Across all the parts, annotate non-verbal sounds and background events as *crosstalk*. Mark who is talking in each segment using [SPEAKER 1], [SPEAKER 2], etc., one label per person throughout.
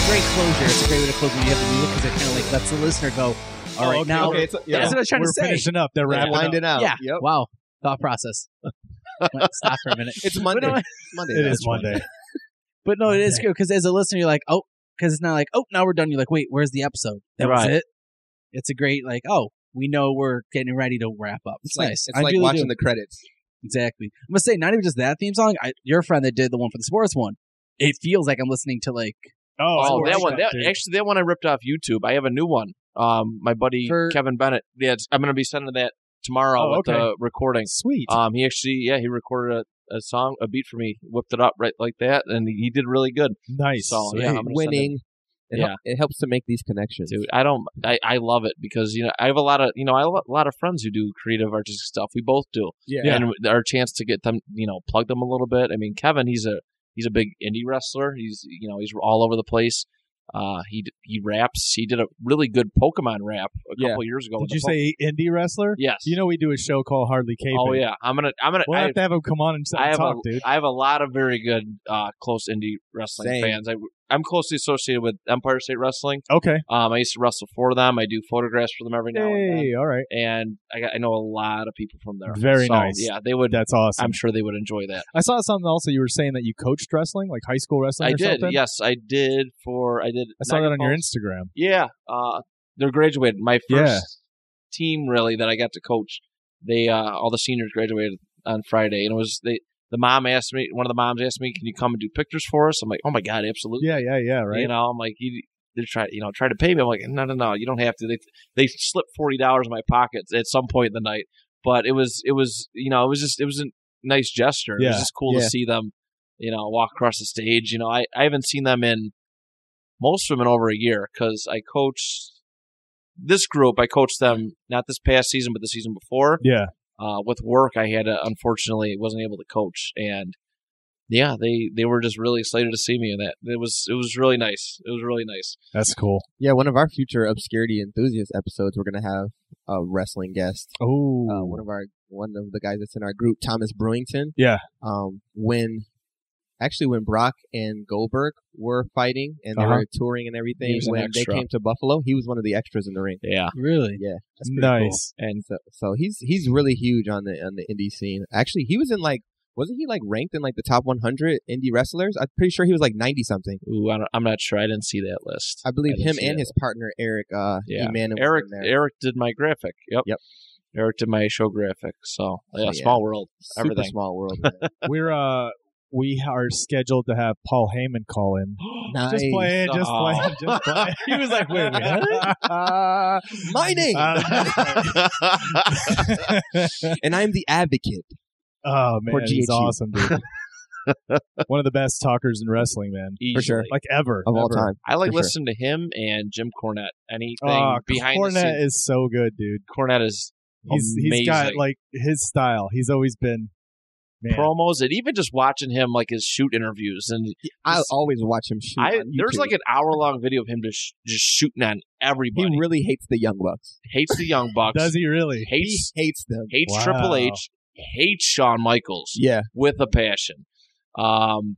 [SPEAKER 1] closure. It's a great way to close when you have the music because it kind of like lets the listener go, all right,
[SPEAKER 2] okay,
[SPEAKER 1] now
[SPEAKER 2] okay, it's- yeah.
[SPEAKER 1] that's what I was trying
[SPEAKER 3] We're
[SPEAKER 1] to say.
[SPEAKER 3] finishing up. They're
[SPEAKER 2] They're
[SPEAKER 3] wrapping up.
[SPEAKER 2] winding out.
[SPEAKER 1] Yeah.
[SPEAKER 2] Yep.
[SPEAKER 1] Wow. Thought process. Wait, Stop for a minute.
[SPEAKER 2] It's Monday.
[SPEAKER 1] no,
[SPEAKER 2] Monday.
[SPEAKER 3] It
[SPEAKER 2] though.
[SPEAKER 3] is Monday.
[SPEAKER 1] *laughs* But no, it is
[SPEAKER 3] Okay.
[SPEAKER 1] good because as a listener, you're like, oh, because it's not like, oh, now we're done. You're like, wait, where's the episode? That
[SPEAKER 3] Right.
[SPEAKER 1] was it. It's a great like, oh, we know we're getting ready to wrap up. It's,
[SPEAKER 2] It's like,
[SPEAKER 1] nice.
[SPEAKER 2] it's
[SPEAKER 1] I
[SPEAKER 2] like
[SPEAKER 1] really
[SPEAKER 2] watching
[SPEAKER 1] do.
[SPEAKER 2] the credits.
[SPEAKER 1] exactly. I'm gonna say not even just that theme song. I, your friend that did the one for the sports one, it feels like I'm listening to like
[SPEAKER 3] Oh,
[SPEAKER 4] Oh,
[SPEAKER 3] it's
[SPEAKER 4] that
[SPEAKER 3] worth
[SPEAKER 4] one.
[SPEAKER 3] it,
[SPEAKER 4] That
[SPEAKER 3] dude.
[SPEAKER 4] actually, that one I ripped off YouTube. I have a new one. Um, my buddy
[SPEAKER 1] For-
[SPEAKER 4] Kevin Bennett. Yeah, it's- I'm going to be sending that tomorrow
[SPEAKER 3] Oh,
[SPEAKER 4] with
[SPEAKER 3] okay.
[SPEAKER 4] the recording.
[SPEAKER 3] sweet.
[SPEAKER 4] Um, he actually, yeah, he recorded a, a song, a beat for me, whipped it up right like that, and he did really good.
[SPEAKER 3] nice.
[SPEAKER 4] so,
[SPEAKER 3] Sweet.
[SPEAKER 4] yeah, I'm gonna send
[SPEAKER 2] Winning. It,
[SPEAKER 4] Yeah.
[SPEAKER 2] hel- it helps to make these connections.
[SPEAKER 4] Dude, I don't. I, I love it because you know I have a lot of you know I have a lot of friends who do creative artistic stuff. We both do,
[SPEAKER 2] Yeah.
[SPEAKER 4] and our chance to get them you know plug them a little bit. I mean, Kevin, he's a he's a big indie wrestler. He's you know he's all over the place. Uh, he d- he raps. He did a really good Pokemon rap a
[SPEAKER 2] Yeah.
[SPEAKER 4] couple years ago. with
[SPEAKER 3] Did
[SPEAKER 4] the
[SPEAKER 3] you
[SPEAKER 4] Po-
[SPEAKER 3] say indie wrestler?
[SPEAKER 4] yes?
[SPEAKER 3] You know we do a show called Hardly Caping.
[SPEAKER 4] oh yeah, I'm gonna I'm gonna
[SPEAKER 3] We'll
[SPEAKER 4] I,
[SPEAKER 3] have to have him come on and s-
[SPEAKER 4] I have
[SPEAKER 3] talk,
[SPEAKER 4] a,
[SPEAKER 3] dude.
[SPEAKER 4] I have a lot of very good uh, close indie wrestling
[SPEAKER 2] Same.
[SPEAKER 4] fans. I I'm closely associated with Empire State Wrestling.
[SPEAKER 3] Okay.
[SPEAKER 4] Um, I used to wrestle for them. I do photographs for them every now and then.
[SPEAKER 3] Hey, all right.
[SPEAKER 4] and I, got, I know a lot of people from there.
[SPEAKER 3] Very
[SPEAKER 4] So,
[SPEAKER 3] nice.
[SPEAKER 4] Yeah, they would.
[SPEAKER 3] That's awesome.
[SPEAKER 4] I'm sure they would enjoy that.
[SPEAKER 3] I saw something also. You were saying that you coached wrestling, like high school wrestling.
[SPEAKER 4] I
[SPEAKER 3] or
[SPEAKER 4] did.
[SPEAKER 3] Something.
[SPEAKER 4] Yes, I did. For I did.
[SPEAKER 3] I saw that on your
[SPEAKER 4] Niagara
[SPEAKER 3] Instagram.
[SPEAKER 4] Falls. Yeah, uh, they're graduated. My first
[SPEAKER 3] Yeah.
[SPEAKER 4] team, really, that I got to coach. They uh, all the seniors graduated on Friday, and it was they. The mom asked me. One of the moms asked me, "Can you come and do pictures for us?" I'm like, "Oh my god, absolutely!"
[SPEAKER 3] Yeah, yeah, yeah. Right.
[SPEAKER 4] You know, I'm like, you, they're trying, you know, try to pay me. I'm like, no, no, no, you don't have to. They they slipped forty dollars in my pockets at some point in the night, but it was it was you know it was just it was a nice gesture. It
[SPEAKER 3] Yeah,
[SPEAKER 4] was just cool
[SPEAKER 3] yeah.
[SPEAKER 4] to see them, you know, walk across the stage. You know, I I haven't seen them in most of them in over a year because I coached this group. I coached them not this past season, but the season before
[SPEAKER 3] Yeah.
[SPEAKER 4] uh, with work I had to, unfortunately wasn't able to coach and yeah they they were just really excited to see me and that it was it was really nice it was really nice
[SPEAKER 3] That's cool.
[SPEAKER 2] Yeah, one of our future obscurity enthusiast episodes, we're gonna have a wrestling guest.
[SPEAKER 3] Oh.
[SPEAKER 2] Uh, one of our one of the guys that's in our group, Thomas Brewington.
[SPEAKER 3] Yeah.
[SPEAKER 2] Um, when actually when Brock and Goldberg were fighting and they
[SPEAKER 3] Uh-huh.
[SPEAKER 2] were touring and everything,
[SPEAKER 4] He was an
[SPEAKER 2] when they
[SPEAKER 4] extra.
[SPEAKER 2] came to Buffalo, he was one of the extras in the ring.
[SPEAKER 4] yeah
[SPEAKER 1] really.
[SPEAKER 2] Yeah, that's pretty cool.
[SPEAKER 3] nice.
[SPEAKER 2] And so, so he's he's really huge on the on the indie scene. Actually, he was in like wasn't he like ranked in like the top 100 indie wrestlers? I'm pretty sure he was like 90 something.
[SPEAKER 4] Ooh, I don't, I'm not sure I didn't see that list
[SPEAKER 2] I believe
[SPEAKER 4] didn't
[SPEAKER 2] him
[SPEAKER 4] see
[SPEAKER 2] and
[SPEAKER 4] that
[SPEAKER 2] his partner Eric uh
[SPEAKER 4] Yeah.
[SPEAKER 2] Eman
[SPEAKER 4] list. Eric
[SPEAKER 2] were in there.
[SPEAKER 4] Eric did my graphic yep
[SPEAKER 2] Yep. Oh,
[SPEAKER 4] Eric did my show graphic so yeah,
[SPEAKER 2] yeah.
[SPEAKER 4] small world *gasps*
[SPEAKER 2] Super
[SPEAKER 4] everything.
[SPEAKER 2] small world.
[SPEAKER 3] We're uh we are scheduled to have Paul Heyman call in.
[SPEAKER 2] nice.
[SPEAKER 3] Just playing, just
[SPEAKER 4] Oh.
[SPEAKER 3] playing, just
[SPEAKER 2] *laughs*
[SPEAKER 3] playing.
[SPEAKER 4] He was like, *laughs* wait a
[SPEAKER 3] *laughs*
[SPEAKER 4] minute.
[SPEAKER 3] Uh,
[SPEAKER 2] My name, *laughs*
[SPEAKER 3] *laughs*
[SPEAKER 2] and I'm the advocate.
[SPEAKER 3] oh man,
[SPEAKER 2] For
[SPEAKER 3] he's
[SPEAKER 2] GHU. *laughs*
[SPEAKER 3] awesome, dude. One of the best talkers in wrestling, man.
[SPEAKER 2] For sure.
[SPEAKER 4] Easily.
[SPEAKER 3] Like ever
[SPEAKER 2] of all
[SPEAKER 3] ever.
[SPEAKER 2] time.
[SPEAKER 4] I like
[SPEAKER 2] For sure.
[SPEAKER 4] listening to him and Jim Cornette anything
[SPEAKER 3] Oh,
[SPEAKER 4] behind
[SPEAKER 3] Cornette
[SPEAKER 4] the scenes
[SPEAKER 3] is so good, dude.
[SPEAKER 4] Cornette is
[SPEAKER 3] He's he's got
[SPEAKER 4] Amazing.
[SPEAKER 3] like his style. He's always been man.
[SPEAKER 4] promos and even just watching him like his shoot interviews and
[SPEAKER 2] I always watch him shoot.
[SPEAKER 4] I
[SPEAKER 2] on
[SPEAKER 4] there's
[SPEAKER 2] YouTube.
[SPEAKER 4] like an hour long video of him just just shooting on everybody.
[SPEAKER 2] he really hates the Young Bucks.
[SPEAKER 4] hates the Young Bucks.
[SPEAKER 3] Does he really?
[SPEAKER 2] He
[SPEAKER 4] Hates
[SPEAKER 2] hates them.
[SPEAKER 4] hates
[SPEAKER 3] Wow.
[SPEAKER 4] Triple H. Hates Shawn Michaels
[SPEAKER 2] Yeah,
[SPEAKER 4] with a passion. Um,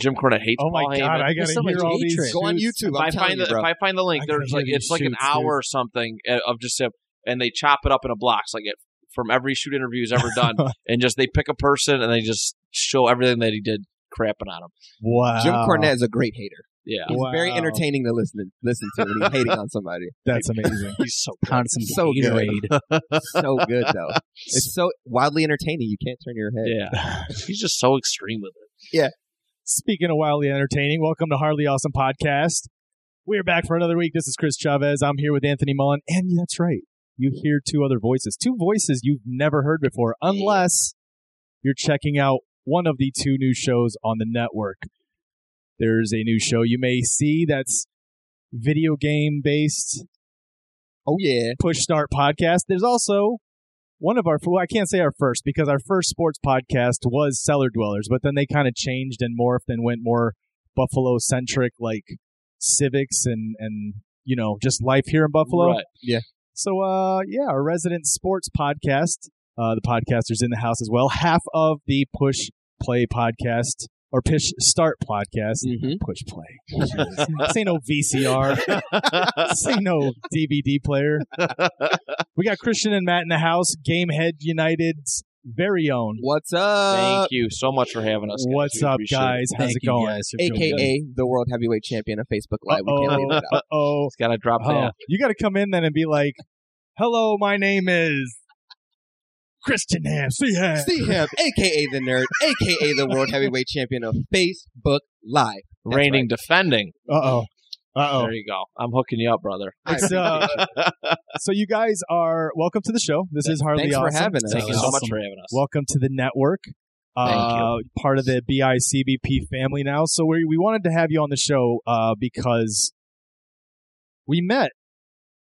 [SPEAKER 4] Jim Cornette hates.
[SPEAKER 3] Oh my
[SPEAKER 4] Paul
[SPEAKER 3] god,
[SPEAKER 4] Heyman.
[SPEAKER 3] I
[SPEAKER 1] There's
[SPEAKER 3] gotta
[SPEAKER 1] so much
[SPEAKER 3] hear all these.
[SPEAKER 1] hatred.
[SPEAKER 2] go on
[SPEAKER 3] dudes.
[SPEAKER 2] YouTube.
[SPEAKER 4] if
[SPEAKER 2] I'm
[SPEAKER 4] I
[SPEAKER 2] telling
[SPEAKER 4] find
[SPEAKER 2] you,
[SPEAKER 4] the
[SPEAKER 2] bro.
[SPEAKER 4] if I find the link,
[SPEAKER 3] I gotta
[SPEAKER 4] there's
[SPEAKER 3] hear
[SPEAKER 4] like
[SPEAKER 3] these
[SPEAKER 4] it's like an
[SPEAKER 3] shoots,
[SPEAKER 4] hour
[SPEAKER 3] dude.
[SPEAKER 4] or something uh, of just him, and they chop it up into blocks like it from every shoot interview he's ever
[SPEAKER 3] *laughs*
[SPEAKER 4] done, and just they pick a person and they just show everything that he did, crapping on him.
[SPEAKER 3] Wow,
[SPEAKER 2] Jim Cornette is a great hater.
[SPEAKER 4] Yeah,
[SPEAKER 2] He's
[SPEAKER 3] Wow.
[SPEAKER 2] very entertaining to listen listen to when he's hating on somebody.
[SPEAKER 3] That's amazing.
[SPEAKER 4] he's so good.
[SPEAKER 1] Pound some
[SPEAKER 2] So good.
[SPEAKER 1] Gatorade.
[SPEAKER 2] *laughs* So good though. It's so wildly entertaining. You can't turn your head.
[SPEAKER 4] Yeah, he's just so extreme with it.
[SPEAKER 3] Speaking of wildly entertaining, welcome to Hardly Awesome Podcast. We're back for another week. This is Chris Chavez. I'm here with Anthony Mullen, and that's right, you hear two other voices, two voices you've never heard before, unless you're checking out one of the two new shows on the network. There's a new show you may see that's video game based.
[SPEAKER 2] Oh yeah.
[SPEAKER 3] Push Start podcast. There's also one of our, well, I can't say our first because our first sports podcast was Cellar Dwellers, but then they kind of changed and morphed and went more Buffalo centric, like civics and, and, you know, just life here in Buffalo. *laughs*
[SPEAKER 4] Right.
[SPEAKER 3] So, uh, yeah, our resident sports podcast. Uh, the podcasters in the house as well. Half of the Push Play podcast or push start podcast.
[SPEAKER 4] Mm-hmm.
[SPEAKER 3] Push play. *laughs* Jesus. this ain't no VCR. this ain't no DVD
[SPEAKER 4] *laughs*
[SPEAKER 3] player. We got Christian and Matt in the house. Gamehead United's very own.
[SPEAKER 2] What's up?
[SPEAKER 4] Thank you so much for having us. guys.
[SPEAKER 3] What's
[SPEAKER 4] We
[SPEAKER 3] up,
[SPEAKER 4] appreciate it.
[SPEAKER 3] guys? How's
[SPEAKER 1] Thank
[SPEAKER 3] it
[SPEAKER 1] you,
[SPEAKER 3] going?
[SPEAKER 1] guys.
[SPEAKER 3] You're doing good.
[SPEAKER 2] AKA the world heavyweight champion of Facebook Live. We can't leave
[SPEAKER 3] Uh-oh.
[SPEAKER 2] it out.
[SPEAKER 3] Uh-oh.
[SPEAKER 4] It's got to drop
[SPEAKER 3] Oh,
[SPEAKER 4] that.
[SPEAKER 3] you got to come in then and be like, "Hello, my name is Christian Ham. See Ham.
[SPEAKER 2] See him, aka the nerd, aka the
[SPEAKER 1] *laughs*
[SPEAKER 2] world heavyweight champion of Facebook Live. That's
[SPEAKER 4] Reigning, defending.
[SPEAKER 3] Uh oh. Uh oh.
[SPEAKER 4] There you go. I'm hooking you up, brother.
[SPEAKER 2] right.
[SPEAKER 4] *laughs*
[SPEAKER 3] It's, uh, so you guys are welcome to the show. This is hardly
[SPEAKER 2] Thanks for
[SPEAKER 3] awesome.
[SPEAKER 2] having us.
[SPEAKER 4] Thank you so
[SPEAKER 3] Awesome.
[SPEAKER 4] much for having us.
[SPEAKER 3] Welcome to the network. uh, Part of the BICBP family now. So we we wanted to have you on the show uh, because we met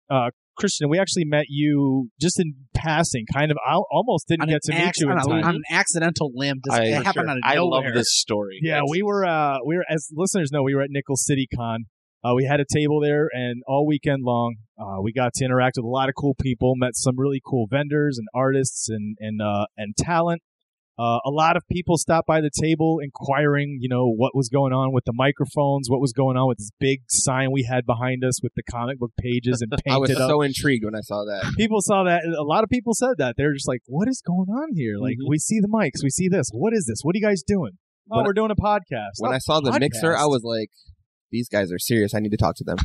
[SPEAKER 3] uh, Christian. We actually met you just in passing, kind of. I almost didn't
[SPEAKER 1] On
[SPEAKER 3] get to
[SPEAKER 1] an
[SPEAKER 3] meet
[SPEAKER 1] acc-
[SPEAKER 3] you in
[SPEAKER 1] on, a-
[SPEAKER 3] time.
[SPEAKER 1] on an accidental limb. Just
[SPEAKER 4] I-
[SPEAKER 1] it
[SPEAKER 4] for
[SPEAKER 1] happened
[SPEAKER 4] sure.
[SPEAKER 1] out of
[SPEAKER 4] I love
[SPEAKER 1] nowhere.
[SPEAKER 4] this story.
[SPEAKER 3] Yeah,
[SPEAKER 4] It's- *laughs*
[SPEAKER 3] we *laughs* were uh we were as listeners know, we were at Nickel City Con. Uh, we had a table there and all weekend long uh, we got to interact with a lot of cool people, met some really cool vendors and artists and and uh, and talent. Uh, a lot of people stopped by the table inquiring, you know, what was going on with the microphones, what was going on with this big sign we had behind us with the comic book pages and
[SPEAKER 2] *laughs*
[SPEAKER 3] painted
[SPEAKER 2] I was
[SPEAKER 3] up
[SPEAKER 2] so intrigued when I saw that.
[SPEAKER 3] people saw that a lot of people said that they're just like what is going on here like
[SPEAKER 2] Mm-hmm.
[SPEAKER 3] we see the mics we see this what is this what are you guys doing oh
[SPEAKER 2] When-
[SPEAKER 3] we're doing a podcast
[SPEAKER 2] When I saw the mixer, I was like, these guys are serious. I need to talk to
[SPEAKER 1] *laughs*
[SPEAKER 2] them.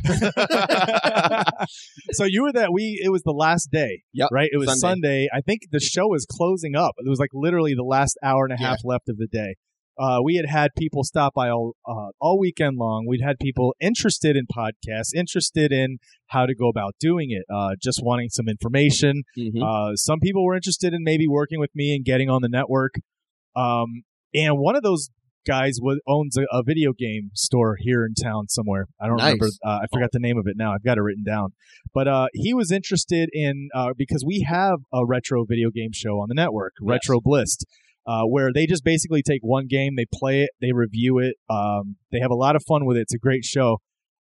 [SPEAKER 3] *laughs* so you were that we it was the last day
[SPEAKER 2] Yep,
[SPEAKER 3] right it was sunday.
[SPEAKER 2] Sunday.
[SPEAKER 3] i think the show was closing up it was like literally the last hour and a half left of the day uh, we had had people stop by all uh, all weekend long. We'd had people interested in podcasts, interested in how to go about doing it, uh, just wanting some information,
[SPEAKER 2] Mm-hmm.
[SPEAKER 3] Uh, some people were interested in maybe working with me and getting on the network. Um, and one of those guys was, owns a, a video game store here in town somewhere. I don't
[SPEAKER 2] Nice.
[SPEAKER 3] remember. Uh, I forgot the name of it now. I've got it written down. But uh, he was interested in uh, because we have a retro video game show on the network, Retro Blist. Uh, where they just basically take one game, they play it, they review it. Um, they have a lot of fun with it. It's a great show.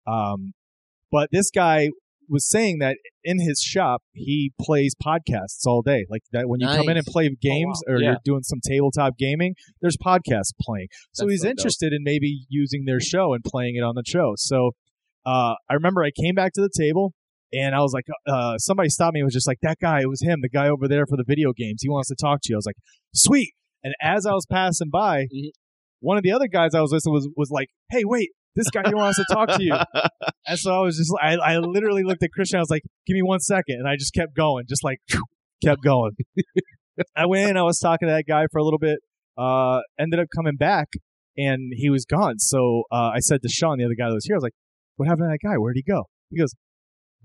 [SPEAKER 3] Um, but this guy was saying that in his shop he plays podcasts all day like that when you come in and
[SPEAKER 2] Oh,
[SPEAKER 3] play games
[SPEAKER 4] wow.
[SPEAKER 3] or
[SPEAKER 4] Yeah.
[SPEAKER 3] you're doing some tabletop gaming there's podcasts playing so
[SPEAKER 2] That's
[SPEAKER 3] he's
[SPEAKER 2] so dope.
[SPEAKER 3] interested in maybe using their show and playing it on the show so uh, i remember i came back to the table and i was like uh, somebody stopped me and was just like that guy it was him the guy over there for the video games he wants to talk to you i was like sweet and as i was passing by
[SPEAKER 2] Mm-hmm.
[SPEAKER 4] Mhm.
[SPEAKER 3] one of the other guys i was listening was was like hey wait this guy he wants to talk to you and so I was just, I, I literally looked at Christian. I was like, give me one second. And I just kept going, just like, kept going. I went in, I was talking to that guy for a little bit, uh, ended up coming back, and he was gone. So uh, I said to Sean, the other guy that was here, I was like, what happened to that guy? Where'd he go? He goes,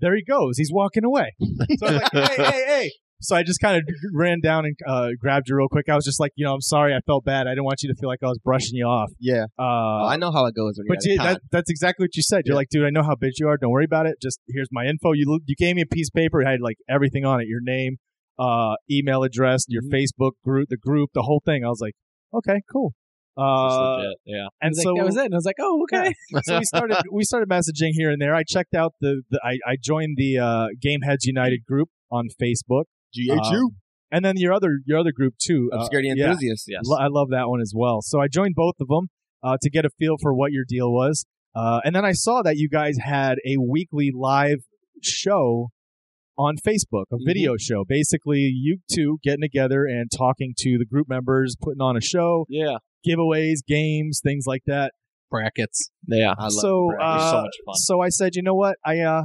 [SPEAKER 3] there he goes. He's walking away. So I was like, hey, hey, hey. So I just kind of ran down and uh, grabbed you real quick. I was just like, you know, I'm sorry. I felt bad. I didn't want you to feel like I was brushing you off.
[SPEAKER 2] Yeah.
[SPEAKER 3] Uh,
[SPEAKER 2] Oh, I know how it goes. When
[SPEAKER 3] but
[SPEAKER 2] you're
[SPEAKER 3] you,
[SPEAKER 2] at a
[SPEAKER 3] that, that's exactly what you said. You're
[SPEAKER 2] Yeah.
[SPEAKER 3] like, dude, I know how bitch you are. Don't worry about it. Just here's my info. You l- you gave me a piece of paper. It had like everything on it: your name, uh, email address, your
[SPEAKER 1] Mm-hmm.
[SPEAKER 3] Facebook group, the group, the whole thing. I was like, okay, cool.
[SPEAKER 4] It's
[SPEAKER 3] Uh,
[SPEAKER 4] legit, yeah.
[SPEAKER 1] I
[SPEAKER 3] and
[SPEAKER 1] was
[SPEAKER 3] so
[SPEAKER 1] like, that was it. And I was like, oh, okay.
[SPEAKER 3] so we
[SPEAKER 1] *laughs*
[SPEAKER 3] started we started messaging here and there. I checked out the, the I, I joined the uh, Gameheads United group on Facebook,
[SPEAKER 2] time.
[SPEAKER 3] GHU? and then your other your other group too, uh,
[SPEAKER 2] Obscurity
[SPEAKER 3] yeah.
[SPEAKER 2] enthusiast.
[SPEAKER 4] Yes.
[SPEAKER 3] Lo- I love that one as well. So I joined both of them uh, to get a feel for what your deal was. Uh, and then I saw that you guys had a weekly live show on Facebook, a video show. Basically, you two getting together and talking to the group members, putting on a show,
[SPEAKER 4] Yeah.
[SPEAKER 3] giveaways, games, things like that.
[SPEAKER 1] Brackets.
[SPEAKER 4] Yeah.
[SPEAKER 2] I love
[SPEAKER 3] so,
[SPEAKER 2] Brad.
[SPEAKER 4] It'd be so
[SPEAKER 3] uh,
[SPEAKER 4] much fun.
[SPEAKER 3] so I said, you know what? I uh,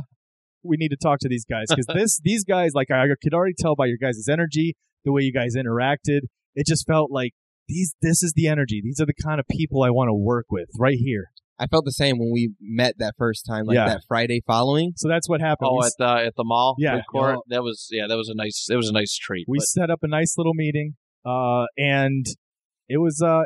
[SPEAKER 3] we need to talk to these guys because
[SPEAKER 4] *laughs*
[SPEAKER 3] this these guys, like I could already tell by your guys' energy, the way you guys interacted, it just felt like these. This is the energy. These are the kind of people I want to work with right here.
[SPEAKER 2] I felt the same when we met that first time, like
[SPEAKER 3] Yeah.
[SPEAKER 2] that Friday following.
[SPEAKER 3] So that's what happened.
[SPEAKER 4] Oh,
[SPEAKER 3] we
[SPEAKER 4] at the at the mall,
[SPEAKER 3] Yeah.
[SPEAKER 4] food court. That was yeah. That was a nice. That was a nice treat.
[SPEAKER 3] we
[SPEAKER 4] but
[SPEAKER 3] set up a nice little meeting, uh, and it was uh,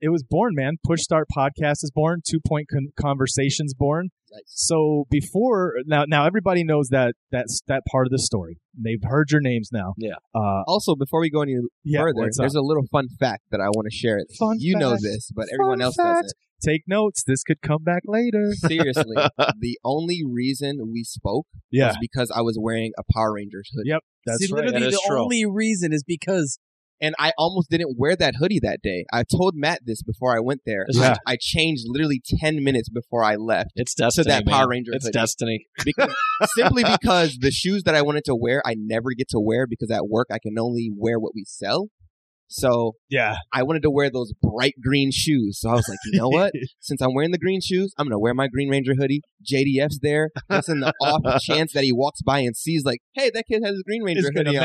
[SPEAKER 3] it was born, man. Push Start Podcast is born. Two Point con- Conversations born. So before now, now everybody knows that that's that part of the story. They've heard your names now.
[SPEAKER 4] Yeah.
[SPEAKER 3] Uh,
[SPEAKER 2] Also, before we go any
[SPEAKER 3] yeah.
[SPEAKER 2] further,
[SPEAKER 3] what's up?
[SPEAKER 2] there's a little fun fact that I want to share. It.
[SPEAKER 3] Fun
[SPEAKER 2] you know
[SPEAKER 3] fact.
[SPEAKER 2] this, but
[SPEAKER 3] Fun
[SPEAKER 2] everyone else
[SPEAKER 3] fact. *laughs*
[SPEAKER 2] doesn't.
[SPEAKER 3] Take notes. This could come back later.
[SPEAKER 2] Seriously, the only reason we spoke
[SPEAKER 3] Yeah.
[SPEAKER 2] was because I was wearing a Power Rangers hoodie.
[SPEAKER 3] Yep. That's
[SPEAKER 1] See,
[SPEAKER 3] right.
[SPEAKER 1] literally
[SPEAKER 4] That
[SPEAKER 1] the
[SPEAKER 4] is true.
[SPEAKER 1] only reason is because
[SPEAKER 2] and I almost didn't wear that hoodie that day. I told Matt this before I went there.
[SPEAKER 4] Yeah.
[SPEAKER 2] I, I changed literally ten minutes before I left *laughs*
[SPEAKER 4] It's destiny.
[SPEAKER 2] to that
[SPEAKER 4] man.
[SPEAKER 2] Power Ranger
[SPEAKER 4] It's
[SPEAKER 2] hoodie.
[SPEAKER 4] destiny.
[SPEAKER 2] because, simply because the shoes that I wanted to wear, I never get to wear because at work I can only wear what we sell. So
[SPEAKER 3] Yeah.
[SPEAKER 2] I wanted to wear those bright green shoes. So I was like, you know
[SPEAKER 3] *laughs*
[SPEAKER 2] what? Since I'm wearing the green shoes, I'm gonna wear my Green Ranger hoodie. JDF's there. That's in the
[SPEAKER 3] *laughs*
[SPEAKER 2] off chance that he walks by and sees like, hey, that kid has a Green Ranger
[SPEAKER 3] It's going to
[SPEAKER 2] hoodie on.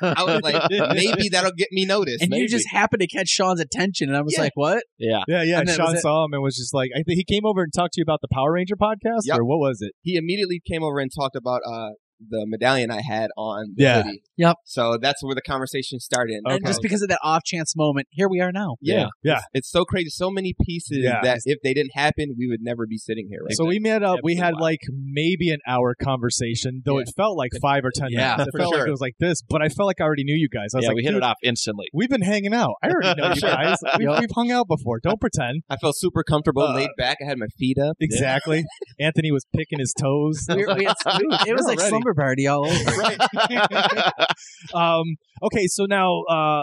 [SPEAKER 3] match. *laughs*
[SPEAKER 2] I was like,
[SPEAKER 4] *laughs*
[SPEAKER 2] maybe that'll get me noticed.
[SPEAKER 1] and
[SPEAKER 4] maybe.
[SPEAKER 1] you just happened to catch Sean's attention, and I was
[SPEAKER 2] Yeah.
[SPEAKER 1] like, "What?"
[SPEAKER 4] Yeah.
[SPEAKER 3] Yeah, yeah.
[SPEAKER 1] And that was
[SPEAKER 3] Sean
[SPEAKER 1] it.
[SPEAKER 3] saw him and was just like, I think he came over and talked to you about the Power Ranger podcast,
[SPEAKER 2] Yep.
[SPEAKER 3] or what was it?
[SPEAKER 2] he immediately came over and talked about uh the medallion I had on the
[SPEAKER 3] Yeah.
[SPEAKER 2] hoodie.
[SPEAKER 1] Yep.
[SPEAKER 2] So that's where the conversation started.
[SPEAKER 3] Okay.
[SPEAKER 1] And just because of that off chance moment, here we are now.
[SPEAKER 2] yeah.
[SPEAKER 3] Yeah.
[SPEAKER 2] It's so crazy. So many pieces
[SPEAKER 3] Yeah.
[SPEAKER 2] that if they didn't happen, we would never be sitting here right
[SPEAKER 3] So we met up.
[SPEAKER 4] Yeah,
[SPEAKER 3] We
[SPEAKER 4] pretty
[SPEAKER 3] had
[SPEAKER 4] wild.
[SPEAKER 3] like maybe an hour conversation, though
[SPEAKER 2] Yeah.
[SPEAKER 3] it felt like five or ten
[SPEAKER 1] Yeah,
[SPEAKER 3] minutes. It
[SPEAKER 2] for
[SPEAKER 3] felt like
[SPEAKER 2] sure.
[SPEAKER 3] it was like this, but I felt like I already knew you guys. I was
[SPEAKER 4] yeah,
[SPEAKER 3] like,
[SPEAKER 4] we hit
[SPEAKER 3] "Dude,
[SPEAKER 4] it off instantly.
[SPEAKER 3] We've been hanging out. I
[SPEAKER 1] *laughs*
[SPEAKER 3] already know you
[SPEAKER 4] Sure.
[SPEAKER 3] guys. We've,
[SPEAKER 1] Yep.
[SPEAKER 3] we've hung out before. Don't pretend.
[SPEAKER 2] now. I felt super comfortable,
[SPEAKER 3] Uh,
[SPEAKER 2] laid back. I had my feet up.
[SPEAKER 1] *laughs*
[SPEAKER 3] Exactly. Anthony was picking his toes.
[SPEAKER 1] We were- we had- *laughs* it was like
[SPEAKER 3] already-
[SPEAKER 1] slumber party all over.
[SPEAKER 3] *laughs* um, okay, so now uh,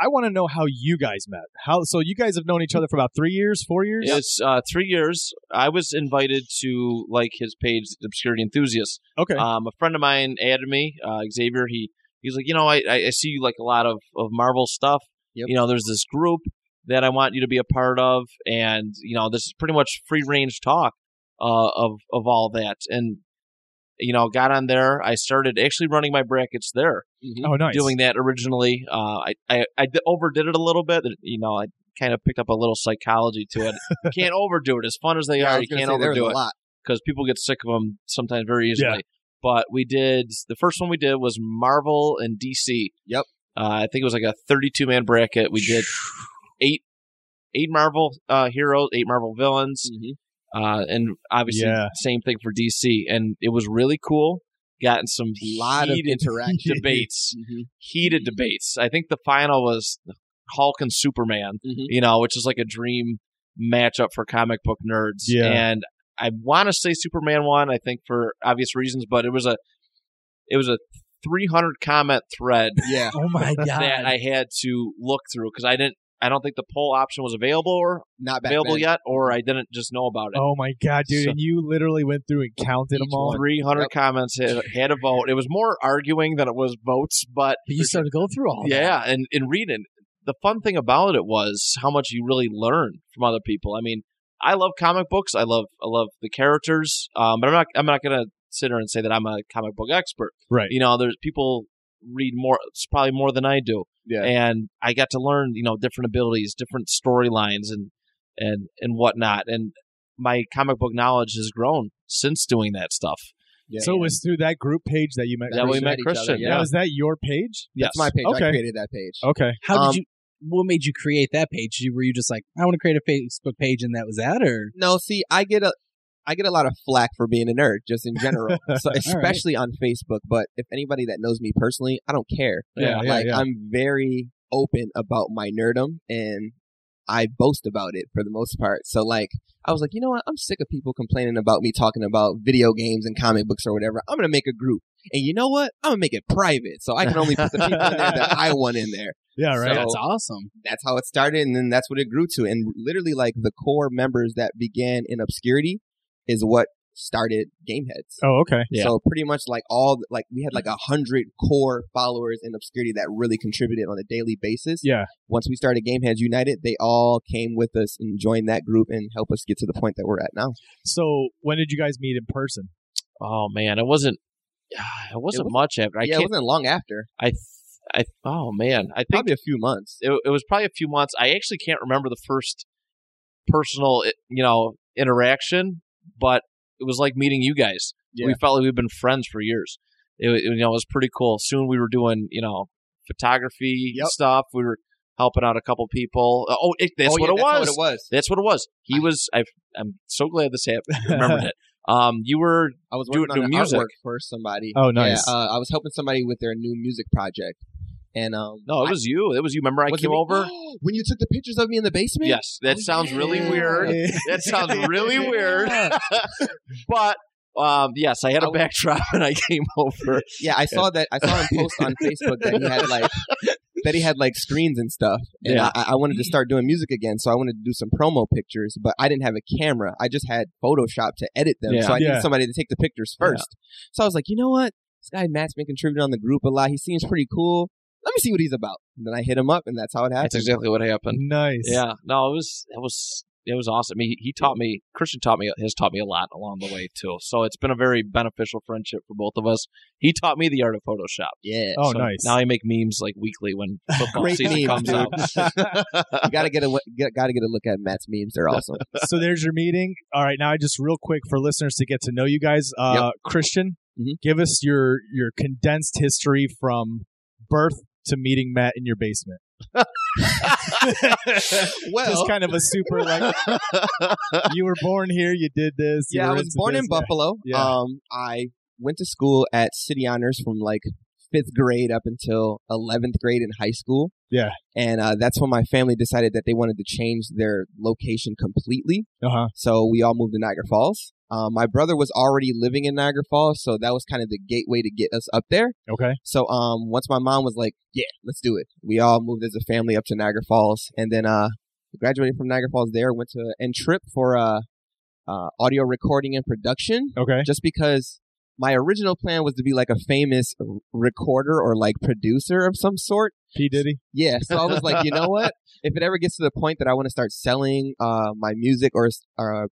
[SPEAKER 3] I want to know how you guys met. How so? You guys have known each other for about three years, four years.
[SPEAKER 4] It's uh, three years. I was invited to like his page, Obscurity Enthusiast.
[SPEAKER 3] Okay.
[SPEAKER 4] Um, a friend of mine added me, uh, Xavier. He he's like, you know, I, I I see you like a lot of of Marvel stuff.
[SPEAKER 2] Yep.
[SPEAKER 4] You know, there's this group that I want you to be a part of, and you know, this is pretty much free range talk uh, of of all that, and you know, got on there. I started actually running my brackets there,
[SPEAKER 3] oh, nice.
[SPEAKER 4] doing that originally. Uh, I, I I d- overdid it a little bit. You know, I kind of picked up a little psychology to
[SPEAKER 3] *laughs*
[SPEAKER 4] it. you can't overdo it. As fun as they
[SPEAKER 2] I
[SPEAKER 4] are,
[SPEAKER 2] was
[SPEAKER 4] you
[SPEAKER 2] gonna
[SPEAKER 4] can't
[SPEAKER 2] say, there was
[SPEAKER 4] overdo
[SPEAKER 2] a
[SPEAKER 4] it
[SPEAKER 2] lot.
[SPEAKER 4] because people get sick of them sometimes very easily.
[SPEAKER 3] Yeah.
[SPEAKER 4] But we did the first one we did was Marvel and DC.
[SPEAKER 2] Yep.
[SPEAKER 4] Uh, I think it was like a 32 man bracket. We did eight eight Marvel uh, heroes, eight Marvel villains,
[SPEAKER 2] Mm-hmm.
[SPEAKER 4] uh, and obviously
[SPEAKER 3] Yeah.
[SPEAKER 4] same thing for DC. And it was really cool. Gotten some
[SPEAKER 2] A lot of
[SPEAKER 4] heated
[SPEAKER 3] *laughs*
[SPEAKER 2] interaction. *laughs*
[SPEAKER 4] debates,
[SPEAKER 2] Mhm.
[SPEAKER 4] heated debates. I think the final was Hulk and Superman you know, which is like a dream matchup for comic book nerds.
[SPEAKER 3] Yeah.
[SPEAKER 4] And I want to say Superman won, I think for obvious reasons, but it was a it was a 300 comment thread
[SPEAKER 2] Yeah.
[SPEAKER 1] Oh my god!
[SPEAKER 4] that I had to look through because I didn't. I don't think the poll option was available or
[SPEAKER 2] Not back
[SPEAKER 4] available
[SPEAKER 2] then.
[SPEAKER 4] yet, or I didn't just know about it.
[SPEAKER 3] Oh my god, dude!
[SPEAKER 4] So-
[SPEAKER 3] and you literally went through and counted them
[SPEAKER 2] Each
[SPEAKER 3] all.
[SPEAKER 2] one.
[SPEAKER 4] 300
[SPEAKER 2] Yep.
[SPEAKER 4] comments had, had a vote. It was more arguing than it was votes, but
[SPEAKER 1] but you started to go through all that.
[SPEAKER 4] yeah, and and reading the fun thing about it was how much you really learn from other people. I mean, I love comic books. I love I love the characters, um, but I'm not I'm not gonna sit here and say that I'm a comic book expert.
[SPEAKER 3] Right.
[SPEAKER 4] You know, there's people read more it's probably more than I do,
[SPEAKER 2] Yeah.
[SPEAKER 4] and I got to learn you know different abilities, different storylines, and and and whatnot. And my comic book knowledge has grown since doing that stuff.
[SPEAKER 2] Yeah.
[SPEAKER 3] so it was through that group page that you met.
[SPEAKER 4] That
[SPEAKER 3] Christian?
[SPEAKER 4] we
[SPEAKER 2] Christian
[SPEAKER 4] met
[SPEAKER 2] at each
[SPEAKER 4] Christian,
[SPEAKER 2] other,
[SPEAKER 3] Yeah.
[SPEAKER 2] Yeah.
[SPEAKER 3] was that your page?
[SPEAKER 4] Yes.
[SPEAKER 2] That's my page.
[SPEAKER 3] Okay.
[SPEAKER 2] I created that page.
[SPEAKER 3] Okay.
[SPEAKER 1] How did
[SPEAKER 2] Um,
[SPEAKER 1] you? What made you create that page? You- Were you just like, I want to create a Facebook page, and that was that, or
[SPEAKER 2] No, see, I get a I get a lot of flack for being a nerd just in
[SPEAKER 3] *laughs*
[SPEAKER 2] general. so especially on Facebook, but if anybody that knows me personally, I don't care.
[SPEAKER 3] Yeah, yeah,
[SPEAKER 2] like
[SPEAKER 3] yeah.
[SPEAKER 2] I'm very open about my nerdum and I boast about it for the most part. So like I was like, you know what? I'm sick of people complaining about me talking about video games and comic books or whatever. I'm gonna make a group. And you know what? I'm gonna make it private. So I can only put the people in there
[SPEAKER 3] *laughs*
[SPEAKER 2] that I want in there
[SPEAKER 3] Yeah. Right.
[SPEAKER 2] So-
[SPEAKER 1] that's awesome.
[SPEAKER 2] that's how it started and then that's what it grew to and literally like the core members that began in obscurity is what started gameheads
[SPEAKER 3] oh, okay.
[SPEAKER 4] Yeah.
[SPEAKER 2] so pretty much like all like we had like a hundred core followers in obscurity that really contributed on a daily basis
[SPEAKER 3] Yeah.
[SPEAKER 2] once we started gameheads united they all came with us and joined that group and help us get to the point that we're at now
[SPEAKER 3] So when did you guys meet in person?
[SPEAKER 4] Oh man, it wasn't. *sighs* It wasn't
[SPEAKER 2] wasn't-
[SPEAKER 4] much after. I
[SPEAKER 2] yeah
[SPEAKER 4] can't
[SPEAKER 2] it wasn't long after
[SPEAKER 4] I, th- I, oh man, I think
[SPEAKER 2] probably a few months
[SPEAKER 4] it, it was probably a few months. I actually can't remember the first personal, i- you know, interaction, but it was like meeting you guys.
[SPEAKER 2] Yeah.
[SPEAKER 4] We felt like we've been friends for years. It, wa- you know, it was pretty cool. Soon we were doing, you know, photography
[SPEAKER 2] Yep.
[SPEAKER 4] stuff. We were helping out a couple people. Oh, it, that's
[SPEAKER 2] Oh,
[SPEAKER 4] what
[SPEAKER 2] yeah,
[SPEAKER 4] it
[SPEAKER 2] that's
[SPEAKER 4] was.
[SPEAKER 2] what it was
[SPEAKER 4] That's what it was. He was. I've, I'm so glad this
[SPEAKER 2] *laughs*
[SPEAKER 4] happened. I
[SPEAKER 3] *laughs*
[SPEAKER 4] remembered it. Um, you were.
[SPEAKER 2] I was
[SPEAKER 4] Do-
[SPEAKER 2] working
[SPEAKER 4] do
[SPEAKER 2] on an
[SPEAKER 4] music.
[SPEAKER 2] artwork for somebody.
[SPEAKER 3] Oh, nice.
[SPEAKER 2] Yeah, uh, I was helping somebody with their new music project, and um,
[SPEAKER 4] No, it
[SPEAKER 2] I-
[SPEAKER 4] was you. It was you. Remember, I
[SPEAKER 2] was it
[SPEAKER 4] came
[SPEAKER 2] me?
[SPEAKER 4] over.
[SPEAKER 2] *gasps* when you took the pictures of me in the basement.
[SPEAKER 4] Yes, that sounds really
[SPEAKER 2] yeah.
[SPEAKER 4] weird. *laughs* That sounds really weird. *laughs* but um, yes, I had a *laughs*
[SPEAKER 2] I-
[SPEAKER 4] backdrop and I came over. *laughs*
[SPEAKER 2] Yeah, I saw that. I saw him post on Facebook that he had like Betty had like screens and stuff, and
[SPEAKER 4] Yeah.
[SPEAKER 2] I, I wanted to start doing music again, so I wanted to do some promo pictures, but I didn't have a camera. I just had Photoshop to edit them,
[SPEAKER 4] Yeah.
[SPEAKER 2] so I
[SPEAKER 3] Yeah.
[SPEAKER 2] needed somebody to take the pictures
[SPEAKER 4] Yeah.
[SPEAKER 2] first. So I was like, you know what? This guy Matt's been contributing on the group a lot. He seems pretty cool. Let me see what he's about. And then I hit him up, and that's how
[SPEAKER 4] *laughs*
[SPEAKER 2] it happened.
[SPEAKER 4] *laughs* That's exactly what happened.
[SPEAKER 3] Nice.
[SPEAKER 4] Yeah. No, it was it was it was awesome. He, he taught me Christian taught me has taught me a lot along the way too. So it's been a very beneficial friendship for both of us. He taught me the art of Photoshop.
[SPEAKER 2] Yeah,
[SPEAKER 3] Oh,
[SPEAKER 4] So
[SPEAKER 3] nice.
[SPEAKER 4] Now I make memes like weekly when football
[SPEAKER 2] Great
[SPEAKER 4] season
[SPEAKER 2] memes,
[SPEAKER 4] comes
[SPEAKER 2] dude.
[SPEAKER 4] out. *laughs*
[SPEAKER 2] you gotta get a get, gotta get a look at Matt's memes. They're awesome.
[SPEAKER 3] so there's your meeting. All right, now I just real quick for listeners to get to know you guys. Uh, Christian,
[SPEAKER 2] Mhm.
[SPEAKER 3] give us your your condensed history from birth to meeting Matt in your basement.
[SPEAKER 2] well,
[SPEAKER 3] just kind of a
[SPEAKER 2] *laughs*
[SPEAKER 3] super like you were born here, you did this. you
[SPEAKER 2] yeah, I
[SPEAKER 3] were
[SPEAKER 2] was
[SPEAKER 3] into
[SPEAKER 2] born
[SPEAKER 3] this,
[SPEAKER 2] in
[SPEAKER 3] yeah.
[SPEAKER 2] Buffalo.
[SPEAKER 3] Yeah.
[SPEAKER 2] Um, I went to school at City Honors from like fifth grade up until eleventh grade in high school.
[SPEAKER 3] Yeah.
[SPEAKER 2] and uh, that's when my family decided that they wanted to change their location completely.
[SPEAKER 3] Uh-huh.
[SPEAKER 2] So we all moved to Niagara Falls. Um, my brother was already living in Niagara Falls, so that was kind of the gateway to get us up there.
[SPEAKER 3] Okay.
[SPEAKER 2] So um, once my mom was like, "Yeah, let's do it," we all moved as a family up to Niagara Falls, and then uh, graduated from Niagara Falls. There, went to N Trip for uh, uh, audio recording and production,
[SPEAKER 3] Okay.
[SPEAKER 2] just because my original plan was to be like a famous r- recorder or like producer of some sort.
[SPEAKER 3] P Diddy.
[SPEAKER 2] Yeah, so I was like, you know what? If it ever gets to the point that I want to start selling uh, my music or s- uh,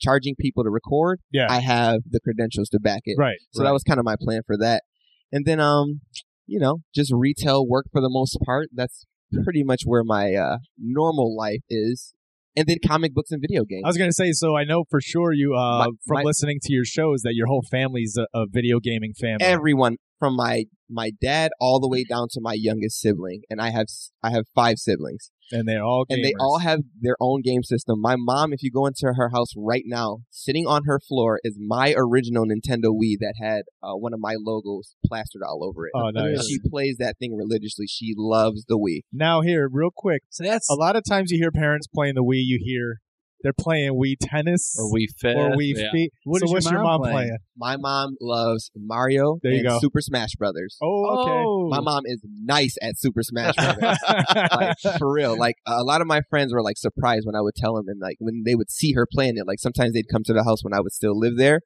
[SPEAKER 2] charging people to record,
[SPEAKER 3] Yeah.
[SPEAKER 2] I have the credentials to back it.
[SPEAKER 3] Right.
[SPEAKER 2] So that was kind of my plan for that. And then, um, you know, just retail work for the most part. That's pretty much where my uh, normal life is. And then comic books and video games.
[SPEAKER 3] I was gonna say, so I know for sure you uh,
[SPEAKER 2] My-
[SPEAKER 3] from
[SPEAKER 2] my-
[SPEAKER 3] listening to your shows that your whole family's a, a video gaming family.
[SPEAKER 2] Everyone from my my dad all the way down to my youngest sibling, and I have s- I have five siblings,
[SPEAKER 3] and they're all gamers.
[SPEAKER 2] and they all have their own game system. My mom, if you go into her house right now, sitting on her floor is my original Nintendo Wii that had uh, one of my logos plastered all over it.
[SPEAKER 3] Oh,
[SPEAKER 2] And
[SPEAKER 3] nice.
[SPEAKER 2] She plays that thing religiously. She loves the Wii.
[SPEAKER 3] now here, real quick.
[SPEAKER 1] So that's
[SPEAKER 3] A lot of times you hear parents playing the Wii, you hear they're playing Wii tennis
[SPEAKER 4] Or we fit.
[SPEAKER 3] or Wii
[SPEAKER 4] yeah.
[SPEAKER 3] Fit.
[SPEAKER 1] What
[SPEAKER 3] so
[SPEAKER 1] is your
[SPEAKER 3] what's your mom
[SPEAKER 1] mom
[SPEAKER 3] playing?
[SPEAKER 1] playing?
[SPEAKER 2] My mom loves Mario
[SPEAKER 3] There you
[SPEAKER 2] and
[SPEAKER 3] go.
[SPEAKER 2] Super Smash Brothers.
[SPEAKER 3] Oh, okay.
[SPEAKER 2] My
[SPEAKER 3] *laughs*
[SPEAKER 2] mom is nice at Super Smash Brothers. like for real. Like a lot of my friends were like surprised when I would tell them and like when they would see her playing it. Like sometimes they'd come to the house when I would still live there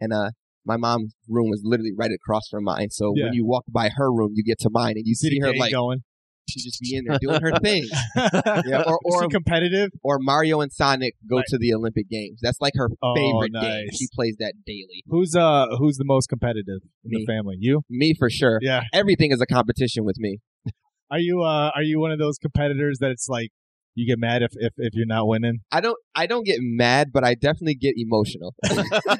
[SPEAKER 2] and uh my mom's room was literally right across from mine. So
[SPEAKER 3] Yeah.
[SPEAKER 2] when you walk by her room, you get to mine and you
[SPEAKER 3] See
[SPEAKER 2] see
[SPEAKER 3] the
[SPEAKER 2] her
[SPEAKER 3] game
[SPEAKER 2] like
[SPEAKER 3] going.
[SPEAKER 2] she just be in there doing her
[SPEAKER 3] *laughs*
[SPEAKER 2] thing. Yeah, or
[SPEAKER 3] Is
[SPEAKER 2] or,
[SPEAKER 3] she competitive?
[SPEAKER 2] or Mario and Sonic go
[SPEAKER 3] Right.
[SPEAKER 2] to the Olympic Games. That's like her
[SPEAKER 3] Oh,
[SPEAKER 2] favorite game.
[SPEAKER 3] nice.
[SPEAKER 2] She plays that daily.
[SPEAKER 3] Who's uh who's the most competitive in the
[SPEAKER 2] Me.
[SPEAKER 3] family? You?
[SPEAKER 2] Me for sure.
[SPEAKER 3] Yeah.
[SPEAKER 2] Everything is a competition with me.
[SPEAKER 3] Are you uh are you one of those competitors that it's like you get mad if if, if you're not
[SPEAKER 2] *laughs*
[SPEAKER 3] winning?
[SPEAKER 2] I don't I don't get mad, but I definitely get emotional.
[SPEAKER 1] wait,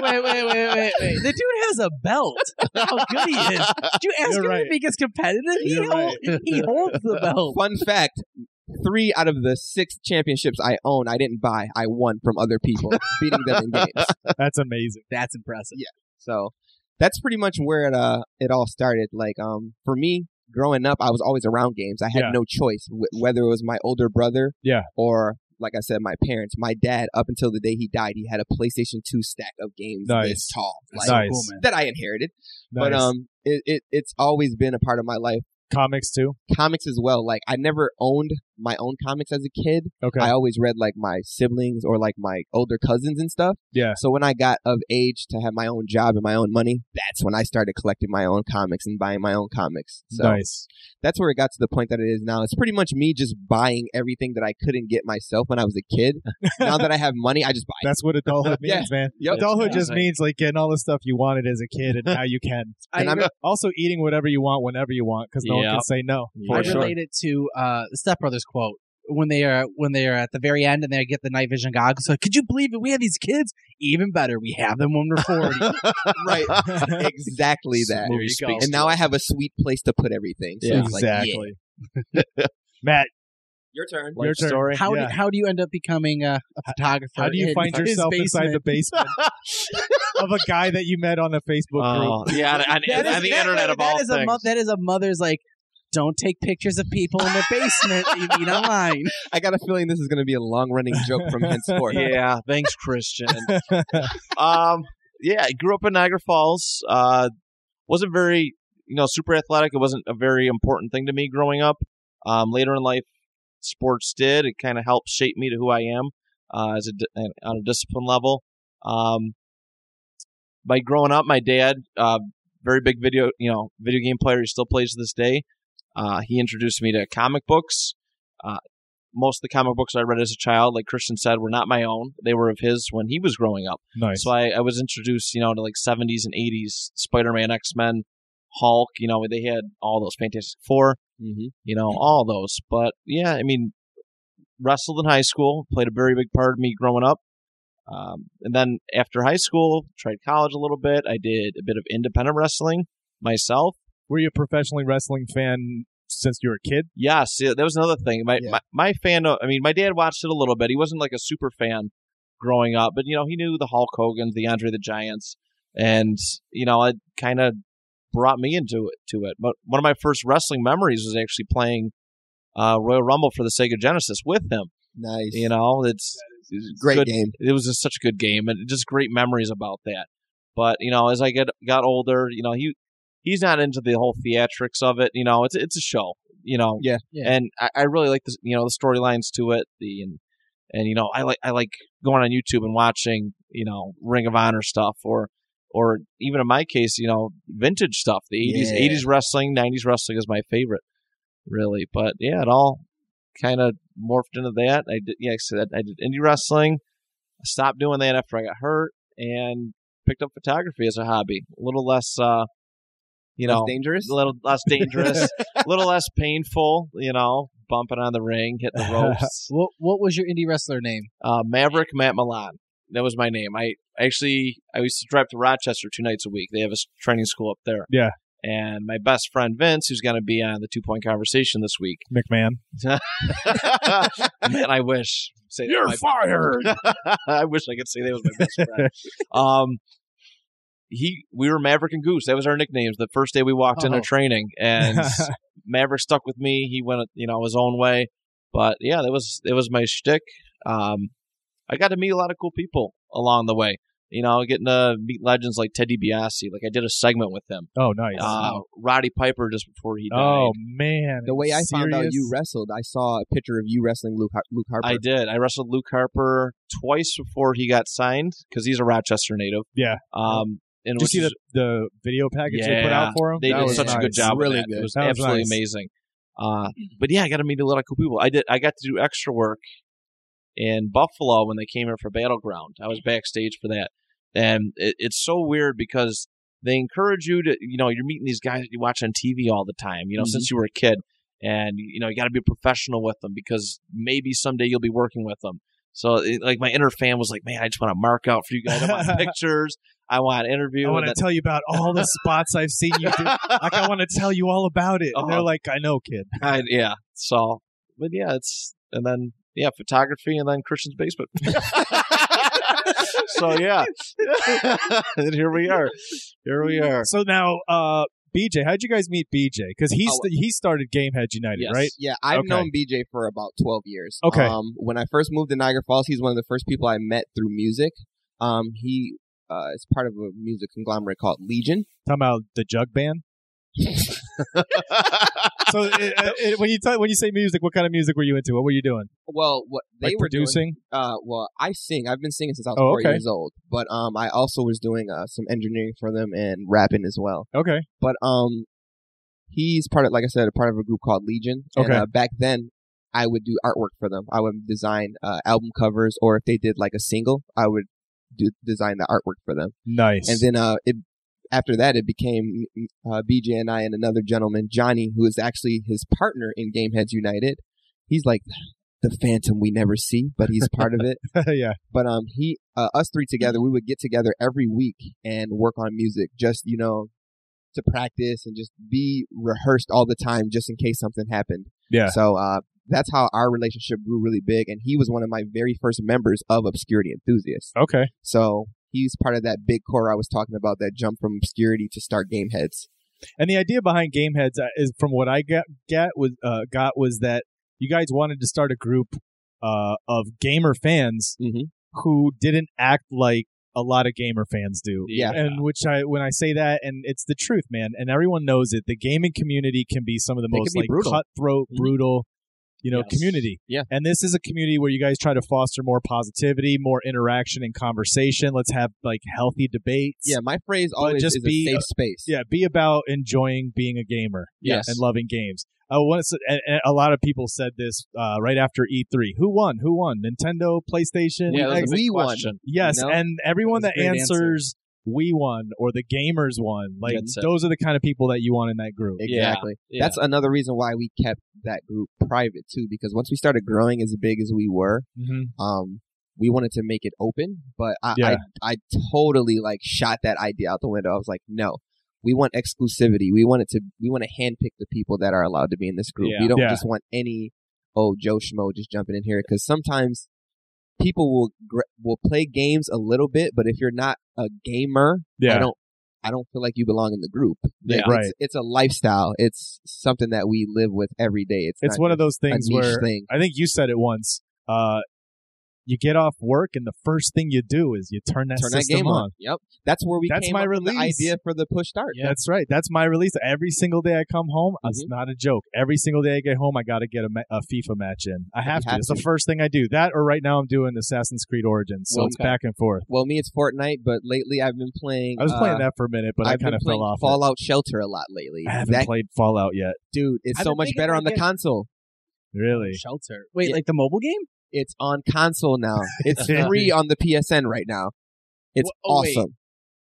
[SPEAKER 1] wait, wait, wait, wait. The dude has a belt. How good he is. Did you ask
[SPEAKER 3] You're
[SPEAKER 1] him
[SPEAKER 3] right.
[SPEAKER 1] if he gets competitive? He,
[SPEAKER 3] You're
[SPEAKER 1] hol- he holds the
[SPEAKER 3] Oh.
[SPEAKER 1] belt.
[SPEAKER 3] *laughs*
[SPEAKER 2] Fun fact: three out of the six championships I own, I didn't buy. I won from other
[SPEAKER 3] *laughs*
[SPEAKER 2] people, beating them in games.
[SPEAKER 3] That's amazing.
[SPEAKER 1] That's impressive.
[SPEAKER 2] So that's pretty much where it uh it all started. Like um for me. Growing up, I was always around games. I had
[SPEAKER 3] Yeah.
[SPEAKER 2] no choice, wh- whether it was my older brother,
[SPEAKER 3] Yeah.
[SPEAKER 2] or like I said, my parents. My dad, up until the day he died, he had a PlayStation Two stack of games
[SPEAKER 3] Nice.
[SPEAKER 2] this tall, like,
[SPEAKER 1] so
[SPEAKER 3] Nice.
[SPEAKER 1] cool, man.
[SPEAKER 2] that I inherited. But
[SPEAKER 3] Nice.
[SPEAKER 2] um, it, it it's always been a part of my life.
[SPEAKER 3] comics too.
[SPEAKER 2] Comics as well. Like I never owned my own comics as a kid.
[SPEAKER 3] Okay.
[SPEAKER 2] I always read like my siblings or like my older cousins and stuff.
[SPEAKER 3] Yeah.
[SPEAKER 2] So when I got of age to have my own job and my own money, that's when I started collecting my own comics and buying my own comics. So
[SPEAKER 3] nice.
[SPEAKER 2] that's where it got to the point that it is now. It's pretty much me just buying everything that I couldn't get myself when I was a
[SPEAKER 3] *laughs*
[SPEAKER 2] kid. now that I have money, I just buy. it.
[SPEAKER 3] That's what adulthood
[SPEAKER 2] Yeah.
[SPEAKER 3] means, man.
[SPEAKER 2] Yep.
[SPEAKER 3] Adulthood just
[SPEAKER 4] Exactly.
[SPEAKER 3] means like getting all the stuff you wanted as a kid and now you
[SPEAKER 2] *laughs*
[SPEAKER 3] can.
[SPEAKER 2] And
[SPEAKER 1] I,
[SPEAKER 2] I'm
[SPEAKER 1] re-
[SPEAKER 3] Also eating whatever you want whenever you want because no one can
[SPEAKER 4] Yep.
[SPEAKER 3] say no.
[SPEAKER 4] Yeah.
[SPEAKER 2] for
[SPEAKER 1] I
[SPEAKER 2] sure.
[SPEAKER 1] relate it to uh, the Step Brothers quote when they are when they are at the very end and they get the night vision goggles. So could you believe it? We have these kids. Even better, we have
[SPEAKER 3] *laughs*
[SPEAKER 1] them when we're forty. *laughs*
[SPEAKER 2] right. exactly that.
[SPEAKER 1] There you go.
[SPEAKER 2] And now I have a sweet place to put everything. So
[SPEAKER 4] Yeah.
[SPEAKER 2] it's like, yeah.
[SPEAKER 3] exactly. *laughs* Matt,
[SPEAKER 2] Your turn.
[SPEAKER 3] your turn.
[SPEAKER 4] story.
[SPEAKER 1] How
[SPEAKER 3] Yeah.
[SPEAKER 1] do, how do you end up becoming a, a photographer?
[SPEAKER 3] How do you
[SPEAKER 1] in
[SPEAKER 3] find
[SPEAKER 1] his
[SPEAKER 3] yourself inside the
[SPEAKER 1] basement?
[SPEAKER 3] basement of a guy that you met on a Facebook
[SPEAKER 4] Oh,
[SPEAKER 3] group?
[SPEAKER 4] yeah, on, on,
[SPEAKER 1] That is-
[SPEAKER 4] on the
[SPEAKER 1] that-
[SPEAKER 4] internet of
[SPEAKER 1] that
[SPEAKER 4] all
[SPEAKER 1] is a
[SPEAKER 4] things.
[SPEAKER 1] mo- that is a mother's like. Don't take pictures of people in their basement. that
[SPEAKER 3] *laughs*
[SPEAKER 1] you meet online.
[SPEAKER 2] I got a feeling this is going to be a long running joke from henceforth.
[SPEAKER 4] yeah, thanks,
[SPEAKER 2] *laughs*
[SPEAKER 4] Christian. um, yeah, I grew up in Niagara Falls. Uh, wasn't very you know, super athletic. It wasn't a very important thing to me growing up. Um, later in life, sports did. It kind of helped shape me to who I am uh, as a di- and on a discipline level. Um, by growing up, my dad, uh, very big video, you know, video game player. He still plays to this day. Uh, he introduced me to comic books. Uh, most of the comic books I read as a child, like Christian said, were not my own. They were of his when he was growing up.
[SPEAKER 3] Nice.
[SPEAKER 4] So I, I was introduced, you know, to like 70s and 80s Spider Man, X Men, Hulk. You know, they had all those Fantastic Four,
[SPEAKER 2] Mhm.
[SPEAKER 4] you know, all those. But yeah, I mean, wrestled in high school, played a very big part of me growing up. Um, and then after high school, tried college a little bit. I did a bit of independent wrestling myself.
[SPEAKER 3] Were you a professionally wrestling fan since you were a kid?
[SPEAKER 4] Yes, yeah, that was another thing. My,
[SPEAKER 2] Yeah.
[SPEAKER 4] my my fan, uh, I mean, my dad watched it a little bit. He wasn't like a super fan growing up, but you know, he knew the Hulk Hogan's, the Andre the Giants, and you know, it kind of brought me into it to it. But one of my first wrestling memories was actually playing uh, Royal Rumble for the Sega Genesis with him.
[SPEAKER 2] Nice.
[SPEAKER 4] You know, it's
[SPEAKER 2] great
[SPEAKER 4] good-
[SPEAKER 2] game.
[SPEAKER 4] it was just such a good game and just great memories about that. But you know, as I get got older, you know he he's not into the whole theatrics of it. You know, it's it's a show. You know,
[SPEAKER 2] Yeah.
[SPEAKER 1] Yeah.
[SPEAKER 4] And I, I really like the you know the storylines to it. The and and you know I like I like going on YouTube and watching you know Ring of Honor stuff or or even in my case you know vintage stuff. The eighties
[SPEAKER 2] Yeah.
[SPEAKER 4] eighties wrestling, nineties wrestling is my favorite, really. But yeah, it all kind of morphed into that. I did, yeah, I said I did indie wrestling. I stopped doing that after I got hurt and picked up photography as a hobby. A little less, uh, you
[SPEAKER 2] That's
[SPEAKER 4] know,
[SPEAKER 2] dangerous.
[SPEAKER 4] a little less dangerous, a little less painful. You know, bumping on the ring, hitting the
[SPEAKER 1] *laughs*
[SPEAKER 4] ropes.
[SPEAKER 1] What What was your indie wrestler name?
[SPEAKER 4] Uh, Maverick Matt Milan. That was my name. I actually I used to drive to Rochester two nights a week. They have a s- training school up there.
[SPEAKER 3] Yeah.
[SPEAKER 4] And my best friend Vince, who's going to be on the two point conversation this week.
[SPEAKER 3] McMahon.
[SPEAKER 4] Man, I wish. Say that my-
[SPEAKER 3] fired.
[SPEAKER 2] *laughs*
[SPEAKER 3] *laughs*
[SPEAKER 4] *laughs* I wish I could say that was my best friend. um, he, we were Maverick and Goose. That was our nicknames. The first day we walked into
[SPEAKER 1] Oh.
[SPEAKER 4] training,
[SPEAKER 3] *laughs*
[SPEAKER 4] and Maverick stuck with me. He went, you know, his own way. But yeah, that was that was my shtick. Um, I got to meet a lot of cool people along the way. You know, getting to meet legends like Ted DiBiase. Like I did a segment with him.
[SPEAKER 3] oh, nice.
[SPEAKER 4] Uh, Roddy Piper just before he died.
[SPEAKER 3] oh man.
[SPEAKER 2] the way I found out you
[SPEAKER 3] Serious?
[SPEAKER 2] wrestled, I saw a picture of you wrestling Luke, Har- Luke Harper.
[SPEAKER 4] I did. I wrestled Luke Harper twice before he got signed because he's a Rochester native.
[SPEAKER 3] Yeah.
[SPEAKER 4] Um, and
[SPEAKER 3] Did you
[SPEAKER 4] which
[SPEAKER 3] see
[SPEAKER 4] is-
[SPEAKER 3] the, the video package they put
[SPEAKER 4] Yeah,
[SPEAKER 3] out for him?
[SPEAKER 4] They
[SPEAKER 3] That
[SPEAKER 4] did
[SPEAKER 3] was
[SPEAKER 4] such a good
[SPEAKER 3] nice.
[SPEAKER 4] job.
[SPEAKER 2] Really
[SPEAKER 4] with that.
[SPEAKER 2] good.
[SPEAKER 4] It was,
[SPEAKER 3] That was
[SPEAKER 4] absolutely
[SPEAKER 3] nice.
[SPEAKER 4] amazing. Uh, but yeah, I got to meet a lot of cool people. I did. I got to do extra work in Buffalo when they came here for Battleground. I was backstage for that, and it, it's so weird because they encourage you to, you know, you're meeting these guys that you watch on TV all the time. You know,
[SPEAKER 3] Mm-hmm.
[SPEAKER 4] since you were a kid, and you know you got to be professional with them because maybe someday you'll be working with them. So, it, like, my inner fan was like, "Man, I just want to mark out for you guys. I
[SPEAKER 3] *laughs*
[SPEAKER 4] want pictures. I want interview."
[SPEAKER 3] I
[SPEAKER 4] and
[SPEAKER 3] want to
[SPEAKER 4] then-
[SPEAKER 3] tell you about all the spots I've seen you do. *laughs* Like, I want to tell you all about it. And they're
[SPEAKER 4] Uh-huh.
[SPEAKER 3] like, I know, kid.
[SPEAKER 4] I, yeah. So, but yeah, it's and then yeah, photography and then Christian's basement. *laughs* so yeah, *laughs* and here we are. Here we
[SPEAKER 3] *laughs*
[SPEAKER 4] are.
[SPEAKER 3] So now, uh, BJ, how'd you guys meet BJ? Because he's
[SPEAKER 2] Oh.
[SPEAKER 3] the, he started Gamehead United,
[SPEAKER 4] Yes.
[SPEAKER 3] right?
[SPEAKER 2] Yeah, I've
[SPEAKER 3] Okay.
[SPEAKER 2] known BJ for about 12 years.
[SPEAKER 3] Okay.
[SPEAKER 2] Um, when I first moved to Niagara Falls, he's one of the first people I met through music. Um, he uh, is part of a music conglomerate called Legion.
[SPEAKER 3] Talking about the Jug Band.
[SPEAKER 4] *laughs*
[SPEAKER 3] So it, it, it- when you talk, when you say music, what kind of music were you into? What were you doing?
[SPEAKER 2] Well, what they
[SPEAKER 3] like
[SPEAKER 2] were doing,
[SPEAKER 3] producing?
[SPEAKER 2] uh, well, I sing. I've been singing since I was
[SPEAKER 3] Oh,
[SPEAKER 2] four
[SPEAKER 3] okay.
[SPEAKER 2] years old. But um, I also was doing uh, some engineering for them and rapping as well.
[SPEAKER 3] Okay,
[SPEAKER 2] But um, he's part of, like I said, a part of a group called Legion.
[SPEAKER 3] Okay.
[SPEAKER 2] And, uh, back then, I would do artwork for them. I would design uh, album covers, or if they did like a single, I would do design the artwork for them.
[SPEAKER 3] nice.
[SPEAKER 2] And then uh, it after that, it became uh, BJ and I and another gentleman, Johnny, who is actually his partner in Gameheads United. He's like the phantom we never see, but he's part of it
[SPEAKER 3] *laughs* yeah,
[SPEAKER 2] but um he uh, us three together we would get together every week and work on music just you know to practice and just be rehearsed all the time just in case something happened
[SPEAKER 3] Yeah.
[SPEAKER 2] so uh that's how our relationship grew really big and he was one of my very first members of obscurity enthusiasts
[SPEAKER 3] okay.
[SPEAKER 2] so he's part of that big core i was talking about that jump from obscurity to start game heads
[SPEAKER 3] And the idea behind Gameheads uh, is, from what I got, get was uh, got was that you guys wanted to start a group uh, of gamer fans
[SPEAKER 2] Mhm.
[SPEAKER 3] who didn't act like a lot of gamer fans do.
[SPEAKER 2] Yeah.
[SPEAKER 3] And which I when I say that and it's the truth, man, and everyone knows it, the gaming community can be some of the
[SPEAKER 2] They can
[SPEAKER 3] most
[SPEAKER 2] be
[SPEAKER 3] like
[SPEAKER 2] brutal.
[SPEAKER 3] cutthroat,
[SPEAKER 2] Mhm.
[SPEAKER 3] brutal, you know,
[SPEAKER 4] Yes.
[SPEAKER 3] community.
[SPEAKER 2] Yeah.
[SPEAKER 3] And this is a community where you guys try to foster more positivity, more interaction and conversation. Let's have like healthy debates.
[SPEAKER 2] Yeah, my phrase always
[SPEAKER 3] just
[SPEAKER 2] is
[SPEAKER 3] be-
[SPEAKER 2] a safe space.
[SPEAKER 3] Yeah, be about enjoying being a gamer.
[SPEAKER 2] Yes.
[SPEAKER 3] and loving games. Uh, once, and, and a lot of people said this uh, right after E3. Who won? Who won? Nintendo, PlayStation.
[SPEAKER 4] Yeah, that was a
[SPEAKER 3] Xbox?
[SPEAKER 4] big
[SPEAKER 2] we won.
[SPEAKER 4] question.
[SPEAKER 3] yes,
[SPEAKER 2] you know?
[SPEAKER 3] and everyone
[SPEAKER 1] That
[SPEAKER 3] that
[SPEAKER 1] was a great answer.
[SPEAKER 3] answers we won or the gamers won. Like
[SPEAKER 4] That's it.
[SPEAKER 3] those are the kind of people that you want in that group.
[SPEAKER 2] Exactly.
[SPEAKER 4] Yeah.
[SPEAKER 2] That's another reason why we kept that group private too, because once we started growing as big as we were,
[SPEAKER 3] Mm-hmm.
[SPEAKER 2] um, we wanted to make it open, but I,
[SPEAKER 3] Yeah.
[SPEAKER 2] I, I totally like shot that idea out the window. I was like, no, we want exclusivity. We want it to, we want to handpick the people that are allowed to be in this group.
[SPEAKER 4] Yeah.
[SPEAKER 2] We don't
[SPEAKER 3] Yeah.
[SPEAKER 2] just want any, oh, Joe Schmo just jumping in here. Cause sometimes people will, gr- will play games a little bit, but if you're not a gamer,
[SPEAKER 3] Yeah.
[SPEAKER 2] I don't, I don't feel like you belong in the group.
[SPEAKER 4] Yeah.
[SPEAKER 2] It's-
[SPEAKER 3] Right.
[SPEAKER 2] It's, a lifestyle. It's something that we live with every day. It's,
[SPEAKER 3] it's
[SPEAKER 2] not
[SPEAKER 3] one of
[SPEAKER 2] just
[SPEAKER 3] those
[SPEAKER 2] a
[SPEAKER 3] things
[SPEAKER 2] niche
[SPEAKER 3] where
[SPEAKER 2] thing.
[SPEAKER 3] I think you said it once. Uh, you get off work and the first thing you do is you turn that
[SPEAKER 2] turn that
[SPEAKER 3] system
[SPEAKER 2] game on. Yep, that's where we
[SPEAKER 3] That's
[SPEAKER 2] came
[SPEAKER 3] my
[SPEAKER 2] up with the
[SPEAKER 3] release.
[SPEAKER 2] idea for the push start.
[SPEAKER 3] That's right. That's my release. Every single day I come home, it's
[SPEAKER 2] Mm-hmm.
[SPEAKER 3] not a joke. Every single day I get home, I got to get a, ma- a FIFA match in. I have to.
[SPEAKER 2] have
[SPEAKER 3] It's
[SPEAKER 2] to.
[SPEAKER 3] the first thing I do. That or right now I'm doing Assassin's Creed Origins. So it's
[SPEAKER 2] Okay.
[SPEAKER 3] back and forth.
[SPEAKER 2] Well, me it's Fortnite, but lately I've been playing.
[SPEAKER 3] I was playing
[SPEAKER 2] uh,
[SPEAKER 3] that for a minute, but
[SPEAKER 2] I've
[SPEAKER 3] I kind
[SPEAKER 2] been
[SPEAKER 3] of
[SPEAKER 2] playing
[SPEAKER 3] fell off. it.
[SPEAKER 2] Fallout Shelter a lot lately.
[SPEAKER 3] I haven't
[SPEAKER 2] That
[SPEAKER 3] played Fallout yet.
[SPEAKER 2] dude, it's
[SPEAKER 1] I've
[SPEAKER 2] so
[SPEAKER 1] been
[SPEAKER 2] much
[SPEAKER 1] thinking
[SPEAKER 2] better
[SPEAKER 1] about
[SPEAKER 2] on the
[SPEAKER 1] getting-
[SPEAKER 2] console.
[SPEAKER 3] Really?
[SPEAKER 1] Shelter. Wait,
[SPEAKER 2] Yeah.
[SPEAKER 1] like the mobile game?
[SPEAKER 2] It's on console
[SPEAKER 3] *laughs*
[SPEAKER 2] now. It's
[SPEAKER 3] Yeah.
[SPEAKER 2] free on the PSN right now. It's
[SPEAKER 1] Wh- oh, wait.
[SPEAKER 2] awesome.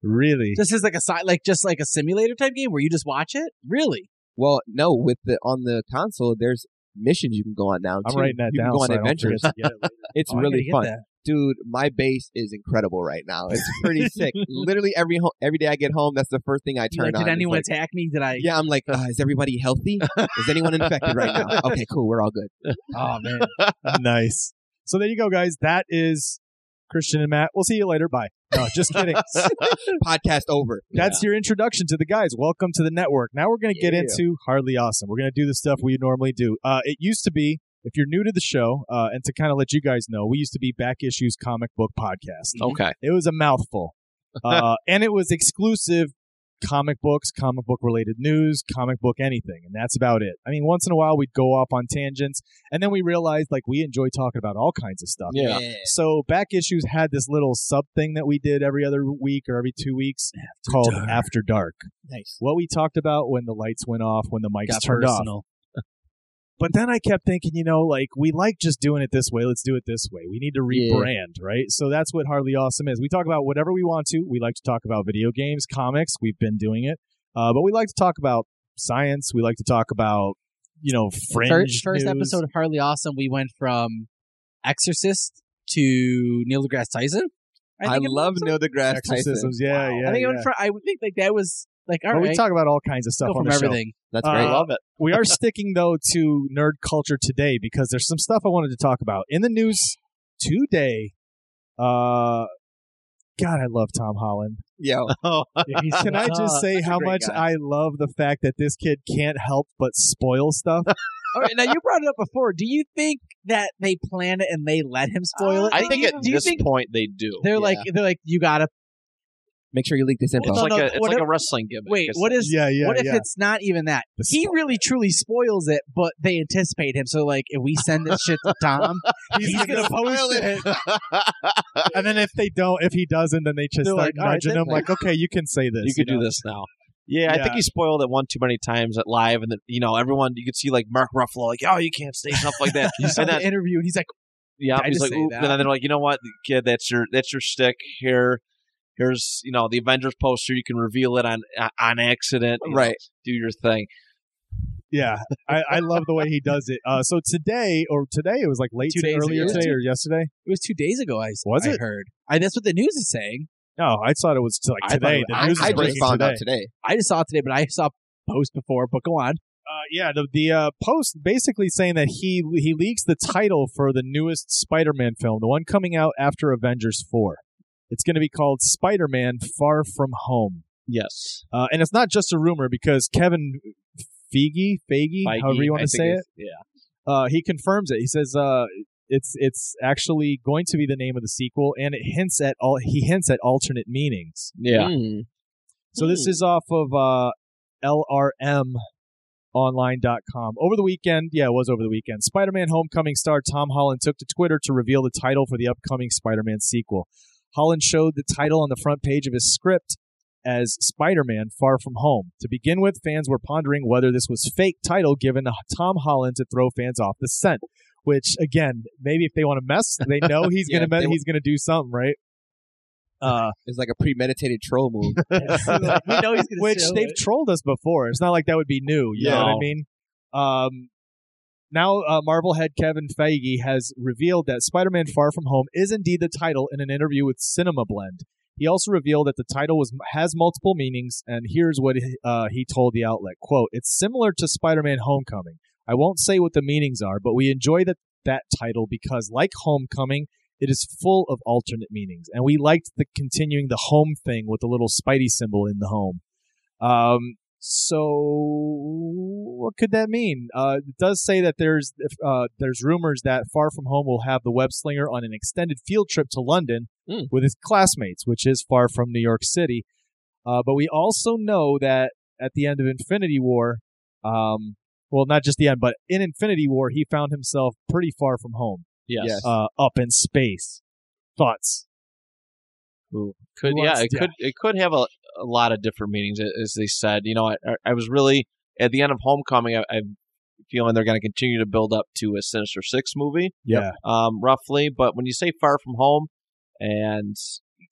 [SPEAKER 3] Really?
[SPEAKER 1] This is like a side, like just like a simulator type game where you just watch it. Really?
[SPEAKER 2] Well, no, with the on the console, there's missions you can go on now.
[SPEAKER 3] I'm
[SPEAKER 2] too.
[SPEAKER 3] writing that
[SPEAKER 2] you
[SPEAKER 3] down.
[SPEAKER 2] can go on
[SPEAKER 3] so I don't
[SPEAKER 2] adventures.
[SPEAKER 3] forget to get it
[SPEAKER 2] *laughs*
[SPEAKER 3] later.
[SPEAKER 2] It's
[SPEAKER 1] Oh, I gotta
[SPEAKER 2] really
[SPEAKER 1] get
[SPEAKER 2] fun.
[SPEAKER 1] that.
[SPEAKER 2] dude, my base is incredible right now. It's pretty sick.
[SPEAKER 3] *laughs*
[SPEAKER 2] Literally every ho- every day I get home, that's the first thing I turn
[SPEAKER 1] Like,
[SPEAKER 2] on.
[SPEAKER 1] did
[SPEAKER 2] It's
[SPEAKER 1] anyone
[SPEAKER 2] like-
[SPEAKER 1] attack me? Did I?
[SPEAKER 2] yeah, I'm like, uh, is everybody healthy? Is anyone infected right now? Okay, cool, we're all good.
[SPEAKER 1] Oh man.
[SPEAKER 2] *laughs*
[SPEAKER 3] nice. So there you go, guys. That is Christian and Matt. We'll see you later. Bye. No, just
[SPEAKER 2] *laughs*
[SPEAKER 3] kidding.
[SPEAKER 2] Podcast over.
[SPEAKER 3] That's your introduction to the guys. Welcome to the network. Now we're going to get
[SPEAKER 2] Yeah.
[SPEAKER 3] into Hardly Awesome. We're going to do the stuff we normally do. Uh, it used to be, if you're new to the show, uh, and to kind of let you guys know, we used to be Back Issues Comic Book Podcast.
[SPEAKER 4] okay.
[SPEAKER 3] It was a mouthful. Uh, and it was exclusive comic books, comic book related news, comic book anything. And that's about it. I mean, once in a while we'd go off on tangents. And then we realized like we enjoy talking about all kinds of stuff.
[SPEAKER 4] Yeah.
[SPEAKER 3] So back issues had this little sub thing that we did every other week or every two weeks called
[SPEAKER 1] Dark.
[SPEAKER 3] After Dark.
[SPEAKER 1] Nice.
[SPEAKER 3] What we talked about when the lights went off, when the mics
[SPEAKER 1] Got
[SPEAKER 3] turned off.
[SPEAKER 1] personal.
[SPEAKER 3] *laughs* But then I kept thinking, you know, like we like just doing it this way. Let's do it this way. We need to
[SPEAKER 2] Yeah.
[SPEAKER 3] rebrand, right? So that's what Hardly Awesome is. We talk about whatever we want to. We like to talk about video games, comics. We've been doing it, uh, but we like to talk about science. We like to talk about, you know, fringe
[SPEAKER 1] First, first
[SPEAKER 3] news.
[SPEAKER 1] episode of Harley Awesome, we went from Exorcist to Neil deGrasse Tyson.
[SPEAKER 2] I,
[SPEAKER 1] think it
[SPEAKER 2] love
[SPEAKER 1] was-
[SPEAKER 2] Neil deGrasse Tyson.
[SPEAKER 3] exorcisms. Yeah, yeah.
[SPEAKER 1] I think it
[SPEAKER 3] yeah.
[SPEAKER 1] went from, I would think like that was like all
[SPEAKER 3] But
[SPEAKER 1] right.
[SPEAKER 3] we talk about all kinds of stuff
[SPEAKER 1] go
[SPEAKER 3] on
[SPEAKER 1] from
[SPEAKER 3] the show.
[SPEAKER 1] everything.
[SPEAKER 2] That's
[SPEAKER 3] Uh,
[SPEAKER 2] great.
[SPEAKER 4] I love
[SPEAKER 1] *laughs*
[SPEAKER 4] it.
[SPEAKER 3] We are sticking though to nerd culture today because there's some stuff I wanted to talk about in the news today. Uh, God, I love Tom Holland.
[SPEAKER 2] Yo,
[SPEAKER 4] Oh,
[SPEAKER 3] Can I just say
[SPEAKER 2] a
[SPEAKER 3] how
[SPEAKER 2] great
[SPEAKER 3] much
[SPEAKER 2] guy.
[SPEAKER 3] I love the fact that this kid can't help but spoil stuff?
[SPEAKER 1] All right, now you brought it up before. Do you think that they plan it and they let him spoil it?
[SPEAKER 4] I
[SPEAKER 1] Do
[SPEAKER 4] think
[SPEAKER 1] you-
[SPEAKER 4] at
[SPEAKER 1] do you
[SPEAKER 4] this
[SPEAKER 1] think
[SPEAKER 4] point they do.
[SPEAKER 1] they're
[SPEAKER 2] yeah.
[SPEAKER 1] like they're like you gotta
[SPEAKER 2] make sure you leak this info.
[SPEAKER 4] It's
[SPEAKER 1] no,
[SPEAKER 4] like
[SPEAKER 1] no,
[SPEAKER 4] a it's
[SPEAKER 1] what
[SPEAKER 4] like
[SPEAKER 1] if-
[SPEAKER 4] a wrestling gimmick.
[SPEAKER 1] wait.
[SPEAKER 4] It's
[SPEAKER 1] What is?
[SPEAKER 3] yeah, yeah,
[SPEAKER 1] what if
[SPEAKER 3] yeah.
[SPEAKER 1] it's not even that?
[SPEAKER 3] The
[SPEAKER 1] He
[SPEAKER 3] spo-
[SPEAKER 1] really truly spoils it, but they anticipate him. So like, if we send this shit to Tom,
[SPEAKER 3] he's,
[SPEAKER 1] he's
[SPEAKER 3] gonna
[SPEAKER 1] gonna
[SPEAKER 3] post it, and then if they don't, if he doesn't, then they just
[SPEAKER 4] They're
[SPEAKER 3] start
[SPEAKER 4] like, "All right,
[SPEAKER 3] nudging
[SPEAKER 4] then,
[SPEAKER 3] him, like, okay, you can say
[SPEAKER 4] *laughs*
[SPEAKER 3] this.
[SPEAKER 4] you could
[SPEAKER 3] know?
[SPEAKER 4] do this now. Yeah, I
[SPEAKER 3] Yeah.
[SPEAKER 4] think he spoiled it one too many times at live, and then you know everyone you could see like Mark Ruffalo like, oh, you can't say stuff like that.
[SPEAKER 1] *laughs* you send
[SPEAKER 4] and
[SPEAKER 1] the
[SPEAKER 4] then,
[SPEAKER 1] interview, and he's like,
[SPEAKER 4] yeah,
[SPEAKER 1] I
[SPEAKER 4] he's
[SPEAKER 1] just
[SPEAKER 4] like,
[SPEAKER 1] say
[SPEAKER 4] Oop.
[SPEAKER 1] that?
[SPEAKER 4] and then they're like, you know what, kid, that's your that's your stick here. Here's you know the Avengers poster. You can reveal it on on accident. you know,
[SPEAKER 2] Right.
[SPEAKER 4] do your thing.
[SPEAKER 3] Yeah, I, I love the way he does it. Uh, so today, or today, it was like late
[SPEAKER 1] Two
[SPEAKER 3] today,
[SPEAKER 1] days
[SPEAKER 3] earlier
[SPEAKER 1] ago.
[SPEAKER 3] today or yesterday.
[SPEAKER 1] it was two days ago. I
[SPEAKER 3] Was
[SPEAKER 1] I
[SPEAKER 3] it?
[SPEAKER 1] heard? I, that's what the news is saying.
[SPEAKER 3] No, I thought it was to,
[SPEAKER 4] I
[SPEAKER 3] like
[SPEAKER 4] thought
[SPEAKER 3] today.
[SPEAKER 4] it-
[SPEAKER 3] The
[SPEAKER 4] I-
[SPEAKER 3] news
[SPEAKER 2] I
[SPEAKER 3] is
[SPEAKER 2] just
[SPEAKER 3] breaking
[SPEAKER 2] found
[SPEAKER 3] today.
[SPEAKER 2] out today.
[SPEAKER 1] I just saw it today, but I saw a post before. But go on.
[SPEAKER 3] Uh, yeah, the the uh, post basically saying that he he leaks the title for the newest Spider-Man film, the one coming out after Avengers Four. It's going to be called Spider-Man: Far From Home,
[SPEAKER 4] Yes,
[SPEAKER 3] uh, and it's not just a rumor because Kevin Feige, Feige,
[SPEAKER 4] Feige,
[SPEAKER 3] however you want
[SPEAKER 4] I
[SPEAKER 3] to
[SPEAKER 4] think
[SPEAKER 3] say it,
[SPEAKER 4] is- Yeah,
[SPEAKER 3] uh, he confirms it. He says uh, It's it's actually going to be the name of the sequel, and it hints at all. He hints at alternate meanings.
[SPEAKER 4] Yeah.
[SPEAKER 2] Mm.
[SPEAKER 3] So this
[SPEAKER 2] Hmm.
[SPEAKER 3] is off of uh, lrmonline.com. Over the weekend, yeah, it was over the weekend, Spider Man Homecoming star Tom Holland took to Twitter to reveal the title for the upcoming Spider Man sequel. Holland showed the title on the front page of his script as Spider Man Far From Home. To begin with, fans were pondering whether this was fake title given to Tom Holland to throw fans off the scent. Which again, maybe if they want to mess, they
[SPEAKER 2] *laughs*
[SPEAKER 3] know he's
[SPEAKER 2] Yeah,
[SPEAKER 3] gonna
[SPEAKER 2] they
[SPEAKER 3] me-
[SPEAKER 2] wa-
[SPEAKER 3] he's gonna do something, right? Uh,
[SPEAKER 2] *laughs* It's like a premeditated troll move.
[SPEAKER 1] *laughs* we know he's gonna
[SPEAKER 3] *laughs* which
[SPEAKER 1] steal
[SPEAKER 3] they've
[SPEAKER 1] it.
[SPEAKER 3] trolled us before. It's not like that would be new. You know what I
[SPEAKER 4] No.
[SPEAKER 3] mean? Um, now, uh, Marvel head Kevin Feige has revealed that Spider Man Far From Home is indeed the title in an interview with Cinema Blend. He also revealed that the title was has multiple meanings, and here's what he, uh, he told the outlet: "Quote: It's similar to Spider-Man: Homecoming. I won't say what the meanings are, but we enjoy that that title because, like Homecoming, it is full of alternate meanings, and we liked the continuing the home thing with the little Spidey symbol in the home. Um, so what could that mean? Uh, it does say that there's uh, there's rumors that Far From Home will have the web slinger on an extended field trip to London
[SPEAKER 2] Hmm.
[SPEAKER 3] with his classmates, which is far from New York City. Uh, but we also know that at the end of Infinity War, um, well, not just the end, but in Infinity War, he found himself pretty far from home,
[SPEAKER 4] Yes.
[SPEAKER 2] Yes.
[SPEAKER 3] uh, up in space. Thoughts?
[SPEAKER 4] Could
[SPEAKER 3] Who
[SPEAKER 4] yeah,
[SPEAKER 3] wants
[SPEAKER 4] it
[SPEAKER 3] to-
[SPEAKER 4] could it could have a, a lot of different meanings a- as they said. You know, I, I- I was really at the end of Homecoming. I, I'm feeling they're going to continue to build up to a Sinister Six movie,
[SPEAKER 3] Yeah,
[SPEAKER 4] um, roughly. But when you say Far From Home, and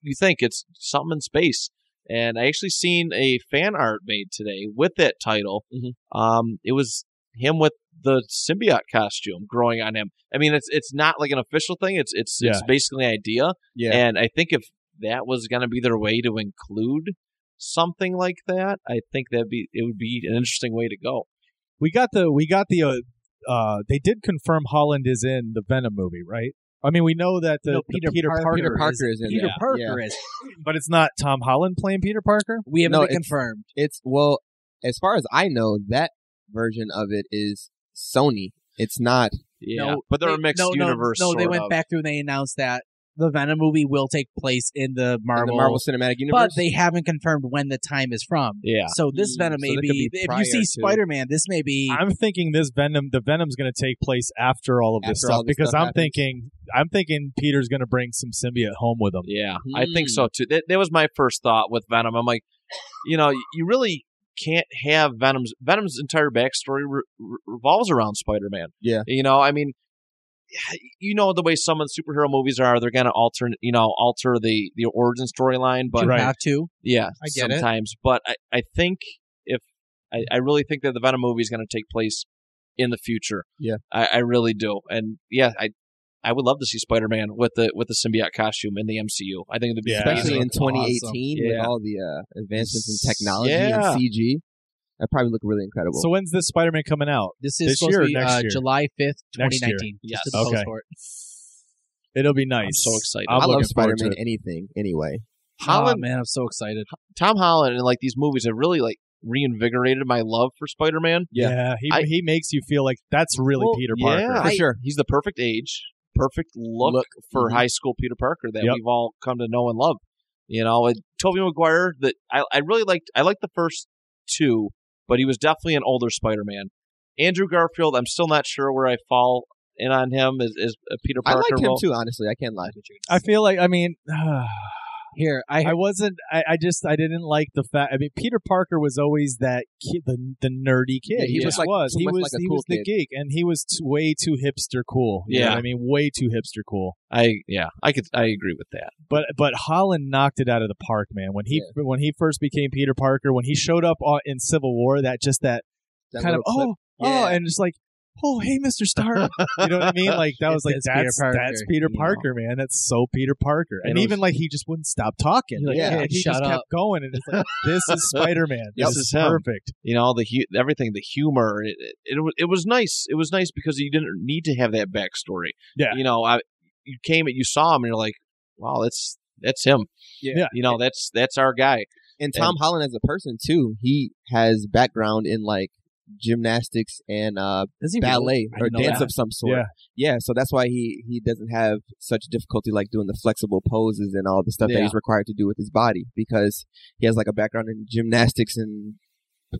[SPEAKER 4] you think it's something in space, and I actually seen a fan art made today with that title.
[SPEAKER 2] Mhm.
[SPEAKER 1] Mm-hmm.
[SPEAKER 4] Um, it was him with the symbiote costume growing on him. I mean, it's it's not like an official thing. It's it's
[SPEAKER 3] Yeah.
[SPEAKER 4] it's basically an idea.
[SPEAKER 2] Yeah.
[SPEAKER 4] And I think if that was going to be their way to include something like that, I think that'd be it would be an interesting way to go.
[SPEAKER 3] we got the we got the. Uh, uh, they did confirm Holland is in the Venom movie, right? I mean, we know that the
[SPEAKER 1] No,
[SPEAKER 3] the
[SPEAKER 1] Peter Par- Peter
[SPEAKER 2] Peter Parker is in
[SPEAKER 1] Peter
[SPEAKER 2] there.
[SPEAKER 1] Parker is.
[SPEAKER 3] but it's not Tom Holland playing Peter Parker.
[SPEAKER 1] We haven't
[SPEAKER 2] No,
[SPEAKER 1] been
[SPEAKER 2] it's-
[SPEAKER 1] confirmed.
[SPEAKER 2] It's well, as far as I know, that version of it is Sony. It's not.
[SPEAKER 4] Yeah,
[SPEAKER 1] No,
[SPEAKER 4] but they're a
[SPEAKER 1] They-
[SPEAKER 4] mixed
[SPEAKER 1] no, no,
[SPEAKER 4] universe.
[SPEAKER 1] No, they
[SPEAKER 4] sort
[SPEAKER 1] went
[SPEAKER 4] of.
[SPEAKER 1] back through and they announced that the Venom movie will take place in the
[SPEAKER 2] in
[SPEAKER 1] Marvel,
[SPEAKER 2] the Marvel Cinematic Universe.
[SPEAKER 1] but they haven't confirmed when the time is from.
[SPEAKER 4] Yeah,
[SPEAKER 1] So this
[SPEAKER 2] Mm,
[SPEAKER 1] Venom may
[SPEAKER 2] so that could
[SPEAKER 1] be,
[SPEAKER 2] be
[SPEAKER 1] if
[SPEAKER 2] prior
[SPEAKER 1] you see
[SPEAKER 2] to-
[SPEAKER 1] Spider Man, this may be
[SPEAKER 3] I'm thinking this Venom, the Venom's going to take place after all of this
[SPEAKER 2] After
[SPEAKER 3] stuff
[SPEAKER 2] all this
[SPEAKER 3] because
[SPEAKER 2] stuff
[SPEAKER 3] I'm
[SPEAKER 2] happens.
[SPEAKER 3] thinking I'm thinking Peter's going to bring some symbiote home with him.
[SPEAKER 4] yeah, I think
[SPEAKER 2] Hmm.
[SPEAKER 4] so too. That, that was my first thought with Venom. I'm like, you know, you really can't have Venom's Venom's entire backstory re- re- revolves around Spider-Man.
[SPEAKER 2] Yeah.
[SPEAKER 4] you know, I mean. You know the way some of the superhero movies are; they're going to alter, you know, alter the the origin storyline. But
[SPEAKER 1] you
[SPEAKER 3] Right.
[SPEAKER 1] have to.
[SPEAKER 4] Yeah,
[SPEAKER 1] I get it.
[SPEAKER 4] sometimes. But I, I think if I, I really think that the Venom movie is going to take place in the future.
[SPEAKER 2] Yeah.
[SPEAKER 4] I, I really do. And yeah, I I would love to see Spider Man with the with the symbiote costume in the MCU. I think it'd be
[SPEAKER 3] Yeah.
[SPEAKER 2] especially
[SPEAKER 4] amazing.
[SPEAKER 2] in 2018
[SPEAKER 4] Yeah.
[SPEAKER 2] with all the uh, advancements in technology
[SPEAKER 4] Yeah.
[SPEAKER 2] and CG. That probably look really incredible.
[SPEAKER 3] So when's this Spider-Man coming out?
[SPEAKER 1] This is
[SPEAKER 3] This
[SPEAKER 1] supposed
[SPEAKER 3] year or
[SPEAKER 1] to be
[SPEAKER 3] next
[SPEAKER 1] uh,
[SPEAKER 3] year?
[SPEAKER 1] July 5th,
[SPEAKER 3] Next year.
[SPEAKER 1] 2019.
[SPEAKER 4] Yes.
[SPEAKER 1] Just to post
[SPEAKER 3] Okay.
[SPEAKER 1] for it.
[SPEAKER 3] It'll be
[SPEAKER 4] I'm
[SPEAKER 3] nice.
[SPEAKER 4] so excited.
[SPEAKER 3] I'm
[SPEAKER 2] I love
[SPEAKER 3] looking forward
[SPEAKER 2] Spider-Man
[SPEAKER 3] to it.
[SPEAKER 2] anything anyway.
[SPEAKER 1] Oh,
[SPEAKER 4] Holland,
[SPEAKER 1] man, I'm so excited.
[SPEAKER 4] Tom Holland, and like these movies have really like reinvigorated my love for Spider Man.
[SPEAKER 3] Yeah,
[SPEAKER 2] Yeah.
[SPEAKER 3] he,
[SPEAKER 4] I-
[SPEAKER 3] he makes you feel like that's really
[SPEAKER 4] Well,
[SPEAKER 3] Peter Parker.
[SPEAKER 4] yeah.
[SPEAKER 2] For
[SPEAKER 4] I-
[SPEAKER 2] sure.
[SPEAKER 4] He's the perfect age, perfect look, Mm-hmm.
[SPEAKER 2] Look,
[SPEAKER 4] for
[SPEAKER 2] mhm.
[SPEAKER 4] high school Peter Parker that
[SPEAKER 3] Yep.
[SPEAKER 4] we've all come to know and love. You know, and Tobey Maguire. That I, I really liked. I liked the first two, but he was definitely an older Spider-Man. Andrew Garfield. I'm still not sure where I fall in on him as, as a Peter
[SPEAKER 2] I
[SPEAKER 4] Parker.
[SPEAKER 2] like him
[SPEAKER 4] role.
[SPEAKER 2] too, honestly. I can't lie.
[SPEAKER 3] I feel like I mean, *sighs*
[SPEAKER 1] Here, I,
[SPEAKER 3] I wasn't. I, I just I didn't like the fact. I mean, Peter Parker was always that kid, the the nerdy kid.
[SPEAKER 2] Yeah,
[SPEAKER 3] he
[SPEAKER 2] he was
[SPEAKER 3] just
[SPEAKER 2] like-
[SPEAKER 3] was.
[SPEAKER 2] too
[SPEAKER 3] He
[SPEAKER 2] much
[SPEAKER 3] was
[SPEAKER 2] like a
[SPEAKER 3] he
[SPEAKER 2] cool
[SPEAKER 3] was the
[SPEAKER 2] kid.
[SPEAKER 3] geek, and he was t- way too hipster cool. You know
[SPEAKER 4] Yeah.
[SPEAKER 3] what I mean, way too hipster cool.
[SPEAKER 4] I yeah. I could. I agree with that.
[SPEAKER 3] But but Holland knocked it out of the park, man. When he when he first became Peter Parker, when he showed up on, in Civil War, that just that,
[SPEAKER 2] That
[SPEAKER 3] kind of
[SPEAKER 2] little clip-
[SPEAKER 3] oh oh,
[SPEAKER 2] Yeah.
[SPEAKER 3] and just like oh hey Mister Stark, you know what I mean? Like that was
[SPEAKER 1] It's-
[SPEAKER 3] like
[SPEAKER 1] it's Peter
[SPEAKER 3] that's
[SPEAKER 1] Parker,
[SPEAKER 3] that's Peter
[SPEAKER 1] you know?
[SPEAKER 3] Parker, man. That's so Peter Parker. And,
[SPEAKER 4] And it
[SPEAKER 3] even like he just wouldn't stop talking.
[SPEAKER 1] You're
[SPEAKER 2] like,
[SPEAKER 3] yeah,
[SPEAKER 2] "Kid,
[SPEAKER 3] and he
[SPEAKER 1] shut
[SPEAKER 3] just
[SPEAKER 1] up."
[SPEAKER 3] kept going, and it's like this is Spider Man.
[SPEAKER 4] Yep.
[SPEAKER 3] This
[SPEAKER 4] This
[SPEAKER 3] is
[SPEAKER 4] is him.
[SPEAKER 3] perfect.
[SPEAKER 4] You know the hu- everything, the humor. It, it it wa- it was nice. It was nice because you didn't need to have that backstory.
[SPEAKER 3] Yeah.
[SPEAKER 4] You know, I you came and you saw him, and you're like, wow, that's that's him.
[SPEAKER 3] Yeah.
[SPEAKER 4] You know, that's that's our guy.
[SPEAKER 2] And Tom Holland as a person too, he has background in like gymnastics and uh,
[SPEAKER 1] Is he really?
[SPEAKER 2] ballet
[SPEAKER 1] I
[SPEAKER 2] or
[SPEAKER 1] didn't know
[SPEAKER 2] dance
[SPEAKER 1] that.
[SPEAKER 2] of some sort.
[SPEAKER 3] Yeah.
[SPEAKER 2] Yeah, so that's why he he doesn't have such difficulty like doing the flexible poses and all the stuff that
[SPEAKER 4] Yeah.
[SPEAKER 2] he's required to do with his body because he has like a background in gymnastics and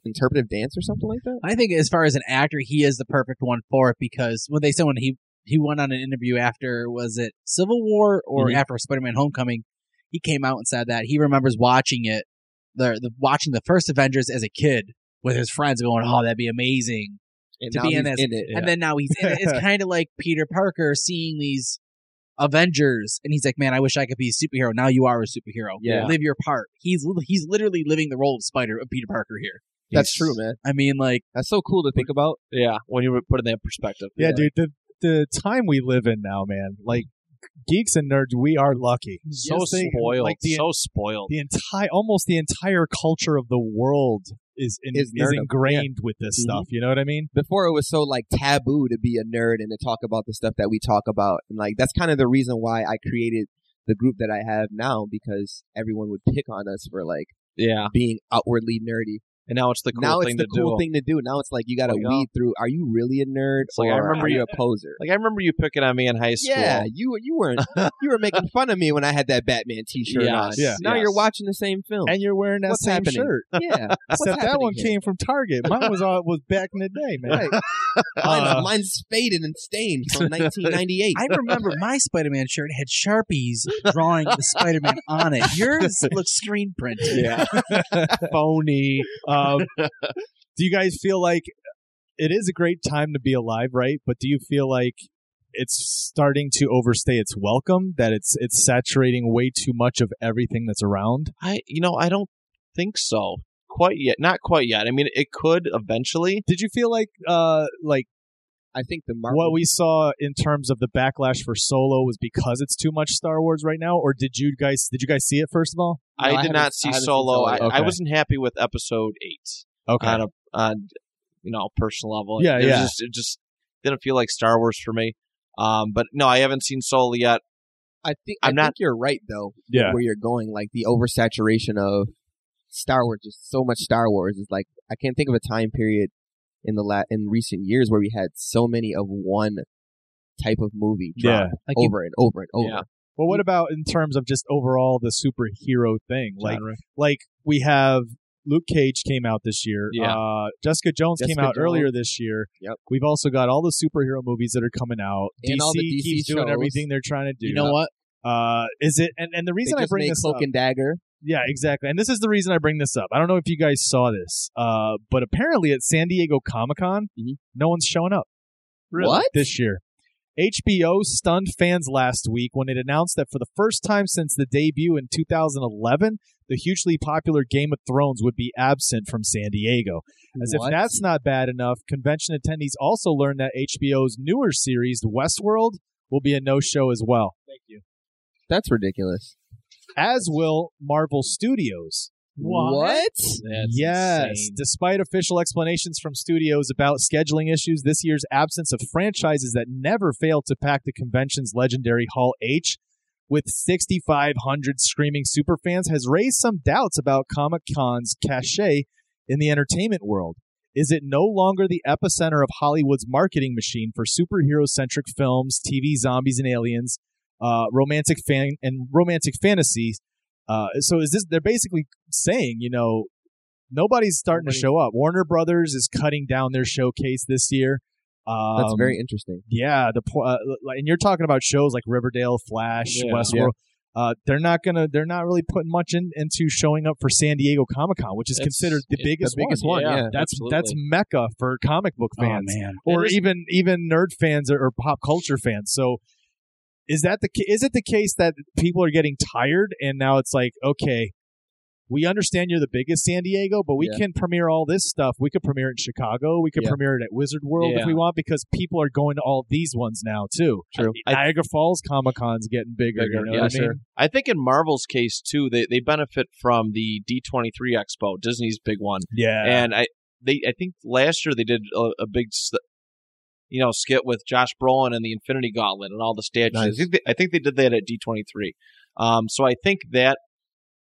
[SPEAKER 2] interpretive dance or something like that.
[SPEAKER 1] I think as far as an actor, he is the perfect one for it because when they said when he he went on an interview after was it Civil War or
[SPEAKER 3] Mm-hmm.
[SPEAKER 2] Mhm.
[SPEAKER 1] after Spider Man Homecoming, he came out and said that he remembers watching it, the, the watching the first Avengers as a kid with his friends, going, "Oh, that'd be amazing."
[SPEAKER 2] And
[SPEAKER 1] To
[SPEAKER 2] now
[SPEAKER 1] be
[SPEAKER 2] he's
[SPEAKER 1] in this-
[SPEAKER 2] it.
[SPEAKER 1] And then now he's in it. It's kind of like Peter Parker seeing these Avengers, and he's like, "Man, I wish I could be a superhero." Now you are a superhero.
[SPEAKER 4] Yeah.
[SPEAKER 1] live your part. He's li- he's literally living the role of Spider of Peter Parker here.
[SPEAKER 2] That's true, man.
[SPEAKER 1] I mean, like.
[SPEAKER 2] That's so cool to think about.
[SPEAKER 4] Yeah, when you put it in that perspective.
[SPEAKER 3] Yeah, dude. The the time we live in now, man. Like geeks and nerds, we are lucky.
[SPEAKER 4] So
[SPEAKER 3] Just think,
[SPEAKER 4] spoiled.
[SPEAKER 3] Like the,
[SPEAKER 4] so spoiled.
[SPEAKER 3] the entire, almost the entire culture of the world is in,
[SPEAKER 2] Is
[SPEAKER 3] is,
[SPEAKER 2] nerdom.
[SPEAKER 3] ingrained with this
[SPEAKER 2] Mhm.
[SPEAKER 3] stuff. You know what I mean?
[SPEAKER 2] Before it was so like taboo to be a nerd and to talk about the stuff that we talk about, and like that's kind of the reason why I created the group that I have now because everyone would pick on us for like
[SPEAKER 4] yeah.
[SPEAKER 2] being outwardly nerdy.
[SPEAKER 4] And now it's the cool
[SPEAKER 2] now
[SPEAKER 4] thing
[SPEAKER 2] it's the
[SPEAKER 4] to
[SPEAKER 2] cool
[SPEAKER 4] do.
[SPEAKER 2] thing to do. Now it's like you got to
[SPEAKER 4] Like, oh.
[SPEAKER 2] weed through: Are you really a nerd,
[SPEAKER 4] It's like,
[SPEAKER 2] or
[SPEAKER 4] I remember
[SPEAKER 2] are
[SPEAKER 4] you-
[SPEAKER 2] you a poser?
[SPEAKER 4] Like I remember you picking on me in high school.
[SPEAKER 2] Yeah, you you
[SPEAKER 4] *laughs*
[SPEAKER 2] weren't you were making fun of me when I had that Batman T-shirt on.
[SPEAKER 4] Yes,
[SPEAKER 3] Yeah.
[SPEAKER 2] Now
[SPEAKER 4] yes.
[SPEAKER 2] you're watching the same film.
[SPEAKER 3] And you're wearing that
[SPEAKER 2] What's
[SPEAKER 3] same
[SPEAKER 2] happening?
[SPEAKER 3] shirt.
[SPEAKER 4] *laughs*
[SPEAKER 2] yeah, *laughs* what's
[SPEAKER 3] Except that
[SPEAKER 2] happening
[SPEAKER 3] one
[SPEAKER 2] here?
[SPEAKER 3] came from Target. Mine was all, was back in the day, man. *laughs*
[SPEAKER 2] Right. Mine's,
[SPEAKER 3] Uh,
[SPEAKER 2] mine's faded and stained
[SPEAKER 4] *laughs*
[SPEAKER 2] from 1998.
[SPEAKER 1] I remember my Spider Man shirt had Sharpies drawing the Spider Man on it. Yours looks screen printed.
[SPEAKER 4] Yeah.
[SPEAKER 3] Uh, *laughs* phony. Um, do you guys feel like it is a great time to be alive, right? But do you feel like it's starting to overstay its welcome? That it's it's saturating way too much of everything that's around.
[SPEAKER 4] I you know, I don't think so. Quite yet. Not quite yet. I mean it could eventually.
[SPEAKER 3] Did you feel like uh like
[SPEAKER 2] I think the Marvel
[SPEAKER 3] what we saw in terms of the backlash for Solo was because it's too much Star Wars right now, or did you guys did you guys see it first of all?
[SPEAKER 2] No, I
[SPEAKER 4] I did
[SPEAKER 2] haven't-
[SPEAKER 4] not see
[SPEAKER 2] I haven't seen
[SPEAKER 4] solo.
[SPEAKER 2] Solo.
[SPEAKER 4] I, I
[SPEAKER 3] Okay.
[SPEAKER 4] wasn't happy with episode eight
[SPEAKER 3] Okay,
[SPEAKER 4] on a on you know, personal level.
[SPEAKER 3] Yeah,
[SPEAKER 4] it was
[SPEAKER 3] yeah.
[SPEAKER 4] just it just didn't feel like Star Wars for me. Um, but no, I haven't seen Solo yet.
[SPEAKER 2] I think
[SPEAKER 4] I'm
[SPEAKER 2] I
[SPEAKER 4] not-
[SPEAKER 2] think you're right though.
[SPEAKER 3] Yeah.
[SPEAKER 2] where you're going, like the oversaturation of Star Wars, just so much Star Wars is like I can't think of a time period in the la- in recent years where we had so many of one type of movie drop
[SPEAKER 1] Like you,
[SPEAKER 2] over and over and over.
[SPEAKER 4] Yeah.
[SPEAKER 3] Well, what about in terms of just overall the superhero thing? Like,
[SPEAKER 4] Genre.
[SPEAKER 3] like we have Luke Cage came out this year.
[SPEAKER 4] Yeah.
[SPEAKER 3] Uh, Jessica Jones
[SPEAKER 2] Jessica
[SPEAKER 3] came out
[SPEAKER 2] Jones.
[SPEAKER 3] earlier this year.
[SPEAKER 2] Yep.
[SPEAKER 3] We've also got all the superhero movies that are coming out.
[SPEAKER 2] And
[SPEAKER 3] DC,
[SPEAKER 2] all the DC
[SPEAKER 3] keeps doing
[SPEAKER 2] shows.
[SPEAKER 3] everything they're trying to do.
[SPEAKER 1] you know what?
[SPEAKER 3] Uh, is it? And, and the
[SPEAKER 2] They
[SPEAKER 3] reason I
[SPEAKER 2] just
[SPEAKER 3] bring
[SPEAKER 2] made
[SPEAKER 3] this
[SPEAKER 2] Cloak
[SPEAKER 3] up,
[SPEAKER 2] and Dagger.
[SPEAKER 3] yeah, exactly. And this is the reason I bring this up. I don't know if you guys saw this, uh, but apparently at San Diego Comic Con,
[SPEAKER 2] Mhm.
[SPEAKER 3] no one's showing up.
[SPEAKER 2] Really? What?
[SPEAKER 3] This year. HBO stunned fans last week when it announced that for the first time since the debut in 2011, the hugely popular Game of Thrones would be absent from San Diego. As
[SPEAKER 2] What?
[SPEAKER 3] if that's not bad enough, convention attendees also learned that HBO's newer series, Westworld, will be a no show as well. Thank you.
[SPEAKER 2] That's ridiculous.
[SPEAKER 3] As will Marvel Studios.
[SPEAKER 4] That's
[SPEAKER 3] yes.
[SPEAKER 4] insane.
[SPEAKER 3] Despite official explanations from studios about scheduling issues, this year's absence of franchises that never failed to pack the convention's legendary Hall H with 6,500 screaming superfans has raised some doubts about Comic Con's cachet in the entertainment world. Is it no longer the epicenter of Hollywood's marketing machine for superhero centric films, TV, zombies, and aliens, uh, romantic fan and romantic fantasy? Uh, so is this? They're basically saying, you know, nobody's starting
[SPEAKER 2] Nobody-
[SPEAKER 3] to show up. Warner Brothers is cutting down their showcase this year. Um,
[SPEAKER 2] That's very interesting.
[SPEAKER 3] yeah, the po- uh, like- and you're talking about shows like Riverdale, Flash,
[SPEAKER 4] Yeah.
[SPEAKER 3] Westworld. Uh, they're not gonna. They're not really putting much in, into showing up for San Diego Comic Con, which is
[SPEAKER 4] It's-
[SPEAKER 3] considered the
[SPEAKER 4] it's the
[SPEAKER 3] biggest,
[SPEAKER 2] biggest one, yeah,
[SPEAKER 3] that's
[SPEAKER 4] absolutely.
[SPEAKER 3] that's mecca for comic book fans,
[SPEAKER 1] Oh man,
[SPEAKER 3] or
[SPEAKER 4] It is-
[SPEAKER 3] even even nerd fans or, or pop culture fans. So, is that the ca- is it the case that people are getting tired and now it's like okay, we understand you're the biggest San Diego, but we
[SPEAKER 2] Yeah.
[SPEAKER 3] can premiere all this stuff. We could premiere it in Chicago. We could
[SPEAKER 2] Yeah.
[SPEAKER 3] premiere it at Wizard World if
[SPEAKER 4] Yeah.
[SPEAKER 3] we want because people are going to all these ones now too.
[SPEAKER 2] True.
[SPEAKER 4] I-
[SPEAKER 3] Niagara Falls Comic Con's getting bigger.
[SPEAKER 4] Bigger,
[SPEAKER 3] you know
[SPEAKER 4] yeah,
[SPEAKER 3] what I mean?
[SPEAKER 4] sure. I think in Marvel's case too, they, they benefit from the D23 Expo, Disney's big one,
[SPEAKER 3] Yeah.
[SPEAKER 4] and I they I think last year they did a, a big, s- you know, skit with Josh Brolin and the Infinity Gauntlet and all the statues. I,
[SPEAKER 2] Nice.
[SPEAKER 4] think they, I think they did that at D23. Um, so I think that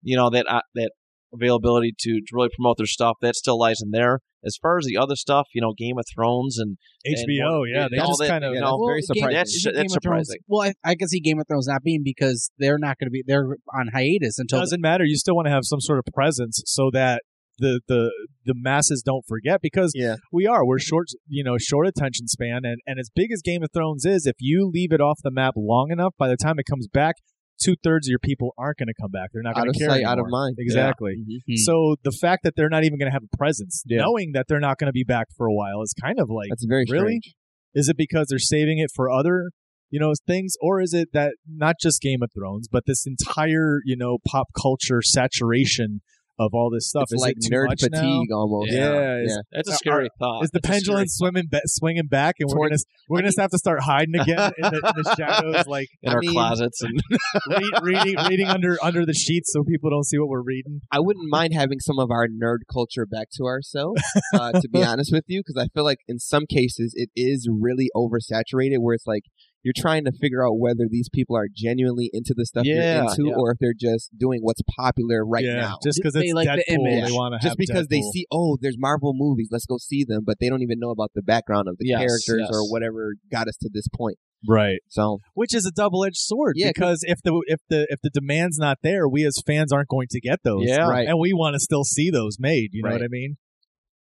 [SPEAKER 4] you know that uh, that availability to, to really promote their stuff that still lies in there, As far as the other stuff, you know, Game of Thrones and
[SPEAKER 3] HBO,
[SPEAKER 4] And-
[SPEAKER 3] yeah,
[SPEAKER 4] and
[SPEAKER 3] they
[SPEAKER 4] all
[SPEAKER 3] just
[SPEAKER 4] that-
[SPEAKER 3] kind of
[SPEAKER 4] yeah,
[SPEAKER 2] yeah,
[SPEAKER 4] no,
[SPEAKER 2] that's very
[SPEAKER 1] Game-
[SPEAKER 2] surprising.
[SPEAKER 4] that's-
[SPEAKER 1] isn't
[SPEAKER 4] that's
[SPEAKER 1] Game of Thrones-
[SPEAKER 4] surprising.
[SPEAKER 1] Well, I, I can see Game of Thrones not being because they're not going to be. They're on hiatus until.
[SPEAKER 3] doesn't matter. You still want to have some sort of presence so that the the the masses don't forget because
[SPEAKER 2] Yeah.
[SPEAKER 3] we are we're short you know short attention span and and as big as Game of Thrones is, if you leave it off the map long enough, by the time it comes back, two thirds of your people aren't going to come back. They're not
[SPEAKER 2] Out
[SPEAKER 3] going
[SPEAKER 2] of
[SPEAKER 3] to care.
[SPEAKER 2] sight, out of
[SPEAKER 3] anymore.
[SPEAKER 2] mind. Mm-hmm.
[SPEAKER 3] Exactly.
[SPEAKER 1] Mhm.
[SPEAKER 3] So the fact that they're not even going to have a presence,
[SPEAKER 2] Yeah.
[SPEAKER 3] knowing that they're not going to be back for a while, is kind of like
[SPEAKER 2] That's very
[SPEAKER 3] really?
[SPEAKER 2] strange.
[SPEAKER 3] Is it because they're saving it for other, you know, things, or is it that not just Game of Thrones, but this entire, you know, pop culture saturation of all this stuff
[SPEAKER 2] It's
[SPEAKER 3] is
[SPEAKER 2] like
[SPEAKER 3] it too
[SPEAKER 2] nerd
[SPEAKER 3] much now?
[SPEAKER 2] fatigue almost.
[SPEAKER 3] Yeah,
[SPEAKER 2] yeah.
[SPEAKER 3] is-
[SPEAKER 4] That's a
[SPEAKER 3] Uh,
[SPEAKER 4] scary thought.
[SPEAKER 3] Is the
[SPEAKER 4] That's a scary
[SPEAKER 3] pendulum swimming, ba- swinging back, and we're
[SPEAKER 2] Toward-
[SPEAKER 3] gonna s- we're gonna have to start hiding again in the, in
[SPEAKER 2] *laughs*
[SPEAKER 3] the shadows, like
[SPEAKER 4] in
[SPEAKER 2] I
[SPEAKER 4] our
[SPEAKER 2] mean-
[SPEAKER 4] closets and *laughs*
[SPEAKER 3] read, reading reading under under the sheets so people don't see what we're reading.
[SPEAKER 2] I wouldn't mind having some of our nerd culture back to ourselves, uh, to
[SPEAKER 4] *laughs*
[SPEAKER 2] be honest with you, because I feel like in some cases it is really oversaturated where it's like you're trying to figure out whether these people are genuinely into the stuff
[SPEAKER 4] Yeah,
[SPEAKER 2] you're into
[SPEAKER 4] yeah.
[SPEAKER 2] or if they're just doing what's popular right
[SPEAKER 3] yeah,
[SPEAKER 2] now.
[SPEAKER 3] just because
[SPEAKER 1] They
[SPEAKER 3] it's
[SPEAKER 1] like
[SPEAKER 3] Deadpool,
[SPEAKER 1] the image.
[SPEAKER 3] they want to
[SPEAKER 2] Just because they see, oh, there's Marvel movies, let's go see them, but they don't even know about the background of the
[SPEAKER 4] Yes,
[SPEAKER 2] characters
[SPEAKER 4] yes.
[SPEAKER 2] or whatever got us to this point.
[SPEAKER 3] right.
[SPEAKER 2] So
[SPEAKER 3] which is a double edged sword
[SPEAKER 2] Yeah,
[SPEAKER 3] because if the if the if the demand's not there, we as fans aren't going to get those.
[SPEAKER 4] Yeah.
[SPEAKER 2] Right.
[SPEAKER 3] and we want to still see those made. You know
[SPEAKER 2] Right.
[SPEAKER 3] what I mean?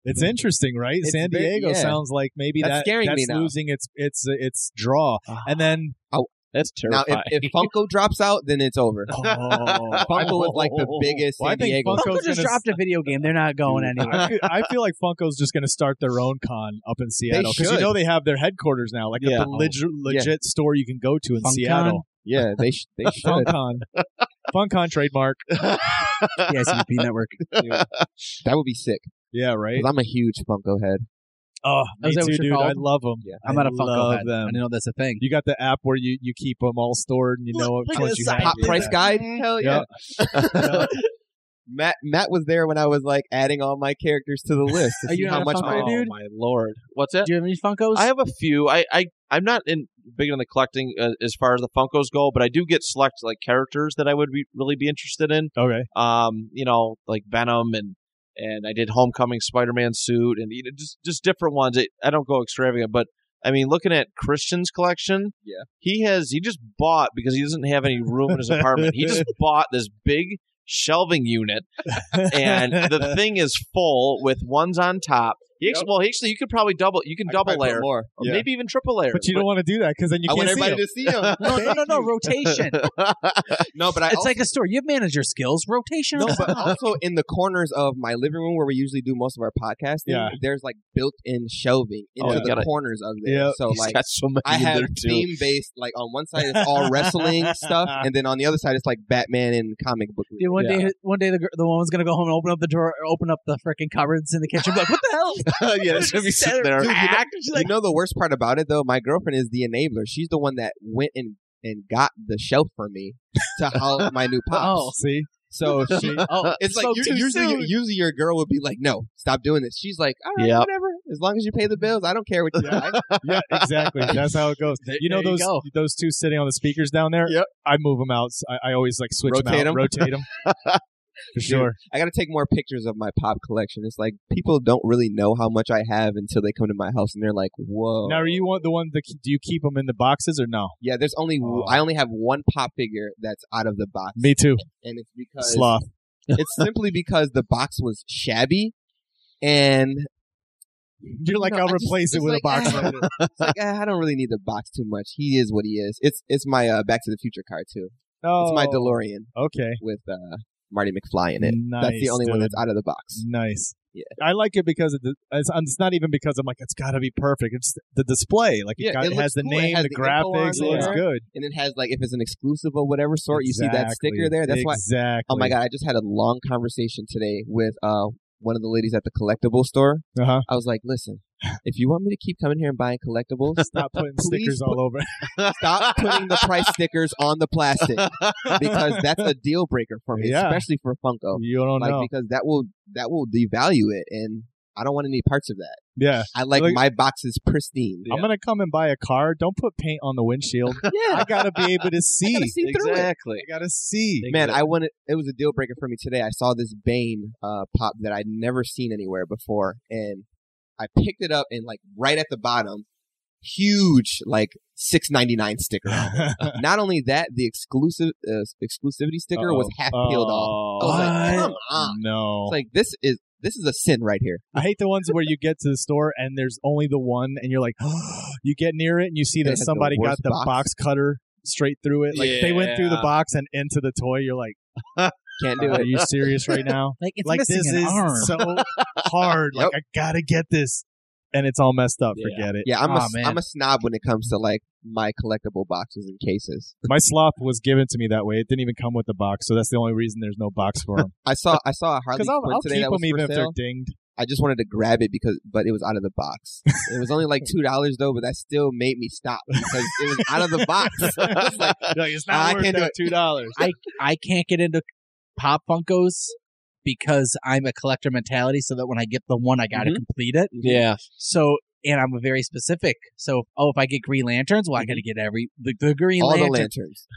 [SPEAKER 3] It's interesting, right?
[SPEAKER 2] It's
[SPEAKER 3] San
[SPEAKER 2] very-
[SPEAKER 3] Diego
[SPEAKER 2] yeah.
[SPEAKER 3] sounds like maybe
[SPEAKER 2] That's
[SPEAKER 3] that
[SPEAKER 2] scaring
[SPEAKER 3] that's
[SPEAKER 2] me now. Ah.
[SPEAKER 3] losing its its its draw. And
[SPEAKER 2] *laughs*
[SPEAKER 3] then
[SPEAKER 4] that's
[SPEAKER 2] now
[SPEAKER 4] terrifying.
[SPEAKER 2] if, if Funko drops out, then it's
[SPEAKER 4] *laughs*
[SPEAKER 2] over.
[SPEAKER 3] oh,
[SPEAKER 2] Funko was like the biggest
[SPEAKER 3] Well, I
[SPEAKER 2] San
[SPEAKER 3] think
[SPEAKER 2] Diego.
[SPEAKER 3] Funko-
[SPEAKER 1] Funko just
[SPEAKER 3] gonna-
[SPEAKER 1] dropped a video game. They're
[SPEAKER 3] *laughs*
[SPEAKER 1] not going anywhere.
[SPEAKER 3] I feel, I feel like Funko's just going to start their own con up in Seattle because you
[SPEAKER 2] should.
[SPEAKER 3] know they have their headquarters now, like
[SPEAKER 4] Yeah.
[SPEAKER 3] a legit, legit store you can go to in
[SPEAKER 1] Funcon?
[SPEAKER 3] Seattle.
[SPEAKER 2] yeah, they sh- they should.
[SPEAKER 3] Funcon, Funcon trademark.
[SPEAKER 1] The ICP E network.
[SPEAKER 2] that would be sick.
[SPEAKER 3] Yeah, right.
[SPEAKER 2] 'cause I'm a huge Funko head.
[SPEAKER 3] Oh,
[SPEAKER 1] Oh,
[SPEAKER 3] me
[SPEAKER 1] is that what
[SPEAKER 3] too,
[SPEAKER 1] you're
[SPEAKER 3] dude.
[SPEAKER 1] called?
[SPEAKER 3] I love them.
[SPEAKER 2] Yeah.
[SPEAKER 1] I'm not a Funko
[SPEAKER 3] love
[SPEAKER 1] head. I
[SPEAKER 3] them.
[SPEAKER 1] didn't know that's a thing.
[SPEAKER 3] You got the app where you, you keep them all stored and you know
[SPEAKER 1] Look,
[SPEAKER 3] which
[SPEAKER 1] look
[SPEAKER 3] ones
[SPEAKER 1] at
[SPEAKER 3] you
[SPEAKER 1] the
[SPEAKER 3] have.
[SPEAKER 1] side
[SPEAKER 2] Pop
[SPEAKER 1] Yeah.
[SPEAKER 2] price guide? Hell yeah.
[SPEAKER 3] Yeah.
[SPEAKER 2] Matt Matt was there when I was like adding all my characters to the list to
[SPEAKER 1] Are
[SPEAKER 2] see
[SPEAKER 1] you
[SPEAKER 2] how
[SPEAKER 1] not a
[SPEAKER 2] much
[SPEAKER 1] Funko
[SPEAKER 2] my
[SPEAKER 4] oh
[SPEAKER 1] dude?
[SPEAKER 4] my lord, what's that?
[SPEAKER 1] Do you have any Funkos?
[SPEAKER 4] I have a few. I, I I'm not in big on the collecting uh, as far as the Funkos go, but I do get select like characters that I would be really be interested in.
[SPEAKER 3] Okay.
[SPEAKER 4] Um, you know, like Venom and and I did Homecoming Spider-Man suit and you know, just just different ones. It, I don't go extravagant, but I mean, looking at Christian's collection,
[SPEAKER 2] Yeah.
[SPEAKER 4] he has he just bought because he doesn't have any room in his apartment. he
[SPEAKER 2] *laughs*
[SPEAKER 4] just bought this big shelving unit and
[SPEAKER 2] *laughs*
[SPEAKER 4] the thing is full with ones on top. He actually, well, actually, you could probably double. You can
[SPEAKER 2] I could
[SPEAKER 4] double
[SPEAKER 2] probably put
[SPEAKER 4] layer,
[SPEAKER 2] more.
[SPEAKER 4] or
[SPEAKER 3] Yeah.
[SPEAKER 4] maybe even triple layer.
[SPEAKER 3] but you don't want to do that because then you
[SPEAKER 2] I want
[SPEAKER 3] can't see
[SPEAKER 2] everybody
[SPEAKER 3] 'em.
[SPEAKER 2] to see them.
[SPEAKER 1] *laughs* no,
[SPEAKER 4] *laughs*
[SPEAKER 1] no, no, no, rotation.
[SPEAKER 2] no, but I
[SPEAKER 1] it's
[SPEAKER 2] also,
[SPEAKER 1] like a store. You have manager skills. Rotation.
[SPEAKER 2] no,
[SPEAKER 1] on
[SPEAKER 2] but
[SPEAKER 1] top.
[SPEAKER 2] also in the corners of my living room where we usually do most of our podcasting,
[SPEAKER 3] Yeah.
[SPEAKER 2] there's like built-in shelving into
[SPEAKER 4] Oh,
[SPEAKER 2] the
[SPEAKER 4] you gotta-
[SPEAKER 2] corners of there.
[SPEAKER 3] Yeah.
[SPEAKER 2] So
[SPEAKER 4] He's
[SPEAKER 2] like
[SPEAKER 4] got so many
[SPEAKER 2] I
[SPEAKER 4] in
[SPEAKER 2] have
[SPEAKER 4] there too.
[SPEAKER 2] theme-based like on one side it's all wrestling stuff and then on the other side it's like Batman and comic book.
[SPEAKER 1] *laughs* Dude, one day, one day the gir- the woman's gonna go home and open up the door, open up the freaking cupboards in the kitchen. Be like, what the *laughs* hell?
[SPEAKER 4] *laughs* yeah, it's gonna be sitting there. *laughs*
[SPEAKER 2] Dude, you know-
[SPEAKER 4] "Ack." She's like,
[SPEAKER 2] you know the worst part about it though, my girlfriend is the enabler. She's the one that went and and got the shelf for me to house my new
[SPEAKER 1] Oh.
[SPEAKER 2] pops.
[SPEAKER 3] See?
[SPEAKER 2] So she,
[SPEAKER 1] Oh,
[SPEAKER 2] it's like
[SPEAKER 1] spoke
[SPEAKER 2] usually,
[SPEAKER 1] too soon.
[SPEAKER 2] usually, usually your girl would be like, "No, stop doing this." She's like, "All right,
[SPEAKER 4] Yep.
[SPEAKER 2] whatever. As long as you pay the bills, I don't care what you
[SPEAKER 3] Yeah.
[SPEAKER 2] buy."
[SPEAKER 3] Yeah, exactly. That's how it goes. You know
[SPEAKER 1] there you
[SPEAKER 3] those
[SPEAKER 1] go.
[SPEAKER 3] those two sitting on the speakers down there?
[SPEAKER 2] Yep.
[SPEAKER 3] I move them out. I, I always like switch 'em
[SPEAKER 2] Rotate
[SPEAKER 3] out,
[SPEAKER 2] 'em.
[SPEAKER 3] rotate them. For sure.
[SPEAKER 2] I got to take more pictures of my pop collection. It's like people don't really know how much I have until they come to my house and they're like, "Whoa!"
[SPEAKER 3] Now, are you want the one that do you keep them in the boxes or no?
[SPEAKER 2] yeah, there's only
[SPEAKER 3] Oh.
[SPEAKER 2] I only have one pop figure that's out of the box,
[SPEAKER 3] Me too.
[SPEAKER 2] and it's because
[SPEAKER 3] Sloth.
[SPEAKER 2] it's simply because the box was shabby and
[SPEAKER 3] You're like,
[SPEAKER 2] No,
[SPEAKER 3] I'll
[SPEAKER 2] I just-
[SPEAKER 3] replace it
[SPEAKER 2] it's
[SPEAKER 3] with a
[SPEAKER 2] like,
[SPEAKER 3] box *laughs*
[SPEAKER 2] ah.
[SPEAKER 3] later.
[SPEAKER 2] it's like "Ah, I don't really need the box too much. He is what he is. It's it's my uh, Back to the Future car too.
[SPEAKER 3] Oh,
[SPEAKER 2] It's my DeLorean
[SPEAKER 3] Okay.
[SPEAKER 2] with uh, Marty McFly in it. that's the
[SPEAKER 3] Nice,
[SPEAKER 2] only one
[SPEAKER 3] dude.
[SPEAKER 2] that's out of the box.
[SPEAKER 3] Nice.
[SPEAKER 2] Yeah.
[SPEAKER 3] I like it because it, it's, it's not even because I'm like it's got to be perfect. It's the display, like it,
[SPEAKER 2] Yeah,
[SPEAKER 3] got,
[SPEAKER 2] it
[SPEAKER 3] it,
[SPEAKER 2] looks
[SPEAKER 3] has the
[SPEAKER 2] cool. It
[SPEAKER 3] name,
[SPEAKER 2] has
[SPEAKER 3] the,
[SPEAKER 2] the info on
[SPEAKER 3] graphics, it looks
[SPEAKER 2] there.
[SPEAKER 3] good.
[SPEAKER 2] And it has like if it's an exclusive of whatever sort, you see that sticker there. That's why.
[SPEAKER 3] Exactly.
[SPEAKER 2] Oh my god! I just had a long conversation today with uh one of the ladies at the collectible store. *laughs*
[SPEAKER 3] Uh-huh.
[SPEAKER 2] I was like, listen, if you want me to keep coming here and buying collectibles,
[SPEAKER 3] Stop putting
[SPEAKER 2] Please
[SPEAKER 3] stickers all over.
[SPEAKER 2] stop putting the
[SPEAKER 3] *laughs*
[SPEAKER 2] price stickers on the plastic because that's a deal breaker for me,
[SPEAKER 3] Yeah.
[SPEAKER 2] especially for Funko.
[SPEAKER 3] you don't
[SPEAKER 2] like
[SPEAKER 3] know.
[SPEAKER 2] because that will that will devalue it, and I don't want any parts of that.
[SPEAKER 3] yeah.
[SPEAKER 2] I like,
[SPEAKER 3] Like-
[SPEAKER 2] my boxes pristine.
[SPEAKER 3] I'm gonna come and buy a car. Don't put paint on the windshield. I
[SPEAKER 2] *laughs* Yeah,
[SPEAKER 3] gotta
[SPEAKER 2] *laughs*
[SPEAKER 3] be able to see.
[SPEAKER 2] gotta see through it.
[SPEAKER 4] exactly.
[SPEAKER 3] I gotta see.
[SPEAKER 2] man,
[SPEAKER 3] *laughs*
[SPEAKER 2] I wanted. It was a deal breaker for me today. I saw this Bane uh, pop that I'd never seen anywhere before, and I picked it up and like right at the bottom, huge like six ninety nine sticker.
[SPEAKER 3] *laughs*
[SPEAKER 2] Not only that, the exclusive uh, exclusivity sticker was half peeled off. I was like,
[SPEAKER 1] What?
[SPEAKER 2] come on!
[SPEAKER 3] Oh.
[SPEAKER 2] It's
[SPEAKER 3] no.
[SPEAKER 1] Oh.
[SPEAKER 2] like this is this is a sin right here.
[SPEAKER 3] *laughs* I hate the ones where you get to the store and there's only the one, and you're like, *gasps* you get near it and you see
[SPEAKER 2] It
[SPEAKER 3] that
[SPEAKER 2] has the
[SPEAKER 3] somebody got
[SPEAKER 2] worst
[SPEAKER 3] the
[SPEAKER 2] box.
[SPEAKER 3] box. cutter straight through it. Like they went through the
[SPEAKER 4] Yeah.
[SPEAKER 3] box and into the toy. You're like,
[SPEAKER 2] Can't do
[SPEAKER 3] are
[SPEAKER 2] it.
[SPEAKER 3] you serious
[SPEAKER 2] *laughs*
[SPEAKER 3] right now?
[SPEAKER 1] Like it's
[SPEAKER 3] like
[SPEAKER 1] missing
[SPEAKER 3] this
[SPEAKER 1] an
[SPEAKER 3] is
[SPEAKER 1] arm.
[SPEAKER 3] so hard. Like I gotta get this, and it's all messed up.
[SPEAKER 4] Yeah.
[SPEAKER 3] Forget it.
[SPEAKER 2] Yeah, I'm
[SPEAKER 1] Aw,
[SPEAKER 2] a
[SPEAKER 1] man.
[SPEAKER 2] am a snob when it comes to like my collectible boxes and cases.
[SPEAKER 3] My sloth was given to me that way. It didn't even come with the box, so that's the only reason there's no box for them.
[SPEAKER 2] I saw I saw a Harley
[SPEAKER 3] Because I'll,
[SPEAKER 2] Quinn
[SPEAKER 3] I'll
[SPEAKER 2] today
[SPEAKER 3] keep
[SPEAKER 2] that was
[SPEAKER 3] them even
[SPEAKER 2] for
[SPEAKER 3] if they're
[SPEAKER 2] sale.
[SPEAKER 3] dinged.
[SPEAKER 2] I just wanted to grab it because, but it was out of the box. it was only
[SPEAKER 1] *laughs*
[SPEAKER 2] like two dollars though, but that still made me stop because it was out of the
[SPEAKER 1] *laughs*
[SPEAKER 2] box. I was like,
[SPEAKER 3] You're like, it's
[SPEAKER 2] I
[SPEAKER 3] not worth
[SPEAKER 2] can't do
[SPEAKER 3] that two dollars.
[SPEAKER 1] I can't get into Pop Funkos because I'm a collector mentality. So that when I get the one, I got to
[SPEAKER 2] Mhm.
[SPEAKER 1] complete it.
[SPEAKER 4] *laughs* Yeah.
[SPEAKER 1] So and I'm very specific. So oh, if I get Green Lanterns, well, I got to get every the, Mm-hmm. the Green
[SPEAKER 2] all
[SPEAKER 1] Lantern,
[SPEAKER 2] the lanterns.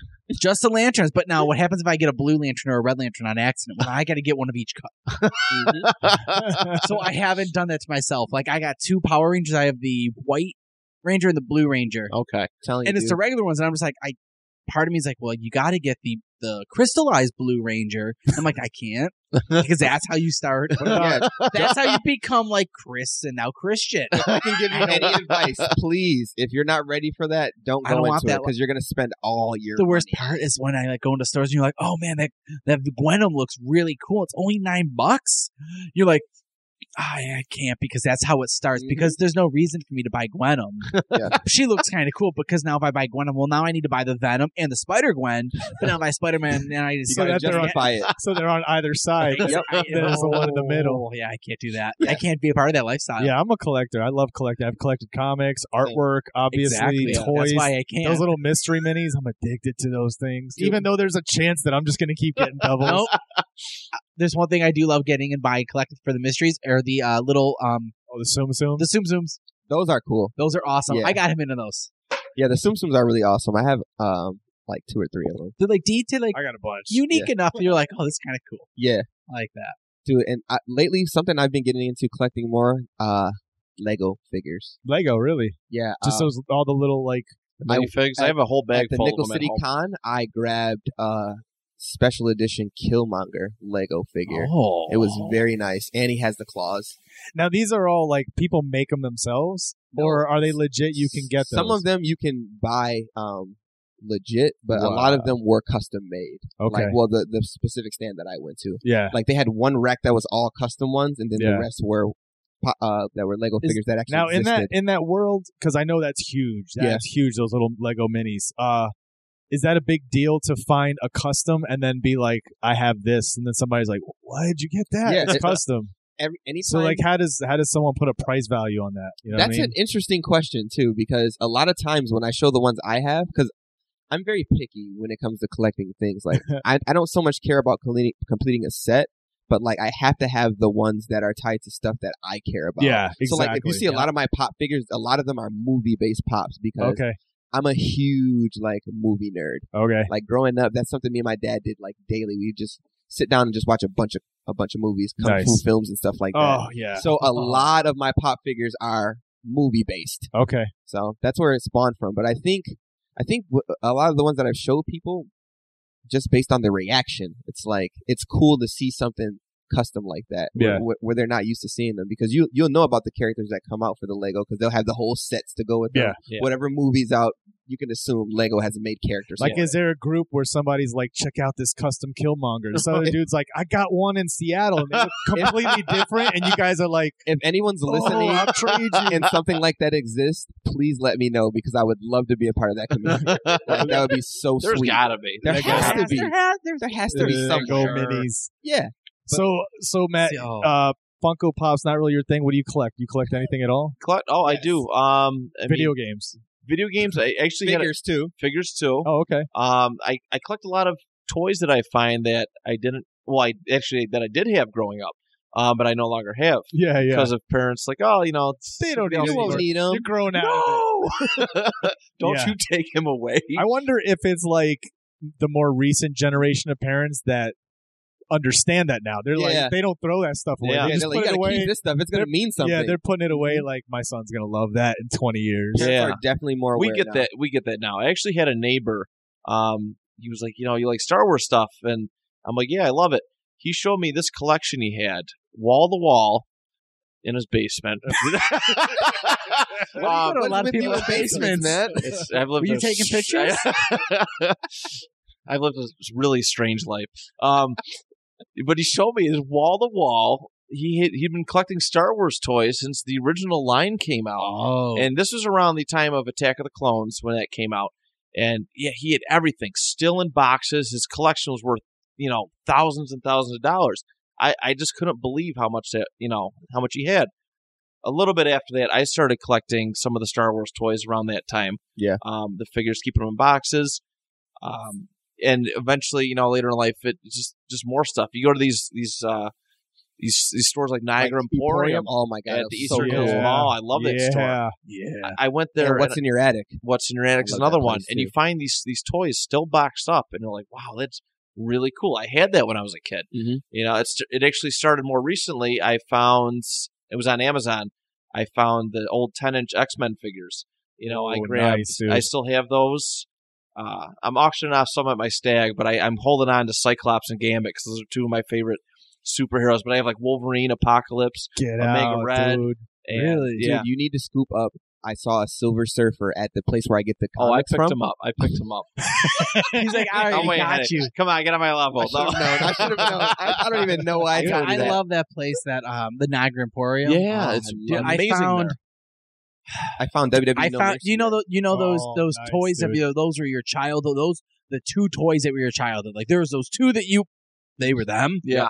[SPEAKER 1] just the lanterns. But now, what happens if I get a Blue Lantern or a Red Lantern on accident? Well, I got to get one of each cut. So I haven't done that to myself. Like I got two Power Rangers. I have the White Ranger and the Blue Ranger,
[SPEAKER 4] okay.
[SPEAKER 2] Telling
[SPEAKER 1] and
[SPEAKER 2] you,
[SPEAKER 1] it's the regular ones. And I'm just like, I part of me is like, well, you got to get the the crystallized Blue Ranger. I'm like, I can't because that's how you start.
[SPEAKER 2] *laughs* yeah,
[SPEAKER 1] That's how you become like Chris and now Christian.
[SPEAKER 2] I can
[SPEAKER 1] *laughs*
[SPEAKER 2] give you any advice, please. If you're not ready for that, don't
[SPEAKER 1] I
[SPEAKER 2] go
[SPEAKER 1] don't want
[SPEAKER 2] into it
[SPEAKER 1] that
[SPEAKER 2] because you're gonna spend all your.
[SPEAKER 1] the worst part is when I like go into stores and you're like, oh man, that that Gwenum looks really cool. It's only nine bucks. You're like, "Ah, I can't because that's how it starts.
[SPEAKER 2] Mhm.
[SPEAKER 3] Mm-hmm.
[SPEAKER 1] Because there's no reason for me to buy Gwenum.
[SPEAKER 2] Yeah.
[SPEAKER 1] *laughs* She looks kind of cool because now if I buy Gwenum, well now I need to buy the Venom and the Spider Gwen. But now if I Spider Man, then I need to
[SPEAKER 2] You
[SPEAKER 3] So
[SPEAKER 1] Spider-
[SPEAKER 2] gotta
[SPEAKER 3] that they're on-
[SPEAKER 2] justify it.
[SPEAKER 3] so they're on
[SPEAKER 2] *laughs*
[SPEAKER 3] either side.
[SPEAKER 1] Yep.
[SPEAKER 3] There's the one in the middle.
[SPEAKER 1] Oh, yeah, I can't do that. I can't be a part of that lifestyle.
[SPEAKER 3] Yeah, I'm a collector. I love collecting. I've collected comics, artwork, obviously,
[SPEAKER 1] exactly.
[SPEAKER 3] toys.
[SPEAKER 1] That's why I can't.
[SPEAKER 3] Those little mystery minis, I'm addicted to those things.
[SPEAKER 1] Dude.
[SPEAKER 3] Even though there's a chance that I'm just going to keep getting doubles.
[SPEAKER 1] *laughs* Nope. Uh, There's one thing I do love getting and buying collected for the mysteries are the uh, little um
[SPEAKER 3] Oh, the Tsum Tsum.
[SPEAKER 1] the Zoom Zooms.
[SPEAKER 2] Those are cool.
[SPEAKER 1] Those are awesome.
[SPEAKER 2] Yeah.
[SPEAKER 1] I got him into those.
[SPEAKER 2] Yeah, the Sumsums are really awesome. I have um like two or three of them.
[SPEAKER 1] They're like detailed, like
[SPEAKER 3] I got a bunch.
[SPEAKER 1] unique enough that you're like, oh, this is kind of cool.
[SPEAKER 2] Yeah,
[SPEAKER 1] I like that.
[SPEAKER 2] dude. And I, lately, something I've been getting into collecting more. Uh, Lego figures.
[SPEAKER 3] Lego, really?
[SPEAKER 2] Yeah,
[SPEAKER 3] Just
[SPEAKER 2] uh,
[SPEAKER 1] Um,
[SPEAKER 3] those, all the little like.
[SPEAKER 2] I-
[SPEAKER 4] Minifigs. I, have a whole bag
[SPEAKER 2] at the
[SPEAKER 4] full
[SPEAKER 2] Nickel
[SPEAKER 4] of them at
[SPEAKER 2] City
[SPEAKER 4] home.
[SPEAKER 2] Con, I grabbed a special edition Killmonger Lego figure.
[SPEAKER 1] Oh,
[SPEAKER 2] It was very nice, and he has the claws.
[SPEAKER 3] Now these are all like people make them themselves, or are they legit? You can get those.
[SPEAKER 2] some of them. You can buy um, legit, but a lot of them were custom made.
[SPEAKER 3] Okay.
[SPEAKER 2] Like, well, the the specific stand that I went to,
[SPEAKER 3] yeah.
[SPEAKER 2] like they had one rack that was all custom ones, and then
[SPEAKER 3] Yeah.
[SPEAKER 2] the rest were po- uh, that were Lego
[SPEAKER 3] Is-
[SPEAKER 2] figures that actually
[SPEAKER 3] Now in that
[SPEAKER 2] existed.
[SPEAKER 3] in that world, because I know that's huge.
[SPEAKER 2] Yeah.
[SPEAKER 3] That's huge. Those little Lego minis. Uh, is that a big deal to find a custom and then be like, I have this, and then somebody's like, Why did you get that?
[SPEAKER 2] Yeah,
[SPEAKER 3] it's
[SPEAKER 2] it- uh,
[SPEAKER 3] custom.
[SPEAKER 2] Every, anytime
[SPEAKER 3] So like, how does how does someone put a price value on that? You know
[SPEAKER 2] That's
[SPEAKER 3] what I mean?
[SPEAKER 2] an interesting question too, because a lot of times when I show the ones I have, because I'm very picky when it comes to collecting things.
[SPEAKER 3] *laughs*
[SPEAKER 2] Like I, I don't so much care about completing, completing a set, but like I have to have the ones that are tied to stuff that I care about.
[SPEAKER 3] Yeah, exactly.
[SPEAKER 2] So like if you see a lot of my pop figures, a lot of them are movie based pops because
[SPEAKER 3] okay,
[SPEAKER 2] I'm a huge like movie nerd.
[SPEAKER 3] okay,
[SPEAKER 2] Like growing up, that's something me and my dad did like daily. We just sit down and just watch a bunch of a bunch of movies, kung
[SPEAKER 3] Nice.
[SPEAKER 2] fu films and stuff like that.
[SPEAKER 3] oh yeah,
[SPEAKER 2] So
[SPEAKER 3] *laughs*
[SPEAKER 2] a lot of my pop figures are movie based.
[SPEAKER 3] okay,
[SPEAKER 2] So that's where it spawned from. But I think, I think w- a lot of the ones that I've showed people, just based on the reaction, it's like it's cool to see something custom like that,
[SPEAKER 3] Yeah.
[SPEAKER 2] where, where, where they're not used to seeing them because you you'll know about the characters that come out for the Lego because they'll have the whole sets to go with them.
[SPEAKER 3] Yeah.
[SPEAKER 4] Yeah.
[SPEAKER 2] Whatever movies out, you can assume Lego has made characters.
[SPEAKER 3] Like,
[SPEAKER 2] for
[SPEAKER 3] is there a group where somebody's like, check out this custom Killmonger? And Some other dude's like, I got one in Seattle, and
[SPEAKER 2] *laughs*
[SPEAKER 3] they look completely different. And you guys are like,
[SPEAKER 2] it. if anyone's
[SPEAKER 3] oh,
[SPEAKER 2] listening. *laughs*
[SPEAKER 3] I'll trade you.
[SPEAKER 2] and something like that exists, please let me know because I would love to be a part of that
[SPEAKER 3] *laughs*
[SPEAKER 2] community.
[SPEAKER 4] *laughs*
[SPEAKER 2] Like, that would be so
[SPEAKER 4] There's
[SPEAKER 2] sweet.
[SPEAKER 4] gotta be.
[SPEAKER 2] There
[SPEAKER 3] Lego.
[SPEAKER 2] has to be.
[SPEAKER 1] There has, there's
[SPEAKER 2] There has to be
[SPEAKER 3] Uh,
[SPEAKER 2] something.
[SPEAKER 3] Lego minis.
[SPEAKER 2] Yeah.
[SPEAKER 3] So, so Matt,
[SPEAKER 1] Oh.
[SPEAKER 3] uh, Funko Pop's not really your thing. What do you collect? You collect anything at all?
[SPEAKER 4] Collect- Oh, I do. Um, I mean,
[SPEAKER 3] Video games.
[SPEAKER 4] video games. I actually had a-
[SPEAKER 2] Figures too.
[SPEAKER 4] figures too.
[SPEAKER 3] Oh, okay.
[SPEAKER 4] Um, I, I collect a lot of toys that I find that I didn't, well, I actually that I did have growing up, um, but I no longer have
[SPEAKER 3] Yeah, yeah.
[SPEAKER 4] because of parents like, oh, you know, it's,
[SPEAKER 3] They don't
[SPEAKER 4] somebody else
[SPEAKER 3] need
[SPEAKER 2] You won't
[SPEAKER 4] needs
[SPEAKER 2] need
[SPEAKER 3] anymore.
[SPEAKER 2] them.
[SPEAKER 3] You're grown out. of it.
[SPEAKER 4] *laughs* No, don't
[SPEAKER 3] Yeah.
[SPEAKER 4] you *laughs* take him away.
[SPEAKER 3] I wonder if it's like the more recent generation of parents that understand that now. They're
[SPEAKER 2] Yeah.
[SPEAKER 3] like they don't throw that stuff away.
[SPEAKER 4] Yeah.
[SPEAKER 3] They
[SPEAKER 2] Yeah,
[SPEAKER 3] just
[SPEAKER 2] they're like,
[SPEAKER 3] put
[SPEAKER 2] you
[SPEAKER 3] it
[SPEAKER 2] gotta
[SPEAKER 3] away.
[SPEAKER 2] keep this stuff. It's gonna mean something.
[SPEAKER 3] Yeah, they're putting it
[SPEAKER 4] Mm-hmm.
[SPEAKER 3] away like my son's gonna love that in twenty years.
[SPEAKER 4] Yeah.
[SPEAKER 2] Parents are definitely more.
[SPEAKER 4] we
[SPEAKER 2] aware
[SPEAKER 4] get
[SPEAKER 2] now.
[SPEAKER 4] that we get that now. I actually had a neighbor. Um, he was like, you know, you like Star Wars stuff, and I'm like, yeah, I love it. He showed me this collection he had, wall to wall, in his
[SPEAKER 2] *laughs*
[SPEAKER 4] basement.
[SPEAKER 1] do you go to
[SPEAKER 2] what's
[SPEAKER 1] a lot of
[SPEAKER 2] Um, with you
[SPEAKER 1] people's
[SPEAKER 2] in basements,
[SPEAKER 1] basements?
[SPEAKER 2] man?
[SPEAKER 4] It's- I've lived
[SPEAKER 1] Were you
[SPEAKER 4] a
[SPEAKER 1] taking
[SPEAKER 4] str-
[SPEAKER 1] pictures?
[SPEAKER 4] *laughs* I've lived a really strange life. Um, but he showed me his wall to wall. He had, he'd been collecting Star Wars toys since the original line came out. *laughs*
[SPEAKER 1] Oh,
[SPEAKER 4] And this was around the time of Attack of the Clones when that came out. And yeah, he had everything still in boxes. His collection was worth, you know, thousands and thousands of dollars. I, I just couldn't believe how much that, you know, how much he had. A little bit after that, I started collecting some of the Star Wars toys around that time.
[SPEAKER 2] Yeah.
[SPEAKER 4] Um, the figures, keeping them in boxes. Um, and eventually, you know, later in life, it just, just more stuff. You go to these, these, uh, these, these stores like
[SPEAKER 2] Like,
[SPEAKER 4] Niagara
[SPEAKER 2] Emporium.
[SPEAKER 4] Emporium
[SPEAKER 2] Oh my god,
[SPEAKER 4] at
[SPEAKER 2] that
[SPEAKER 4] the
[SPEAKER 2] was so
[SPEAKER 4] Eastern
[SPEAKER 2] cool.
[SPEAKER 4] Hills
[SPEAKER 3] Yeah.
[SPEAKER 4] Mall. I love that store.
[SPEAKER 3] Yeah.
[SPEAKER 1] yeah.
[SPEAKER 4] I I went
[SPEAKER 2] Yeah,
[SPEAKER 4] there. and
[SPEAKER 2] what's in your attic?
[SPEAKER 4] what's in your attic
[SPEAKER 2] I
[SPEAKER 4] is
[SPEAKER 2] love
[SPEAKER 4] another
[SPEAKER 2] that
[SPEAKER 4] one,
[SPEAKER 2] place,
[SPEAKER 4] and
[SPEAKER 2] too.
[SPEAKER 4] you find these these toys still boxed up, and you're like, wow, that's really cool. I had that when I was a kid.
[SPEAKER 2] Mhm.
[SPEAKER 4] You know, it's it actually started more recently. I found it was on Amazon. I found the old 10 inch X Men figures. You know, I
[SPEAKER 3] Oh,
[SPEAKER 4] grabbed.
[SPEAKER 3] nice, dude.
[SPEAKER 4] I still have those. Uh, I'm auctioning off some at my stag, but I, I'm holding on to Cyclops and Gambit because those are two of my favorite superheroes. But I have like Wolverine, Apocalypse,
[SPEAKER 3] Get
[SPEAKER 4] Omega
[SPEAKER 3] out,
[SPEAKER 4] Red.
[SPEAKER 3] dude.
[SPEAKER 4] and
[SPEAKER 3] Really?
[SPEAKER 4] yeah.
[SPEAKER 2] Dude, you need to scoop up. I saw a Silver Surfer at the place where I get the
[SPEAKER 4] Oh, I
[SPEAKER 2] comics
[SPEAKER 4] picked
[SPEAKER 2] from.
[SPEAKER 4] him up. I picked him up.
[SPEAKER 1] He's like, I
[SPEAKER 2] Oh,
[SPEAKER 4] I'm
[SPEAKER 1] already
[SPEAKER 4] waiting on
[SPEAKER 1] got
[SPEAKER 4] it.
[SPEAKER 1] you.
[SPEAKER 4] Come on, get on my level.
[SPEAKER 2] I should have
[SPEAKER 4] No.
[SPEAKER 2] known. *laughs* I should
[SPEAKER 4] *laughs*
[SPEAKER 2] have known. I, I don't even know why I
[SPEAKER 1] Dude,
[SPEAKER 2] told
[SPEAKER 1] I
[SPEAKER 2] you that.
[SPEAKER 1] love that place, that um, the Niagara Emporium.
[SPEAKER 4] Yeah,
[SPEAKER 1] Oh,
[SPEAKER 4] it's
[SPEAKER 1] dude,
[SPEAKER 4] amazing
[SPEAKER 1] I found,
[SPEAKER 4] there.
[SPEAKER 2] I found WWE.
[SPEAKER 1] I
[SPEAKER 2] No
[SPEAKER 1] found.
[SPEAKER 2] Mercy
[SPEAKER 1] You know, tho- you know those
[SPEAKER 3] Oh,
[SPEAKER 1] those
[SPEAKER 3] nice,
[SPEAKER 1] toys that
[SPEAKER 3] dude.
[SPEAKER 1] you know, those were your childhood. Those the two toys that were your childhood. Like there was those two that you, they were them.
[SPEAKER 4] Yeah.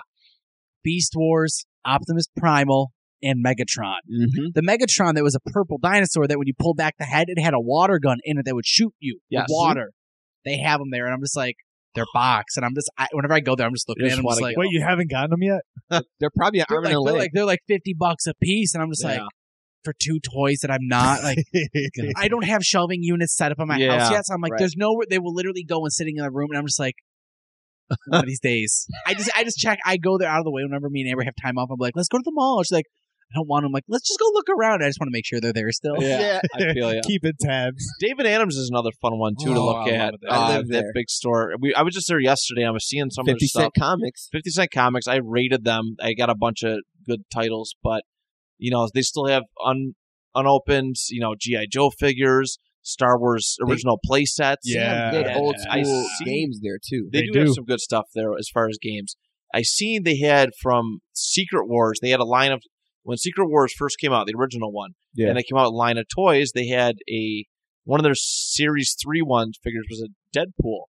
[SPEAKER 1] Beast Wars, Optimus Primal, and Megatron.
[SPEAKER 2] there. Mhm.
[SPEAKER 1] The Megatron that was a purple dinosaur that when you pulled back the head, it had a water gun in it that would shoot you with
[SPEAKER 4] Yes.
[SPEAKER 1] water. They have them there, and I'm just like.
[SPEAKER 4] *gasps*
[SPEAKER 1] They're box, and I'm just. I, whenever I go there, I'm just looking
[SPEAKER 4] You
[SPEAKER 1] at
[SPEAKER 4] just
[SPEAKER 1] them. Just
[SPEAKER 4] wanna
[SPEAKER 1] like, "Oh,
[SPEAKER 3] Wait, you haven't gotten them yet?
[SPEAKER 2] They're probably an
[SPEAKER 1] they're
[SPEAKER 2] arm
[SPEAKER 1] like,
[SPEAKER 2] and a
[SPEAKER 1] they're
[SPEAKER 2] leg.
[SPEAKER 1] like they're like fifty bucks a piece, and I'm just like,
[SPEAKER 4] Yeah.
[SPEAKER 1] for two toys that I'm not
[SPEAKER 4] *laughs*
[SPEAKER 1] like,
[SPEAKER 3] *laughs*
[SPEAKER 1] I don't have shelving units set up in my
[SPEAKER 4] Yeah,
[SPEAKER 1] house yet. So I'm like,
[SPEAKER 2] right.
[SPEAKER 1] there's nowhere they will literally go and sitting in the room, and I'm just like, one of these days, I just I just check. I go there out of the way whenever me and Amber have time off. I'm like, let's go to the mall. She's like, I don't want. them. I'm like, let's just go look around. I just want to make sure they're there still.
[SPEAKER 4] Yeah. I feel ya.
[SPEAKER 3] Keep it tabs.
[SPEAKER 4] David Adams is another fun one too to
[SPEAKER 2] Oh,
[SPEAKER 4] look
[SPEAKER 2] I
[SPEAKER 4] at. Uh,
[SPEAKER 2] love that. I live
[SPEAKER 4] that
[SPEAKER 2] there.
[SPEAKER 4] big store. We, I was just there yesterday. I was seeing some of
[SPEAKER 2] Fifty
[SPEAKER 4] their stuff.
[SPEAKER 2] Cent comics.
[SPEAKER 4] Fifty Cent Comics. I rated them. I got a bunch of good titles, but you know they still have un unopened you know GI Joe figures, Star Wars original play sets.
[SPEAKER 3] Yeah.
[SPEAKER 2] Good old
[SPEAKER 4] I
[SPEAKER 2] school
[SPEAKER 4] see.
[SPEAKER 2] games there too.
[SPEAKER 4] they,
[SPEAKER 3] They
[SPEAKER 4] do,
[SPEAKER 3] do.
[SPEAKER 4] have some good stuff there as far as games. I seen they had from Secret Wars. They had a line of when Secret Wars first came out, the original one,
[SPEAKER 2] Yeah.
[SPEAKER 4] and they came out with a line of toys. They had a one of their series three one figures was a Deadpool,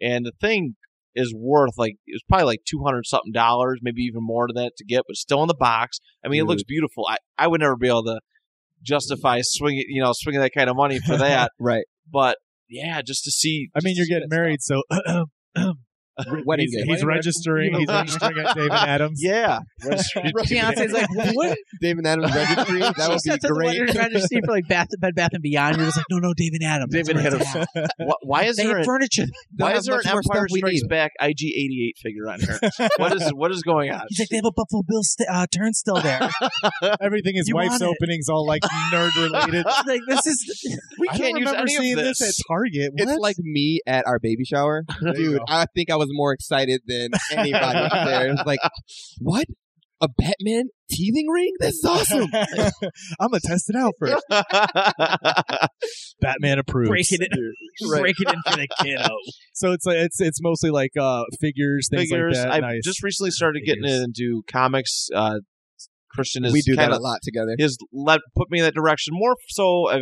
[SPEAKER 4] and the thing is worth like it was probably like two hundred something dollars, maybe even more to that to get, but still in the box. I mean, it looks beautiful. I I would never be able to justify swinging you know swinging that kind of money for that,
[SPEAKER 2] Right.
[SPEAKER 4] but yeah, just to see.
[SPEAKER 3] I mean,
[SPEAKER 4] just to
[SPEAKER 3] you're
[SPEAKER 4] see
[SPEAKER 3] getting
[SPEAKER 4] that stuff.
[SPEAKER 3] married, so
[SPEAKER 2] *laughs* Wedding
[SPEAKER 3] he's,
[SPEAKER 2] day.
[SPEAKER 3] he's registering. He's registering
[SPEAKER 4] *laughs*
[SPEAKER 3] at David Adams.
[SPEAKER 4] Yeah, *laughs*
[SPEAKER 1] Beyonce's like, what?
[SPEAKER 2] *laughs* David Adams registry. That
[SPEAKER 1] she
[SPEAKER 2] would
[SPEAKER 1] sets
[SPEAKER 2] be
[SPEAKER 1] up the
[SPEAKER 2] great.
[SPEAKER 1] letters registry for like Bath Bed Bath and Beyond. You're just like, no, no, David Adams. That's
[SPEAKER 4] David
[SPEAKER 1] where it's
[SPEAKER 2] *laughs*
[SPEAKER 4] Adams.
[SPEAKER 1] at.
[SPEAKER 4] Wh- Why is
[SPEAKER 1] They
[SPEAKER 4] there
[SPEAKER 1] have
[SPEAKER 4] an,
[SPEAKER 1] furniture.
[SPEAKER 4] why is there
[SPEAKER 2] much
[SPEAKER 4] an
[SPEAKER 2] more
[SPEAKER 4] Empire
[SPEAKER 2] stuff we
[SPEAKER 4] Strikes
[SPEAKER 2] need.
[SPEAKER 4] Back IG88 figure on here? what is what is going *laughs* on?
[SPEAKER 1] He's like, they have a Buffalo Bill st- uh,
[SPEAKER 2] *laughs*
[SPEAKER 1] turnstile there.
[SPEAKER 3] *laughs* Everything his
[SPEAKER 1] You
[SPEAKER 3] wife's
[SPEAKER 1] want it.
[SPEAKER 3] opening's all like nerd related.
[SPEAKER 1] like this is
[SPEAKER 4] *laughs* We
[SPEAKER 3] I
[SPEAKER 4] can't
[SPEAKER 3] don't
[SPEAKER 4] use
[SPEAKER 3] remember
[SPEAKER 4] any
[SPEAKER 3] seeing
[SPEAKER 4] of this.
[SPEAKER 3] this. at Target.
[SPEAKER 2] It's
[SPEAKER 3] What?
[SPEAKER 2] like me at our baby shower,
[SPEAKER 3] There
[SPEAKER 4] *laughs*
[SPEAKER 3] you
[SPEAKER 2] dude.
[SPEAKER 3] go.
[SPEAKER 2] I think I was more excited than anybody up there. It was like, what? A Batman teething ring? That's
[SPEAKER 3] *laughs*
[SPEAKER 2] awesome.
[SPEAKER 3] I'm gonna test it out
[SPEAKER 4] *laughs*
[SPEAKER 3] first. Batman approves.
[SPEAKER 1] breaking it, *laughs* breaking in for the kiddo.
[SPEAKER 3] So it's like it's it's mostly like uh figures, things
[SPEAKER 4] Figures.
[SPEAKER 3] like that.
[SPEAKER 4] I
[SPEAKER 3] nice.
[SPEAKER 4] just recently started getting
[SPEAKER 3] Figures.
[SPEAKER 4] into comics. Uh, Christian is
[SPEAKER 2] we do that
[SPEAKER 4] kind
[SPEAKER 2] a
[SPEAKER 4] of
[SPEAKER 2] lot
[SPEAKER 4] *laughs*
[SPEAKER 2] together.
[SPEAKER 4] is let put me in that direction more so uh,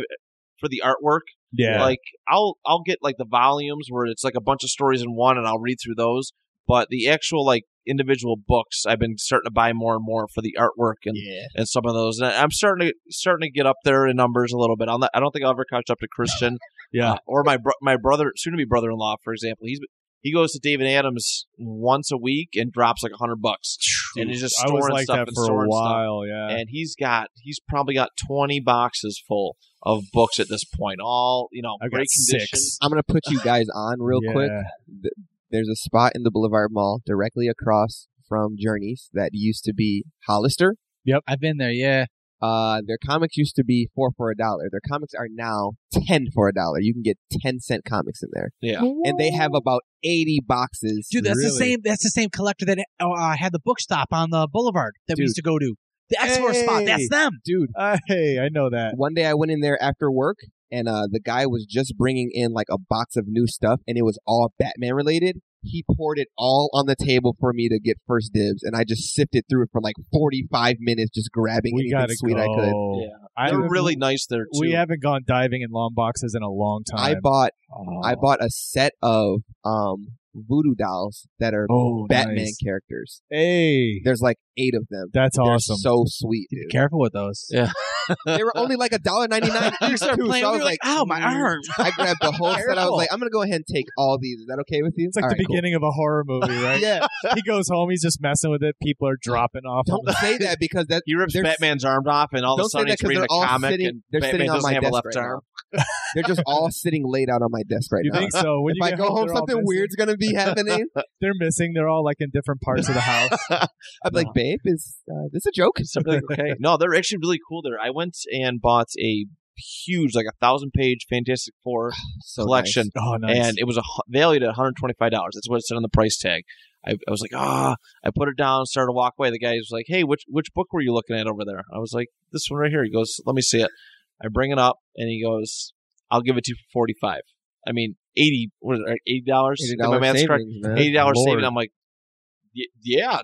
[SPEAKER 4] for the artwork.
[SPEAKER 3] yeah.
[SPEAKER 4] Like I'll I'll get like the volumes where it's like a bunch of stories in one, and I'll read through those. But the actual like individual books, I've been starting to buy more and more for the artwork and
[SPEAKER 2] Yeah.
[SPEAKER 4] and some of those. And I- I'm starting to starting to get up there in numbers a little bit. I'm not, I don't think I'll ever catch up to Christian.
[SPEAKER 3] *laughs* Yeah.
[SPEAKER 4] Uh, or my bro- my brother, soon to be brother in law, for example. He's he goes to David Adams once a week and drops like a hundred bucks, and he's just
[SPEAKER 3] I was
[SPEAKER 4] storing
[SPEAKER 3] like
[SPEAKER 4] stuff
[SPEAKER 3] that
[SPEAKER 4] and
[SPEAKER 3] for a
[SPEAKER 4] storing stuff.
[SPEAKER 3] while. Yeah.
[SPEAKER 4] And he's got he's probably got twenty boxes full of books at this point, all you know,
[SPEAKER 3] I've got
[SPEAKER 4] great condition.
[SPEAKER 3] six.
[SPEAKER 2] I'm gonna put you guys on real
[SPEAKER 3] Yeah.
[SPEAKER 2] quick. There's a spot in the Boulevard Mall directly across from Journeys that used to be Hollister.
[SPEAKER 1] I've been there. Yeah.
[SPEAKER 2] Uh, their comics used to be four for a dollar. Their comics are now ten for a dollar. You can get ten cent comics in there,
[SPEAKER 4] Yeah.
[SPEAKER 2] and they have about eighty boxes.
[SPEAKER 1] Dude, that's the
[SPEAKER 3] Really?
[SPEAKER 1] same. That's the same collector that uh, had the book stop on the Boulevard that we
[SPEAKER 2] Dude.
[SPEAKER 1] used to go to. The X Force spot.
[SPEAKER 3] Hey.
[SPEAKER 1] That's them.
[SPEAKER 2] dude.
[SPEAKER 3] Uh, hey, I know that.
[SPEAKER 2] One day I went in there after work, and uh, the guy was just bringing in like a box of new stuff, and it was all Batman related. He poured it all on the table for me to get first dibs, and I just sifted through it for like 45 minutes, just grabbing
[SPEAKER 3] We
[SPEAKER 2] anything
[SPEAKER 3] gotta
[SPEAKER 2] sweet
[SPEAKER 3] go.
[SPEAKER 2] I could.
[SPEAKER 4] Yeah.
[SPEAKER 3] I
[SPEAKER 4] They're really nice there too.
[SPEAKER 3] We haven't gone diving in long boxes in a long
[SPEAKER 2] I
[SPEAKER 3] time.
[SPEAKER 2] bought
[SPEAKER 3] oh.
[SPEAKER 2] I bought a set of um, voodoo dolls that are
[SPEAKER 3] oh,
[SPEAKER 2] Batman
[SPEAKER 3] nice.
[SPEAKER 2] characters.
[SPEAKER 3] Hey,
[SPEAKER 2] There's like eight of them.
[SPEAKER 3] that's
[SPEAKER 2] They're
[SPEAKER 3] awesome.
[SPEAKER 2] so sweet.
[SPEAKER 1] Dude, be
[SPEAKER 2] dude.
[SPEAKER 3] *laughs*
[SPEAKER 1] careful with those.
[SPEAKER 4] Yeah.
[SPEAKER 2] they were only like a dollar ninety nine.
[SPEAKER 1] You start playing.
[SPEAKER 2] so I
[SPEAKER 1] you're
[SPEAKER 2] was
[SPEAKER 1] like,
[SPEAKER 2] like, mm.
[SPEAKER 1] "Ow, my arm!"
[SPEAKER 2] I grabbed the whole set. I was
[SPEAKER 1] Careful.
[SPEAKER 2] like, I'm gonna go ahead and take all these. Is that okay with you?
[SPEAKER 3] it's like
[SPEAKER 2] All
[SPEAKER 3] the
[SPEAKER 2] right, cool.
[SPEAKER 3] beginning of a horror
[SPEAKER 2] *laughs*
[SPEAKER 3] movie, right?
[SPEAKER 2] Yeah,
[SPEAKER 3] he goes home, he's just messing with it. People are dropping off. on *laughs*
[SPEAKER 2] Don't say that because that.
[SPEAKER 4] he rips
[SPEAKER 2] They're-
[SPEAKER 4] Batman's arm off, and all of a
[SPEAKER 2] Don't say
[SPEAKER 4] sudden
[SPEAKER 2] that
[SPEAKER 4] he's
[SPEAKER 2] because
[SPEAKER 4] reading
[SPEAKER 2] they're
[SPEAKER 4] a
[SPEAKER 2] all
[SPEAKER 4] comic,
[SPEAKER 2] sitting.
[SPEAKER 4] and
[SPEAKER 2] They're
[SPEAKER 4] Batman
[SPEAKER 2] sitting on
[SPEAKER 4] doesn't
[SPEAKER 2] my
[SPEAKER 4] have a
[SPEAKER 2] desk
[SPEAKER 4] left *laughs*
[SPEAKER 2] right
[SPEAKER 4] arm.
[SPEAKER 2] now. They're just all sitting laid out on my desk right
[SPEAKER 3] you
[SPEAKER 2] now.
[SPEAKER 3] think so? When
[SPEAKER 2] if
[SPEAKER 3] you
[SPEAKER 2] I
[SPEAKER 3] get
[SPEAKER 2] go home,
[SPEAKER 3] they're all
[SPEAKER 2] something
[SPEAKER 3] missing.
[SPEAKER 2] weird's gonna
[SPEAKER 3] *laughs*
[SPEAKER 2] be happening.
[SPEAKER 3] They're missing. They're all like in different parts
[SPEAKER 2] *laughs*
[SPEAKER 3] of the house.
[SPEAKER 2] I'm like, babe, is uh, this a joke?
[SPEAKER 4] Something okay. No, they're actually really cool there. I went and bought a huge, like a thousand page Fantastic Four
[SPEAKER 2] So
[SPEAKER 4] collection,
[SPEAKER 3] Oh, nice.
[SPEAKER 4] and it was a hu- valued at one hundred twenty five dollars. That's what it said on the price tag. I, I was like, ah, I put it down, started to walk away. The guy was like, hey, which which book were you looking at over there? I was like, this one right here. He goes, let me see it. I bring it up, and he goes, I'll give it to you for forty five. I mean, eighty. What is it? Eighty dollars.
[SPEAKER 2] nice.
[SPEAKER 4] My math's correct
[SPEAKER 2] savings, man.
[SPEAKER 4] eighty dollars
[SPEAKER 3] Lord.
[SPEAKER 4] saving. I'm like, y- yeah,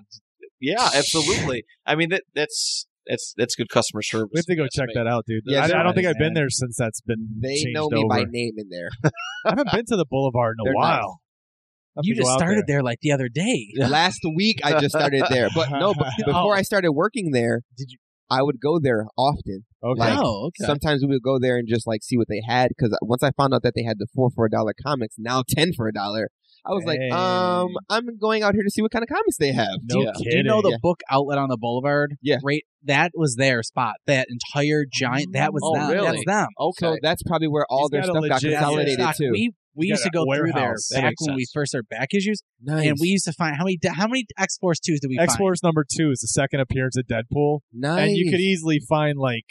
[SPEAKER 4] yeah,
[SPEAKER 3] *laughs*
[SPEAKER 4] absolutely. I mean that that's that's that's good customer service.
[SPEAKER 3] we have to go
[SPEAKER 4] That's
[SPEAKER 3] check
[SPEAKER 4] amazing.
[SPEAKER 3] that out, dude.
[SPEAKER 2] Yes,
[SPEAKER 3] I, I don't
[SPEAKER 1] right,
[SPEAKER 3] think I've been
[SPEAKER 1] man.
[SPEAKER 3] there since that's been.
[SPEAKER 2] They
[SPEAKER 3] changed
[SPEAKER 2] know me
[SPEAKER 3] over.
[SPEAKER 2] by name in
[SPEAKER 3] *laughs*
[SPEAKER 2] there.
[SPEAKER 3] I haven't been to the Boulevard in a
[SPEAKER 2] They're nice.
[SPEAKER 3] while. I have
[SPEAKER 1] You
[SPEAKER 3] to go
[SPEAKER 1] just
[SPEAKER 3] out
[SPEAKER 1] started there. like the other day.
[SPEAKER 2] Last week I just started
[SPEAKER 3] *laughs*
[SPEAKER 2] there, but
[SPEAKER 3] Uh-huh.
[SPEAKER 2] no, but
[SPEAKER 3] Oh.
[SPEAKER 2] before I started working there,
[SPEAKER 1] Did you-
[SPEAKER 2] I would go there often.
[SPEAKER 3] Okay.
[SPEAKER 2] Like,
[SPEAKER 1] oh, okay.
[SPEAKER 2] Sometimes we would go there and just like see what they had because once I found out that they had the four for a dollar comics, now ten for a dollar. I was like, um, I'm going out here to see what kind of comics they have.
[SPEAKER 3] no
[SPEAKER 4] Yeah.
[SPEAKER 3] kidding.
[SPEAKER 1] Do you know the
[SPEAKER 2] Yeah.
[SPEAKER 1] book outlet on the Boulevard?
[SPEAKER 2] Yeah.
[SPEAKER 1] Right. That was their spot. That entire giant. That was
[SPEAKER 4] Oh,
[SPEAKER 1] them.
[SPEAKER 4] really?
[SPEAKER 1] That's them.
[SPEAKER 4] Okay.
[SPEAKER 2] So that's probably where all
[SPEAKER 3] He's
[SPEAKER 2] their
[SPEAKER 3] got a
[SPEAKER 2] stuff got
[SPEAKER 3] legit- Yeah,
[SPEAKER 2] consolidated
[SPEAKER 1] Stock-
[SPEAKER 2] too.
[SPEAKER 1] We we
[SPEAKER 3] You
[SPEAKER 1] used to
[SPEAKER 3] got a
[SPEAKER 1] go through there
[SPEAKER 3] warehouse.
[SPEAKER 4] That
[SPEAKER 1] back
[SPEAKER 4] makes
[SPEAKER 1] when we
[SPEAKER 4] sense.
[SPEAKER 1] first started back issues,
[SPEAKER 2] nice.
[SPEAKER 1] and we used to find how many how many X Force twos did we
[SPEAKER 3] X
[SPEAKER 1] find?
[SPEAKER 3] Force number two is the second appearance of Deadpool,
[SPEAKER 2] nice.
[SPEAKER 3] and you could easily find like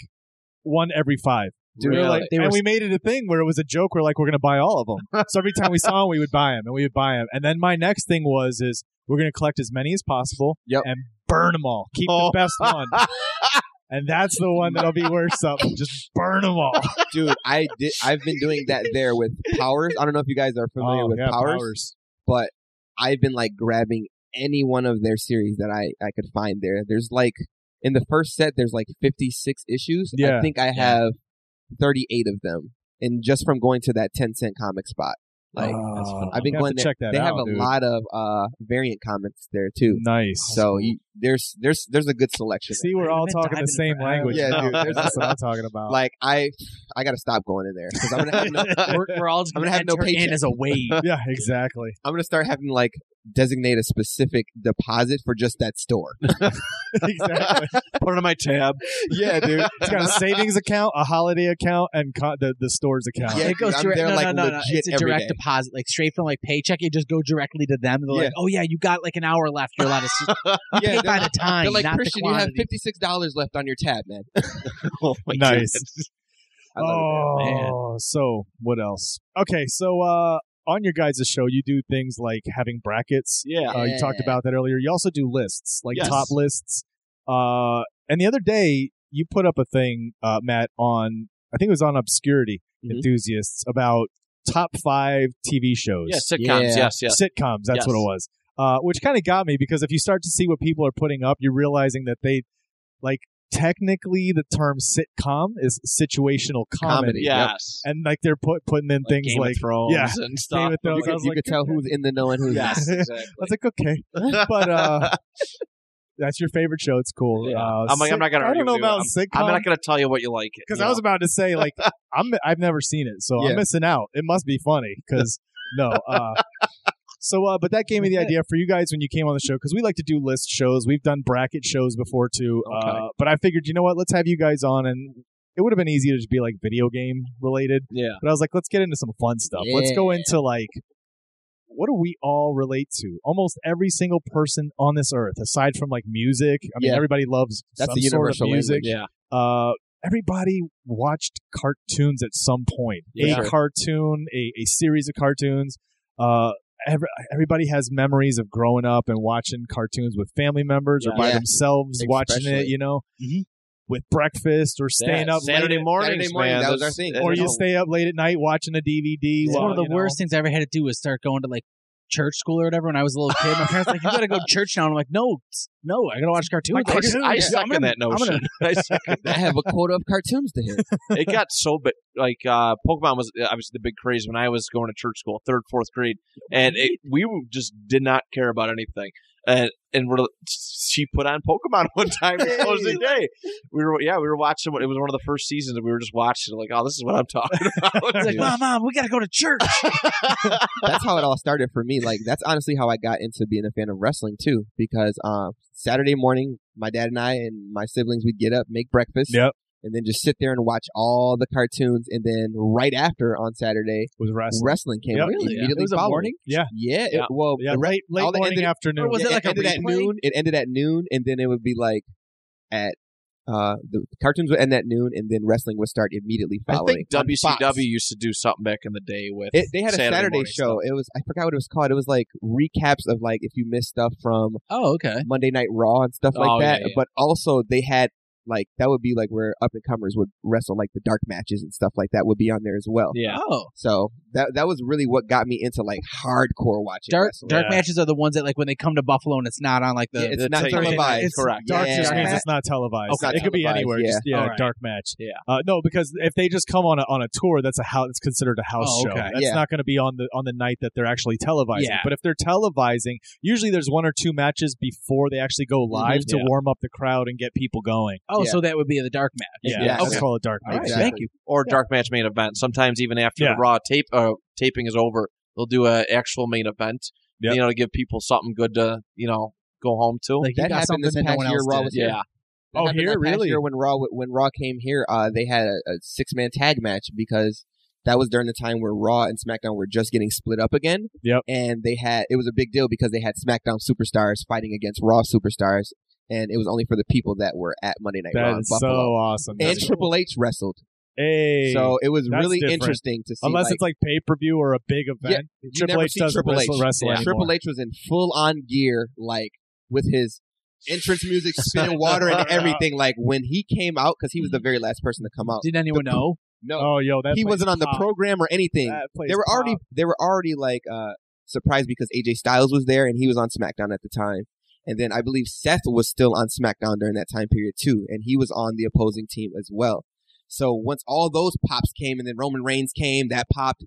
[SPEAKER 3] one every five.
[SPEAKER 2] Dude,
[SPEAKER 3] We were
[SPEAKER 4] Really?
[SPEAKER 3] like,
[SPEAKER 1] They
[SPEAKER 3] and
[SPEAKER 1] were-
[SPEAKER 3] we made it a thing where it was a joke. We're like, we're gonna buy all of them. so every time we saw them, we would buy them, and we would buy them. And then my next thing was is we're gonna collect as many as possible
[SPEAKER 2] Yep.
[SPEAKER 3] and burn them all. Keep
[SPEAKER 4] Oh.
[SPEAKER 3] the best one, and that's the one that'll be worth something. Just burn them all.
[SPEAKER 2] dude, I did. I've been doing that there with Powers. I don't know if you guys are familiar
[SPEAKER 3] Oh,
[SPEAKER 2] with
[SPEAKER 3] yeah,
[SPEAKER 2] Powers, but I've been like grabbing any one of their series that I I could find there. There's like in the first set, there's like 56 issues. I
[SPEAKER 3] Yeah.
[SPEAKER 2] think I have 38 of them, and just from going to that 10 cent comic spot, like
[SPEAKER 3] Oh,
[SPEAKER 2] I've been
[SPEAKER 3] I'm gonna
[SPEAKER 2] going
[SPEAKER 3] have to
[SPEAKER 2] there.
[SPEAKER 3] check that
[SPEAKER 2] they
[SPEAKER 3] out,
[SPEAKER 2] have a
[SPEAKER 3] dude.
[SPEAKER 2] lot of uh variant comics there too.
[SPEAKER 3] Nice.
[SPEAKER 2] So you, there's there's there's a good selection.
[SPEAKER 3] see,
[SPEAKER 1] I
[SPEAKER 3] we're all
[SPEAKER 1] haven't
[SPEAKER 3] talking
[SPEAKER 1] dived in
[SPEAKER 3] the same
[SPEAKER 1] forever.
[SPEAKER 3] language.
[SPEAKER 2] Yeah,
[SPEAKER 3] now.
[SPEAKER 2] dude, there's-
[SPEAKER 3] that's what I'm talking about.
[SPEAKER 2] Like I, I gotta stop going in there because I'm gonna
[SPEAKER 3] *laughs*
[SPEAKER 2] have no,
[SPEAKER 1] we're, we're all just
[SPEAKER 2] *laughs* I'm
[SPEAKER 1] gonna,
[SPEAKER 2] gonna have no
[SPEAKER 1] enter in
[SPEAKER 2] paycheck.
[SPEAKER 1] as
[SPEAKER 2] *laughs*
[SPEAKER 1] a wave.
[SPEAKER 3] yeah, exactly. *laughs*
[SPEAKER 2] I'm gonna start having to, like designate a specific deposit for just that store.
[SPEAKER 3] exactly.
[SPEAKER 4] Put it on my tab.
[SPEAKER 2] *laughs* yeah, dude.
[SPEAKER 3] It's got a savings account, a holiday account, and co- the the store's account.
[SPEAKER 2] Yeah,
[SPEAKER 1] it goes
[SPEAKER 2] dude, I'm
[SPEAKER 1] direct.
[SPEAKER 2] there,
[SPEAKER 1] no,
[SPEAKER 2] like,
[SPEAKER 1] no, no, no.
[SPEAKER 2] legit
[SPEAKER 1] It's a
[SPEAKER 2] every
[SPEAKER 1] direct
[SPEAKER 2] day.
[SPEAKER 1] deposit, like straight from like paycheck. It just go directly to them. They're
[SPEAKER 2] Yeah.
[SPEAKER 1] like, "Oh yeah, you got like an hour left. You're allowed to s-
[SPEAKER 2] *laughs* Yeah,
[SPEAKER 1] pay
[SPEAKER 2] they're,
[SPEAKER 1] by the time,
[SPEAKER 2] they're like
[SPEAKER 1] not
[SPEAKER 2] Christian.
[SPEAKER 1] the
[SPEAKER 2] You have
[SPEAKER 1] quantity."
[SPEAKER 2] fifty six dollars left on your tab, man.
[SPEAKER 4] *laughs* Oh my
[SPEAKER 3] Nice. *laughs*
[SPEAKER 4] goodness.
[SPEAKER 2] I love it, man.
[SPEAKER 3] Oh, so what else? Okay, so uh, on your guys' show, you do things like having brackets.
[SPEAKER 4] Yeah.
[SPEAKER 3] Uh, you talked
[SPEAKER 2] Yeah.
[SPEAKER 3] about that earlier. You also do lists, like
[SPEAKER 4] Yes.
[SPEAKER 3] top lists. Uh, and the other day, you put up a thing, uh, Matt, on I think it was on Obscurity
[SPEAKER 2] Mhm.
[SPEAKER 3] enthusiasts about top five TV shows,
[SPEAKER 4] Yeah, sitcoms.
[SPEAKER 2] Yeah.
[SPEAKER 4] Yes, yes.
[SPEAKER 3] sitcoms. That's what it
[SPEAKER 4] Yes.
[SPEAKER 3] was. Uh, which kind of got me because if you start to see what people are putting up, you're realizing that they like technically the term sitcom is situational
[SPEAKER 2] Comedy.
[SPEAKER 3] comedy.
[SPEAKER 4] Yes.
[SPEAKER 3] and like they're put, putting in things
[SPEAKER 4] Game
[SPEAKER 3] like
[SPEAKER 4] of Thrones *laughs*
[SPEAKER 3] yeah,
[SPEAKER 4] and stuff.
[SPEAKER 3] Game of Thrones.
[SPEAKER 2] You,
[SPEAKER 3] I
[SPEAKER 2] could,
[SPEAKER 3] was
[SPEAKER 2] you
[SPEAKER 3] like,
[SPEAKER 2] could tell who's in the know and who's
[SPEAKER 4] Yes,
[SPEAKER 3] Yeah.
[SPEAKER 4] exactly.
[SPEAKER 3] I was
[SPEAKER 4] *laughs*
[SPEAKER 3] like, okay, but uh, that's your favorite show. It's cool.
[SPEAKER 4] Yeah.
[SPEAKER 3] Uh,
[SPEAKER 4] I'm like, I'm not gonna
[SPEAKER 3] I
[SPEAKER 4] argue
[SPEAKER 3] don't know
[SPEAKER 4] with you.
[SPEAKER 3] about sitcom
[SPEAKER 4] I'm not going to tell you what you like.
[SPEAKER 3] because
[SPEAKER 4] you
[SPEAKER 3] I was
[SPEAKER 4] know?
[SPEAKER 3] about to
[SPEAKER 2] *laughs*
[SPEAKER 3] say like I'm I've never seen it, so
[SPEAKER 2] Yeah.
[SPEAKER 3] I'm missing out. It must be funny because no. Uh, so, uh, but that gave me the idea for you guys when you came on the show because we like to do list shows. We've done bracket shows before too, uh,
[SPEAKER 4] Okay.
[SPEAKER 3] but I figured you know what, let's have you guys on and. It would have been easy to just be like video game related,
[SPEAKER 4] yeah.
[SPEAKER 3] but I was like, let's get into some fun stuff. Let's go
[SPEAKER 2] Yeah.
[SPEAKER 3] into like what do we all relate to? Almost every single person on this earth, aside from like music. I mean,
[SPEAKER 2] Yeah.
[SPEAKER 3] everybody loves
[SPEAKER 2] That's
[SPEAKER 3] some
[SPEAKER 2] the universal
[SPEAKER 3] sort of music.
[SPEAKER 2] language.
[SPEAKER 4] Yeah.
[SPEAKER 3] Uh, everybody watched cartoons at some point.
[SPEAKER 4] Yeah.
[SPEAKER 3] A cartoon, a, a series of cartoons. Uh, every, everybody has memories of growing up and watching cartoons with family members or
[SPEAKER 4] Yeah.
[SPEAKER 3] by
[SPEAKER 2] Yeah.
[SPEAKER 3] themselves, watching it.
[SPEAKER 2] Especially.
[SPEAKER 3] You know,
[SPEAKER 1] Mhm.
[SPEAKER 3] with breakfast or staying
[SPEAKER 4] Yeah,
[SPEAKER 3] up
[SPEAKER 4] Saturday
[SPEAKER 3] late.
[SPEAKER 4] mornings,
[SPEAKER 2] Saturday morning,
[SPEAKER 4] man,
[SPEAKER 2] that was
[SPEAKER 4] those-
[SPEAKER 2] our thing.
[SPEAKER 3] Or you
[SPEAKER 2] know.
[SPEAKER 3] stay up late at night watching a DVD.
[SPEAKER 1] It's
[SPEAKER 3] while,
[SPEAKER 1] one of the
[SPEAKER 3] you know-
[SPEAKER 1] worst things I ever had to do was start going to like church school or whatever when I was a little kid. My parents were like, you gotta
[SPEAKER 3] *laughs*
[SPEAKER 1] go to church now. And I'm like, no, it's- no, I gotta watch cartoons.
[SPEAKER 4] I,
[SPEAKER 1] just-
[SPEAKER 4] I
[SPEAKER 1] yeah,
[SPEAKER 4] suck
[SPEAKER 1] *laughs* I'm
[SPEAKER 4] in
[SPEAKER 1] gonna-
[SPEAKER 4] that
[SPEAKER 1] I'm
[SPEAKER 4] notion. *laughs*
[SPEAKER 1] gonna-
[SPEAKER 4] I suck in
[SPEAKER 2] I
[SPEAKER 4] that.
[SPEAKER 2] have a quota of cartoons to hit.
[SPEAKER 4] It got so big. Like uh, Pokemon was uh, obviously the big craze when I was going to church school, third, fourth grade, and it, we were- just did not care about anything. And and we're, she put on Pokemon *laughs* one time in closing day. We were yeah, we were watching. It was one of the first seasons, and we were just watching. Like, oh, this is what I'm talking *laughs* about.
[SPEAKER 1] It's like, mom, mom, we gotta go to
[SPEAKER 3] *laughs*
[SPEAKER 1] church.
[SPEAKER 2] that's how it all started for me. Like that's honestly how I got into being a fan of wrestling too, because uh, Saturday morning, my dad and I and my siblings we'd get up, make breakfast,
[SPEAKER 3] Yep.
[SPEAKER 2] and then just sit there and watch all the cartoons. And then right after on Saturday,
[SPEAKER 3] with wrestling.
[SPEAKER 2] wrestling came
[SPEAKER 3] Yep.
[SPEAKER 2] immediately
[SPEAKER 4] Yeah.
[SPEAKER 1] It was a
[SPEAKER 2] following.
[SPEAKER 1] morning?
[SPEAKER 3] Yeah.
[SPEAKER 2] yeah. it-
[SPEAKER 4] Yeah.
[SPEAKER 2] well,
[SPEAKER 3] Yeah,
[SPEAKER 2] the re-
[SPEAKER 3] late late
[SPEAKER 2] all the
[SPEAKER 3] morning
[SPEAKER 2] ended-
[SPEAKER 3] afternoon.
[SPEAKER 1] Or was
[SPEAKER 2] yeah,
[SPEAKER 1] it like a
[SPEAKER 2] ended at
[SPEAKER 1] replay?
[SPEAKER 2] noon. It ended at noon, and then it would be like at. Uh, the cartoons would end at noon, and then wrestling would start immediately
[SPEAKER 4] I
[SPEAKER 2] following.
[SPEAKER 4] think
[SPEAKER 2] on
[SPEAKER 4] WCW
[SPEAKER 2] Fox.
[SPEAKER 4] used to do something back in the day with
[SPEAKER 2] It, they had a
[SPEAKER 4] Saturday
[SPEAKER 2] Saturday,
[SPEAKER 4] morning
[SPEAKER 2] show. It was I forgot what it was called. It was like recaps of like if you missed stuff from
[SPEAKER 1] Oh, okay.
[SPEAKER 2] Monday Night Raw and stuff like
[SPEAKER 4] Oh, yeah,
[SPEAKER 2] that.
[SPEAKER 4] yeah.
[SPEAKER 2] But also they had like that would be like where up and comers would wrestle like the dark matches and stuff like that would be on there as well.
[SPEAKER 4] Yeah,
[SPEAKER 1] Oh.
[SPEAKER 2] So that that was really what got me into like hardcore watching.
[SPEAKER 1] Dark
[SPEAKER 2] wrestling.
[SPEAKER 1] dark
[SPEAKER 3] Yeah.
[SPEAKER 1] matches are the ones that like when they come to Buffalo and it's not on like the
[SPEAKER 2] Yeah, it's
[SPEAKER 4] the
[SPEAKER 2] not
[SPEAKER 4] tape.
[SPEAKER 2] televised.
[SPEAKER 1] It's
[SPEAKER 4] correct.
[SPEAKER 3] Dark
[SPEAKER 2] Yeah.
[SPEAKER 3] just
[SPEAKER 1] Dark
[SPEAKER 3] means
[SPEAKER 1] match.
[SPEAKER 3] it's not televised.
[SPEAKER 2] Okay.
[SPEAKER 3] it could be
[SPEAKER 2] Televised,
[SPEAKER 3] anywhere.
[SPEAKER 2] yeah.
[SPEAKER 3] Just, yeah,
[SPEAKER 1] All right.
[SPEAKER 3] dark match.
[SPEAKER 4] Yeah.
[SPEAKER 3] Uh, no, because if they just come on a, on a tour, that's a house. It's considered a house
[SPEAKER 1] Oh,
[SPEAKER 3] show.
[SPEAKER 1] okay.
[SPEAKER 3] That's
[SPEAKER 2] Yeah.
[SPEAKER 3] not going to be on the on the night that they're actually televising.
[SPEAKER 1] Yeah.
[SPEAKER 3] But if they're televising, usually there's one or two matches before they actually go
[SPEAKER 2] Mm-hmm.
[SPEAKER 3] live to
[SPEAKER 4] Yeah.
[SPEAKER 3] warm up the crowd and get people going.
[SPEAKER 1] Oh,
[SPEAKER 2] Yeah.
[SPEAKER 1] so that would be the dark match.
[SPEAKER 3] Yeah,
[SPEAKER 2] Yeah.
[SPEAKER 3] let's
[SPEAKER 2] Okay.
[SPEAKER 3] call it dark match.
[SPEAKER 1] All right,
[SPEAKER 2] Exactly.
[SPEAKER 1] thank you.
[SPEAKER 4] or dark match main event. Sometimes even after
[SPEAKER 3] Yeah.
[SPEAKER 4] the raw tape uh, taping is over, they'll do an actual main event.
[SPEAKER 3] Yep.
[SPEAKER 4] You know, to give people something good to you know go home to.
[SPEAKER 1] Like you
[SPEAKER 2] That
[SPEAKER 1] got
[SPEAKER 2] happened
[SPEAKER 1] something
[SPEAKER 2] this
[SPEAKER 1] that no
[SPEAKER 2] past
[SPEAKER 1] one
[SPEAKER 2] year,
[SPEAKER 1] else
[SPEAKER 2] Raw
[SPEAKER 1] did.
[SPEAKER 4] *laughs*
[SPEAKER 2] was-
[SPEAKER 4] yeah,
[SPEAKER 2] That
[SPEAKER 3] Oh,
[SPEAKER 2] happened
[SPEAKER 3] here?
[SPEAKER 2] that past
[SPEAKER 3] Really?
[SPEAKER 2] Year when Raw when Raw came here, uh, they had a, a six man tag match because that was during the time where Raw and SmackDown were just getting split up again.
[SPEAKER 3] Yep.
[SPEAKER 2] And they had it was a big deal because they had SmackDown superstars fighting against Raw superstars, and it was only for the people that were at Monday Night Raw
[SPEAKER 3] That
[SPEAKER 2] in
[SPEAKER 3] is so
[SPEAKER 2] Buffalo.
[SPEAKER 3] awesome.
[SPEAKER 2] and
[SPEAKER 3] That's-
[SPEAKER 2] Triple H wrestled,
[SPEAKER 3] hey,
[SPEAKER 2] so it was
[SPEAKER 3] that's
[SPEAKER 2] really
[SPEAKER 3] different.
[SPEAKER 2] interesting to see.
[SPEAKER 3] unless
[SPEAKER 2] like,
[SPEAKER 3] it's like pay per view or a big event,
[SPEAKER 2] you
[SPEAKER 3] Triple
[SPEAKER 2] never
[SPEAKER 3] H
[SPEAKER 2] see
[SPEAKER 3] doesn't
[SPEAKER 2] Triple
[SPEAKER 3] wrestle,
[SPEAKER 2] H.
[SPEAKER 3] wrestle
[SPEAKER 4] Yeah.
[SPEAKER 3] anymore.
[SPEAKER 2] Triple H was in full on gear, like with his entrance music, *laughs* spinning water, and everything. Like when he came out, because he was the
[SPEAKER 3] Mm-hmm.
[SPEAKER 2] very last person to come out.
[SPEAKER 1] Did anyone know?
[SPEAKER 2] No,
[SPEAKER 3] Oh, yo, that
[SPEAKER 2] he
[SPEAKER 3] place
[SPEAKER 2] wasn't on the
[SPEAKER 3] popped.
[SPEAKER 2] program or anything.
[SPEAKER 3] That place
[SPEAKER 2] They were already
[SPEAKER 3] popped.
[SPEAKER 2] they were already like uh, surprised because AJ Styles was there and he was on SmackDown at the time. And then I believe Seth was still on SmackDown during that time period too, and he was on the opposing team as well. So once all those pops came, and then Roman Reigns came, that popped,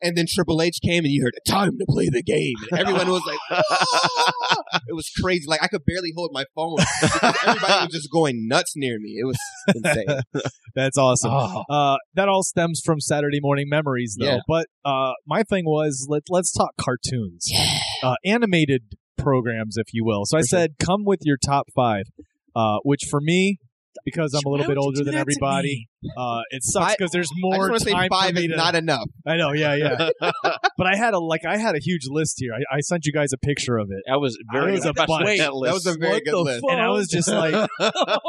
[SPEAKER 2] and then Triple H came, and you heard "Time to play the game," and everyone
[SPEAKER 3] *laughs*
[SPEAKER 2] was like,
[SPEAKER 4] *laughs*
[SPEAKER 2] "Ah!" "It was crazy!" Like I could barely hold my phone. because Everybody was just going nuts near me. It was insane.
[SPEAKER 3] That's awesome.
[SPEAKER 1] Oh.
[SPEAKER 3] Uh, that all stems from Saturday morning memories, though.
[SPEAKER 2] Yeah.
[SPEAKER 3] But uh, my thing was let, let's talk cartoons, uh, animated programs, if you will. So I
[SPEAKER 2] For sure.
[SPEAKER 3] said, come with your top five, uh, which for me, because I'm a little
[SPEAKER 1] Why
[SPEAKER 3] bit
[SPEAKER 1] would you
[SPEAKER 3] older
[SPEAKER 1] do
[SPEAKER 3] than
[SPEAKER 1] that to
[SPEAKER 3] everybody,
[SPEAKER 1] me?
[SPEAKER 3] uh, it sucks
[SPEAKER 2] I-
[SPEAKER 3] because there's
[SPEAKER 2] I just
[SPEAKER 3] more
[SPEAKER 2] want to say
[SPEAKER 3] time for
[SPEAKER 2] five
[SPEAKER 3] me
[SPEAKER 2] is
[SPEAKER 3] to.
[SPEAKER 2] not enough.
[SPEAKER 3] I know, yeah,
[SPEAKER 2] *laughs*
[SPEAKER 3] yeah. but I had a like I had a huge list here. I, I sent you guys a picture of it,
[SPEAKER 4] I was very
[SPEAKER 3] I was a
[SPEAKER 4] impressed with
[SPEAKER 3] bunch.
[SPEAKER 4] that
[SPEAKER 2] That was
[SPEAKER 4] list.
[SPEAKER 2] a very
[SPEAKER 1] What
[SPEAKER 2] good
[SPEAKER 1] the
[SPEAKER 2] list.
[SPEAKER 1] fuck?
[SPEAKER 3] and I was
[SPEAKER 4] *laughs*
[SPEAKER 3] just like,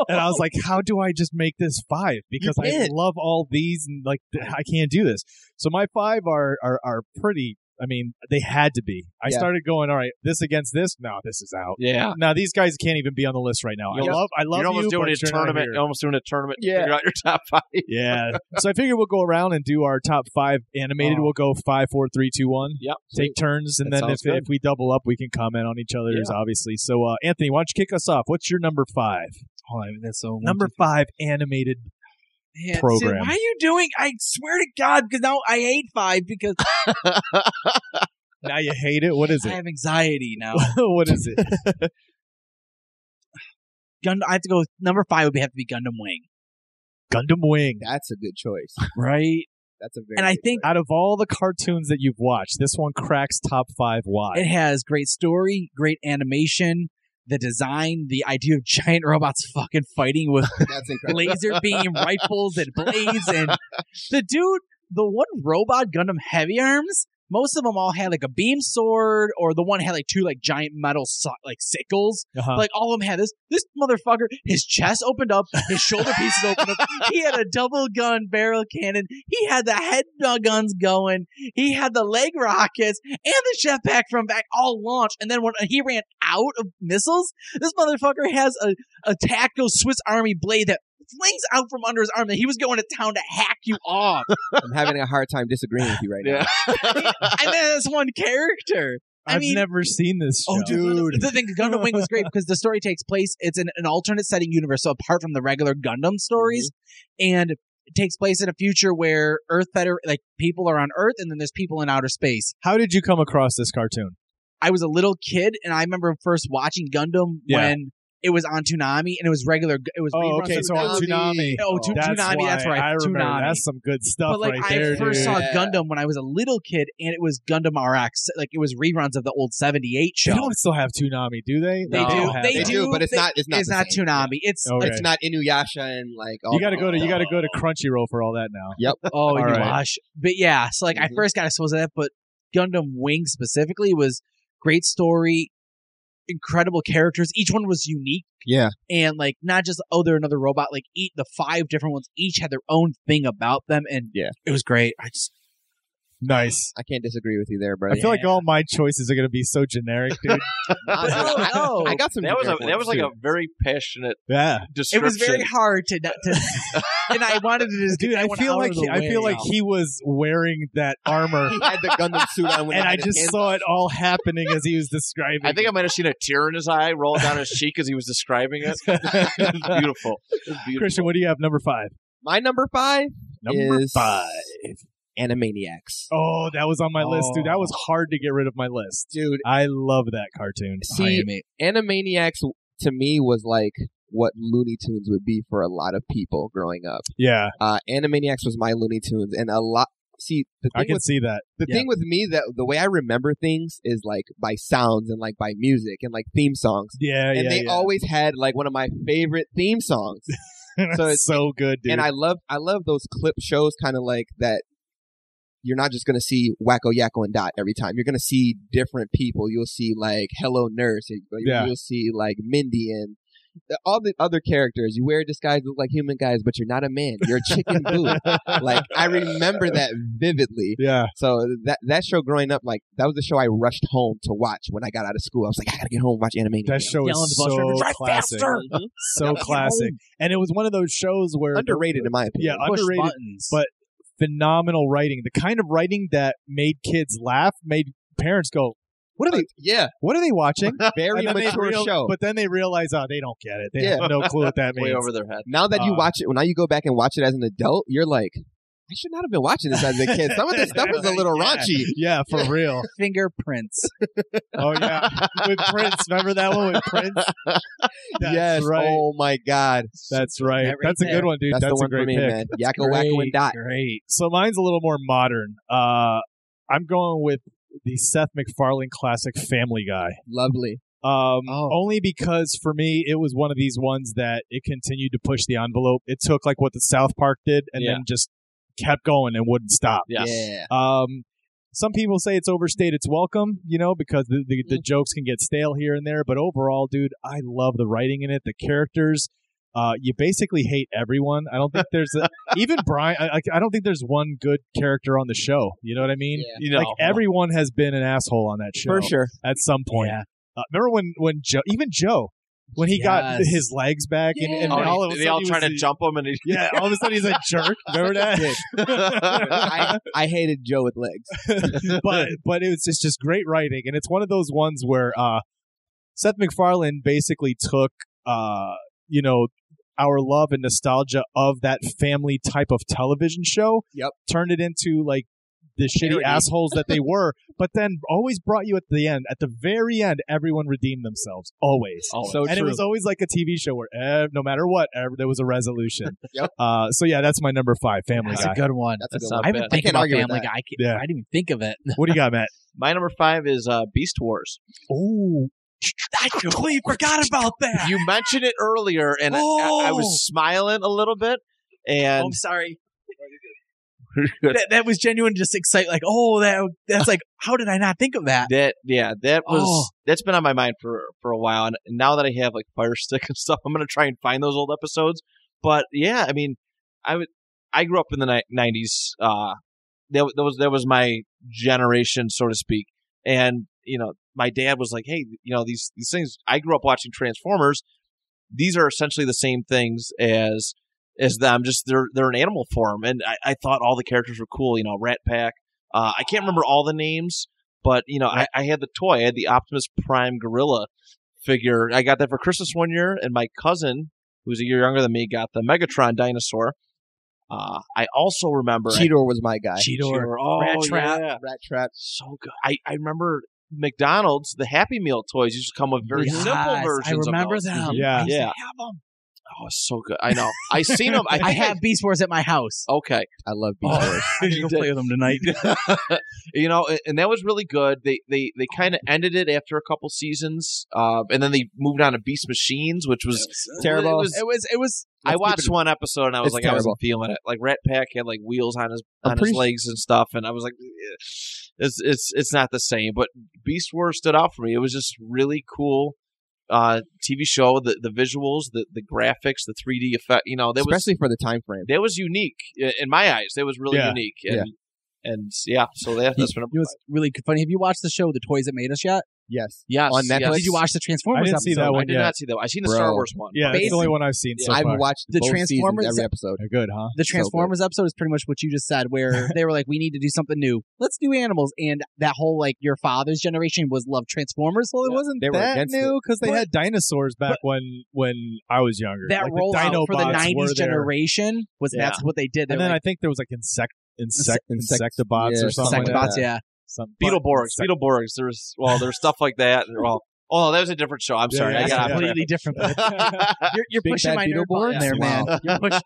[SPEAKER 3] and I was like, how do I just make this five? Because I
[SPEAKER 2] did.
[SPEAKER 3] love all these and like th- I can't do this. So my five are are, are pretty. I mean, they had to be. I
[SPEAKER 2] Yeah.
[SPEAKER 3] started going, all right, this against this. No, this is out.
[SPEAKER 4] yeah.
[SPEAKER 3] Now these guys can't even be on the list right now.
[SPEAKER 4] You're
[SPEAKER 3] I love, I love
[SPEAKER 4] You're almost
[SPEAKER 3] you,
[SPEAKER 4] doing
[SPEAKER 3] but
[SPEAKER 4] a
[SPEAKER 3] you're not
[SPEAKER 4] tournament.
[SPEAKER 3] here.
[SPEAKER 4] You're almost doing a tournament. to
[SPEAKER 2] Yeah.
[SPEAKER 4] Figure out your top *laughs* five.
[SPEAKER 3] *laughs* Yeah. so I figure we'll go around and do our top five animated.
[SPEAKER 4] Oh.
[SPEAKER 3] We'll go five, four, three, two, one. *laughs*
[SPEAKER 4] Yep.
[SPEAKER 3] Take turns, and
[SPEAKER 2] That
[SPEAKER 3] then if,
[SPEAKER 2] sounds good.
[SPEAKER 3] if we double up, we can comment on each other's. Obviously. So uh, Anthony, why don't you kick us off? What's your number five?
[SPEAKER 1] oh, I mean, that's so
[SPEAKER 3] Number five animated
[SPEAKER 1] Man, see,
[SPEAKER 3] program.
[SPEAKER 1] why are you doing? I swear to God, because now I hate five because
[SPEAKER 3] now you hate it. What is
[SPEAKER 1] I
[SPEAKER 3] it?
[SPEAKER 1] have anxiety now.
[SPEAKER 3] *laughs* what is it?
[SPEAKER 1] Gund- I have to go. Number five would be, have to be Gundam Wing,
[SPEAKER 3] Gundam Wing.
[SPEAKER 2] That's a good choice.
[SPEAKER 1] right?
[SPEAKER 2] That's a very
[SPEAKER 1] and I
[SPEAKER 2] good
[SPEAKER 1] think
[SPEAKER 3] Out of all the cartoons that you've watched, this one cracks top five. Why?
[SPEAKER 1] it has great story, great animation, the design, the idea of giant *laughs* robots fucking fighting with
[SPEAKER 2] choice. that's incredible.
[SPEAKER 1] laser beam rifles and blades, and the dude, the one robot Gundam Heavy Arms. most of them all had like a beam sword, or the one had like two like giant metal so- like sickles.
[SPEAKER 3] Uh-huh.
[SPEAKER 1] Like all of them had this. This motherfucker, his chest opened up, his shoulder pieces opened up. He had a double gun barrel cannon. He had the head guns going. He had the leg rockets and the jetpack from back all launched. And then when he ran out of missiles, this motherfucker has a, a tactical Swiss Army blade that flings out from under his arm that he was going to town to hack you off.
[SPEAKER 2] I'm having a hard time disagreeing with you right now.
[SPEAKER 4] Yeah.
[SPEAKER 1] and then that's one character. I
[SPEAKER 3] I've
[SPEAKER 1] mean-
[SPEAKER 3] never seen this. Show.
[SPEAKER 1] Oh, dude. The thing Gundam Wing was great because the story takes place, it's in an alternate setting universe, so apart from the regular Gundam stories.
[SPEAKER 3] Mm-hmm.
[SPEAKER 1] And it takes place in a future where Earth better, like people are on Earth and then there's people in outer space.
[SPEAKER 3] How did you come across this cartoon?
[SPEAKER 1] I was a little kid and I remember first watching Gundam
[SPEAKER 3] Yeah.
[SPEAKER 1] when it was on Toonami and it was regular, it was
[SPEAKER 3] Oh,
[SPEAKER 1] reruns
[SPEAKER 3] okay,
[SPEAKER 1] of
[SPEAKER 3] so
[SPEAKER 1] Gundam.
[SPEAKER 3] on Toonami.
[SPEAKER 1] Oh, Tu-
[SPEAKER 3] That's
[SPEAKER 1] Toonami, that's
[SPEAKER 3] why
[SPEAKER 1] right,
[SPEAKER 3] I remember.
[SPEAKER 1] Toonami.
[SPEAKER 3] That's some good stuff
[SPEAKER 1] but like
[SPEAKER 3] right there,
[SPEAKER 1] I first
[SPEAKER 3] dude.
[SPEAKER 1] saw
[SPEAKER 2] Yeah.
[SPEAKER 1] Gundam when I was a little kid, and it was Gundam RX. Like it was reruns of the old '78
[SPEAKER 3] They
[SPEAKER 1] show.
[SPEAKER 3] don't still have Toonami, do they?
[SPEAKER 1] They
[SPEAKER 4] No.
[SPEAKER 1] do.
[SPEAKER 3] don't have
[SPEAKER 1] They,
[SPEAKER 2] They
[SPEAKER 3] that.
[SPEAKER 1] do.
[SPEAKER 2] do, but it's
[SPEAKER 1] they-
[SPEAKER 2] not- it's not the same.
[SPEAKER 1] Toonami. It's
[SPEAKER 3] Okay.
[SPEAKER 2] It's not Inuyasha and like all
[SPEAKER 3] You got to go to you
[SPEAKER 2] all-
[SPEAKER 3] got to go to Crunchyroll for all that now.
[SPEAKER 1] oh
[SPEAKER 3] All right. Mm-hmm.
[SPEAKER 1] gosh. But yeah, so like I
[SPEAKER 2] Mhm.
[SPEAKER 1] first got exposed to that, but Gundam Wing specifically was great story, incredible characters. Each one was unique.
[SPEAKER 2] Yeah.
[SPEAKER 1] and like not just oh they're another robot. Like each the five different ones each had their own thing about them, and
[SPEAKER 2] Yeah.
[SPEAKER 1] it was great. I just
[SPEAKER 3] Nice.
[SPEAKER 2] I can't disagree with you there, bro.
[SPEAKER 3] I feel like all my choices are going to be so generic, *laughs* dude.
[SPEAKER 2] Honestly,
[SPEAKER 1] No,
[SPEAKER 2] *laughs* I-
[SPEAKER 1] Oh, no.
[SPEAKER 2] I got some.
[SPEAKER 4] That was a
[SPEAKER 2] generic
[SPEAKER 4] that was
[SPEAKER 2] ones,
[SPEAKER 4] like a
[SPEAKER 2] too.
[SPEAKER 4] very passionate
[SPEAKER 3] yeah,
[SPEAKER 1] it
[SPEAKER 4] description.
[SPEAKER 1] was very hard to not to, and I wanted to just
[SPEAKER 3] dude.
[SPEAKER 1] get
[SPEAKER 3] I
[SPEAKER 1] that one
[SPEAKER 3] feel
[SPEAKER 1] out
[SPEAKER 3] like
[SPEAKER 1] of the
[SPEAKER 3] he, I feel
[SPEAKER 1] way.
[SPEAKER 3] like he was wearing
[SPEAKER 1] *laughs*
[SPEAKER 3] that armor,
[SPEAKER 2] He had the Gundam suit on, when he
[SPEAKER 3] and I
[SPEAKER 2] had his
[SPEAKER 3] just
[SPEAKER 2] hands
[SPEAKER 3] saw it all happening as he was describing.
[SPEAKER 4] *laughs* I think I might have seen a tear in his eye roll down his cheek as he was describing it. *laughs* it was
[SPEAKER 3] *laughs*
[SPEAKER 4] beautiful. It was beautiful.
[SPEAKER 3] Christian, what do you have? Number five.
[SPEAKER 2] My number five
[SPEAKER 3] Number
[SPEAKER 2] is
[SPEAKER 3] five.
[SPEAKER 2] Animaniacs.
[SPEAKER 3] Oh, that was on my list, dude. That
[SPEAKER 1] Oh.
[SPEAKER 3] was hard to get rid of my list.
[SPEAKER 2] Dude,
[SPEAKER 3] I love that cartoon.
[SPEAKER 2] see, Animaniacs to me was like what Looney Tunes would be for a lot of people growing up.
[SPEAKER 3] Yeah,
[SPEAKER 2] Uh, Animaniacs was my Looney Tunes, and a lot. See, the
[SPEAKER 3] I
[SPEAKER 2] thing
[SPEAKER 3] can
[SPEAKER 2] with
[SPEAKER 3] see that.
[SPEAKER 2] the
[SPEAKER 3] yeah.
[SPEAKER 2] thing with me that the way I remember things is like by sounds and like by music and like theme songs.
[SPEAKER 3] Oh, Yeah,
[SPEAKER 2] and
[SPEAKER 3] yeah,
[SPEAKER 2] they
[SPEAKER 3] yeah. *laughs*
[SPEAKER 2] always had like one of my favorite theme songs.
[SPEAKER 3] That's
[SPEAKER 2] so
[SPEAKER 3] so,
[SPEAKER 2] it's-
[SPEAKER 3] good, *laughs* dude.
[SPEAKER 2] and I love I love those clip shows kind of like that you're not just gonna see Wacko Yakko and Dot every time. You're gonna see different people. You'll see like Hello Nurse. and you-
[SPEAKER 3] Yeah.
[SPEAKER 2] You'll see like Mindy and the- all the other characters. You wear disguise look like human guys, but you're not a man. You're a chicken
[SPEAKER 3] *laughs*
[SPEAKER 2] boo. like I remember that vividly.
[SPEAKER 3] yeah,
[SPEAKER 2] So that that show growing up, like that was the show I rushed home to watch when I got out of school. I was like, I gotta get home and watch animation.
[SPEAKER 3] that show
[SPEAKER 1] Yelling
[SPEAKER 3] is
[SPEAKER 1] to bus
[SPEAKER 3] so
[SPEAKER 1] drivers, "Drive
[SPEAKER 3] classic,
[SPEAKER 1] faster!" *laughs*
[SPEAKER 3] so classic. And it was one of those shows where
[SPEAKER 2] underrated in my
[SPEAKER 3] Yeah,
[SPEAKER 2] opinion.
[SPEAKER 1] Push
[SPEAKER 3] underrated.
[SPEAKER 1] buttons.
[SPEAKER 3] but phenomenal writing, the kind of writing that made kids laugh, made parents go, "What are they?
[SPEAKER 2] yeah,
[SPEAKER 3] What are they watching?"
[SPEAKER 2] *laughs* very
[SPEAKER 3] And then they
[SPEAKER 2] mature
[SPEAKER 3] real-
[SPEAKER 2] show.
[SPEAKER 3] But then they realize, oh, they don't get it. They
[SPEAKER 2] Yeah.
[SPEAKER 3] have no clue
[SPEAKER 2] *laughs*
[SPEAKER 3] what that
[SPEAKER 4] way
[SPEAKER 3] means.
[SPEAKER 4] over their head.
[SPEAKER 2] now that you
[SPEAKER 3] Uh,
[SPEAKER 2] watch it, well, now you go back and watch it as an adult, you're like, I should not have been watching this as a kid. Some of this stuff is a little
[SPEAKER 3] Yeah.
[SPEAKER 2] raunchy.
[SPEAKER 3] *laughs* Yeah, for real.
[SPEAKER 1] fingerprints.
[SPEAKER 3] Oh yeah, with Prince. Remember that one with Prince?
[SPEAKER 2] *laughs*
[SPEAKER 3] That's
[SPEAKER 2] yes.
[SPEAKER 3] right.
[SPEAKER 2] Oh my God.
[SPEAKER 3] That's right.
[SPEAKER 1] That right
[SPEAKER 3] That's a
[SPEAKER 1] there.
[SPEAKER 3] good one, dude.
[SPEAKER 2] That's,
[SPEAKER 3] That's,
[SPEAKER 2] the one
[SPEAKER 3] a great
[SPEAKER 2] for me,
[SPEAKER 3] pick.
[SPEAKER 2] man. Yakko Wacko and Dot.
[SPEAKER 1] Great.
[SPEAKER 3] So mine's a little more modern. Uh, I'm going with the Seth MacFarlane classic Family Guy.
[SPEAKER 2] Lovely.
[SPEAKER 3] Um,
[SPEAKER 1] Oh.
[SPEAKER 3] Only because for me, it was one of these ones that it continued to push the envelope. It took like what the South Park did and
[SPEAKER 4] Yeah.
[SPEAKER 3] then just kept going and wouldn't stop.
[SPEAKER 4] Yes.
[SPEAKER 3] *laughs*
[SPEAKER 2] Yeah.
[SPEAKER 3] Um, some people say it's overstayed its welcome, you know, because the, the,
[SPEAKER 2] Mm.
[SPEAKER 3] the jokes can get stale here and there. But overall, dude, I love the writing in it, the characters. Uh, you basically hate everyone. I don't think there's
[SPEAKER 2] *laughs*
[SPEAKER 3] a, even Brian. I, I- I don't think there's one good character on the show. You know what I mean?
[SPEAKER 2] Yeah.
[SPEAKER 4] You know,
[SPEAKER 3] Like everyone has been an asshole on that show
[SPEAKER 2] For sure.
[SPEAKER 3] at some point.
[SPEAKER 1] Yeah.
[SPEAKER 3] Uh, remember when when Joe, even Joe, when he got
[SPEAKER 1] Yes.
[SPEAKER 3] his legs back and, and
[SPEAKER 4] Oh,
[SPEAKER 3] all of a
[SPEAKER 4] they
[SPEAKER 3] sudden
[SPEAKER 4] all
[SPEAKER 3] he
[SPEAKER 4] try
[SPEAKER 3] was
[SPEAKER 4] to
[SPEAKER 3] the-
[SPEAKER 4] jump him, and he, *laughs*
[SPEAKER 3] Yeah, all of a sudden he's a jerk. Remember that?
[SPEAKER 2] I, I hated Joe with legs. *laughs*
[SPEAKER 3] but but it was just just great writing, and it's one of those ones where uh, Seth MacFarlane basically took uh, you know our love and nostalgia of that family type of television show,
[SPEAKER 2] Yep.
[SPEAKER 3] turned it into like the shitty
[SPEAKER 2] Parody. *laughs*
[SPEAKER 3] assholes that they were, but then always brought you at the end. At the very end, everyone redeemed themselves always.
[SPEAKER 4] oh,
[SPEAKER 2] So
[SPEAKER 3] and
[SPEAKER 2] true.
[SPEAKER 3] it was always like a TV show where ev- no matter what, ev- there was a resolution.
[SPEAKER 2] *laughs* Yep.
[SPEAKER 3] Uh, so yeah, that's my number five, Family
[SPEAKER 1] That's
[SPEAKER 3] Guy.
[SPEAKER 1] a good one.
[SPEAKER 2] That's a
[SPEAKER 4] That's
[SPEAKER 2] good
[SPEAKER 4] not
[SPEAKER 2] one.
[SPEAKER 1] I haven't
[SPEAKER 4] bad.
[SPEAKER 2] I
[SPEAKER 1] think
[SPEAKER 2] can't
[SPEAKER 1] about
[SPEAKER 2] argue with
[SPEAKER 1] Family
[SPEAKER 2] that.
[SPEAKER 1] Guy. I,
[SPEAKER 3] Yeah.
[SPEAKER 1] yeah. I didn't even think of it. *laughs*
[SPEAKER 3] What do
[SPEAKER 2] *laughs*
[SPEAKER 3] you got, Matt?
[SPEAKER 4] *laughs* my number five is uh, Beast Wars.
[SPEAKER 3] Oh,
[SPEAKER 4] *laughs*
[SPEAKER 1] I completely forgot about that.
[SPEAKER 4] You mentioned it earlier, and I- I, I
[SPEAKER 1] Oh.
[SPEAKER 4] was smiling a little bit,
[SPEAKER 1] *laughs* Oh,
[SPEAKER 4] and
[SPEAKER 1] I'm sorry. that, that was genuine just excite like oh that that's like how did i not think
[SPEAKER 4] *laughs*
[SPEAKER 1] of that
[SPEAKER 4] That yeah, that was
[SPEAKER 1] Oh.
[SPEAKER 4] that's been on my mind for for a while, and now that I have like Fire *laughs* Stick and stuff, I'm gonna try and find those old episodes. But yeah, I mean, I would I grew up in the ni- '90s. Uh, that, wa- that was that was my generation, so to speak. And you know, my dad was like, "Hey, you know these these things." I grew up watching Transformers. These are essentially the same things as as them. Just they're they're an animal form, and I, I thought all the characters were cool. You know, Rat Pack. Uh, I can't remember all the names, but you know, I, I had the toy. I had the Optimus Prime gorilla figure. I got that for Christmas one year, and my cousin, who's a year younger than me, got the Megatron dinosaur. Uh, I also remember
[SPEAKER 2] Cheetor was my guy.
[SPEAKER 1] Cheetor.
[SPEAKER 4] Cheetor. Oh,
[SPEAKER 1] Rat Trap.
[SPEAKER 4] yeah.
[SPEAKER 2] Rat Trap.
[SPEAKER 4] So good. I, I remember McDonald's, the Happy Meal toys used to come with very
[SPEAKER 1] Yes,
[SPEAKER 4] simple versions.
[SPEAKER 1] i remember
[SPEAKER 4] of those.
[SPEAKER 1] them
[SPEAKER 3] Yeah.
[SPEAKER 1] I used to
[SPEAKER 4] Yeah.
[SPEAKER 1] have
[SPEAKER 4] *laughs*
[SPEAKER 1] 'em.
[SPEAKER 4] Oh, it's so good. I know. I seen them. I,
[SPEAKER 1] *laughs* i
[SPEAKER 4] think I-
[SPEAKER 1] have beast wars at
[SPEAKER 4] *laughs*
[SPEAKER 1] my house
[SPEAKER 4] Okay.
[SPEAKER 2] I love Beast
[SPEAKER 1] Oh.
[SPEAKER 2] Wars.
[SPEAKER 1] i should go
[SPEAKER 4] did.
[SPEAKER 1] play with
[SPEAKER 4] *laughs*
[SPEAKER 1] them tonight
[SPEAKER 4] you know, a- and that was really good. They they they kind of ended it after a couple seasons, uh, and then they moved on to Beast Machines, which was
[SPEAKER 2] terrible.
[SPEAKER 4] It was,
[SPEAKER 1] it was it was
[SPEAKER 4] I
[SPEAKER 2] Let's keep
[SPEAKER 4] watched
[SPEAKER 2] it-
[SPEAKER 4] one episode and I was
[SPEAKER 2] It's
[SPEAKER 4] like, I
[SPEAKER 2] terrible.
[SPEAKER 4] wasn't feeling it. Like Rat Pack had like wheels on his
[SPEAKER 2] I'm
[SPEAKER 4] on his
[SPEAKER 2] pretty-
[SPEAKER 4] legs and stuff, and I was like, "Eh, it's it's it's not the same. But Beast Wars stood out for me. It was just really cool uh, TV show. The the visuals, the the graphics, the 3D effect. You know, that was
[SPEAKER 2] Especially for the time frame.
[SPEAKER 4] that was unique i- in my eyes. That was really
[SPEAKER 3] Yeah.
[SPEAKER 4] unique. And, And yeah, so that, that's been a
[SPEAKER 1] *laughs* it was really funny. Have you watched the show The Toys That Made Us yet?
[SPEAKER 2] Yes.
[SPEAKER 4] yes.
[SPEAKER 2] on
[SPEAKER 4] yes.
[SPEAKER 2] Netflix?
[SPEAKER 1] Did you watch the Transformers
[SPEAKER 3] I didn't see
[SPEAKER 1] episode?
[SPEAKER 3] that
[SPEAKER 4] I
[SPEAKER 3] one
[SPEAKER 4] did
[SPEAKER 3] yet.
[SPEAKER 4] not see that. one. I seen the
[SPEAKER 2] Bro.
[SPEAKER 4] Star Wars one.
[SPEAKER 3] Yeah, that's the only one I've seen so
[SPEAKER 2] I've
[SPEAKER 3] far.
[SPEAKER 2] watched
[SPEAKER 1] The
[SPEAKER 2] both
[SPEAKER 1] Transformers
[SPEAKER 2] seasons, every episode.
[SPEAKER 3] They're good, huh?
[SPEAKER 1] The
[SPEAKER 2] So good.
[SPEAKER 1] Transformers episode is pretty much what you just said, where
[SPEAKER 2] *laughs*
[SPEAKER 1] they were like, "We need to do something new. Let's do animals." And that whole like your father's generation was love Transformers. Well, it
[SPEAKER 4] Yeah,
[SPEAKER 1] wasn't
[SPEAKER 2] they were
[SPEAKER 1] that
[SPEAKER 2] against
[SPEAKER 1] new because
[SPEAKER 3] They had dinosaurs back when when I was younger.
[SPEAKER 1] that
[SPEAKER 3] Like, the
[SPEAKER 1] rollout for the
[SPEAKER 3] Dinobots were
[SPEAKER 1] '90s
[SPEAKER 3] there.
[SPEAKER 1] generation was
[SPEAKER 4] Yeah.
[SPEAKER 1] that's what they did. They
[SPEAKER 3] And
[SPEAKER 1] were
[SPEAKER 3] then I
[SPEAKER 1] like,
[SPEAKER 3] think there was like insect insect
[SPEAKER 2] Insect-
[SPEAKER 3] insectobots
[SPEAKER 2] yeah,
[SPEAKER 3] or something.
[SPEAKER 2] something
[SPEAKER 3] like
[SPEAKER 2] like
[SPEAKER 3] that.
[SPEAKER 1] Insectobots, yeah.
[SPEAKER 3] uh, Some-
[SPEAKER 4] Beetleborgs,
[SPEAKER 3] Insect-
[SPEAKER 4] Beetleborgs. There was well, there's stuff like
[SPEAKER 3] *laughs*
[SPEAKER 4] that. And, well, oh, no, that was a different show. I'm
[SPEAKER 3] Yeah,
[SPEAKER 4] sorry,
[SPEAKER 3] *laughs* yeah,
[SPEAKER 4] I
[SPEAKER 1] That's
[SPEAKER 4] got off
[SPEAKER 1] completely different.
[SPEAKER 4] track.
[SPEAKER 3] *laughs*
[SPEAKER 1] You're, you're
[SPEAKER 2] Big Bad
[SPEAKER 1] pushing my nerd
[SPEAKER 2] Beetleborgs?
[SPEAKER 1] button there,
[SPEAKER 2] Wow.
[SPEAKER 1] man. You're pushing.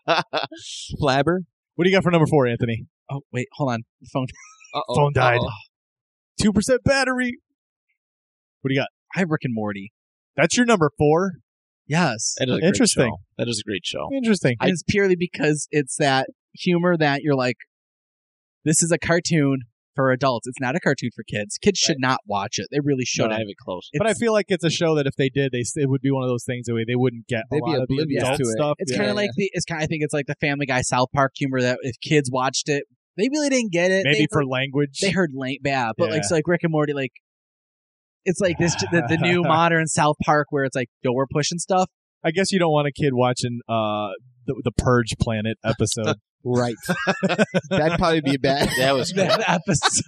[SPEAKER 2] Flabber.
[SPEAKER 3] What do you got for number four, Anthony?
[SPEAKER 1] Oh wait, hold on. The phone.
[SPEAKER 2] Uh-oh.
[SPEAKER 4] Oh,
[SPEAKER 3] Phone died.
[SPEAKER 2] Uh-oh.
[SPEAKER 3] Two percent battery. What do you got?
[SPEAKER 1] I have Rick and Morty.
[SPEAKER 3] That's your number four.
[SPEAKER 1] Yes,
[SPEAKER 4] That is a great
[SPEAKER 3] Interesting.
[SPEAKER 4] show. That is a great show.
[SPEAKER 3] Interesting.
[SPEAKER 1] And it's purely because it's that humor that you're like, this is a cartoon for adults. It's not a cartoon for kids. Kids should not watch it. They really
[SPEAKER 4] Should
[SPEAKER 1] shouldn't.
[SPEAKER 4] I have it close?
[SPEAKER 3] but I feel like it's a show that if they did, they it would be one of those things that we- they wouldn't get
[SPEAKER 2] They'd
[SPEAKER 3] a
[SPEAKER 2] be
[SPEAKER 3] lot of the
[SPEAKER 2] oblivious
[SPEAKER 3] adult
[SPEAKER 2] to it.
[SPEAKER 3] stuff.
[SPEAKER 1] it's
[SPEAKER 2] Yeah,
[SPEAKER 1] kind
[SPEAKER 2] yeah.
[SPEAKER 1] of like the. It's kind. I think it's like the Family Guy South Park humor that if kids watched it, they really didn't get it.
[SPEAKER 3] maybe
[SPEAKER 1] they
[SPEAKER 3] for
[SPEAKER 1] heard,
[SPEAKER 3] language.
[SPEAKER 1] they heard lame, bad, but
[SPEAKER 3] Yeah.
[SPEAKER 1] like so like Rick and Morty, like it's like this the, the *laughs* new modern South Park where it's like yo we're pushing stuff.
[SPEAKER 3] I guess you don't want a kid watching uh the, the Purge Planet episode.
[SPEAKER 2] Right. *laughs* That'd probably be bad.
[SPEAKER 4] That was. Great.
[SPEAKER 1] *laughs* That episode.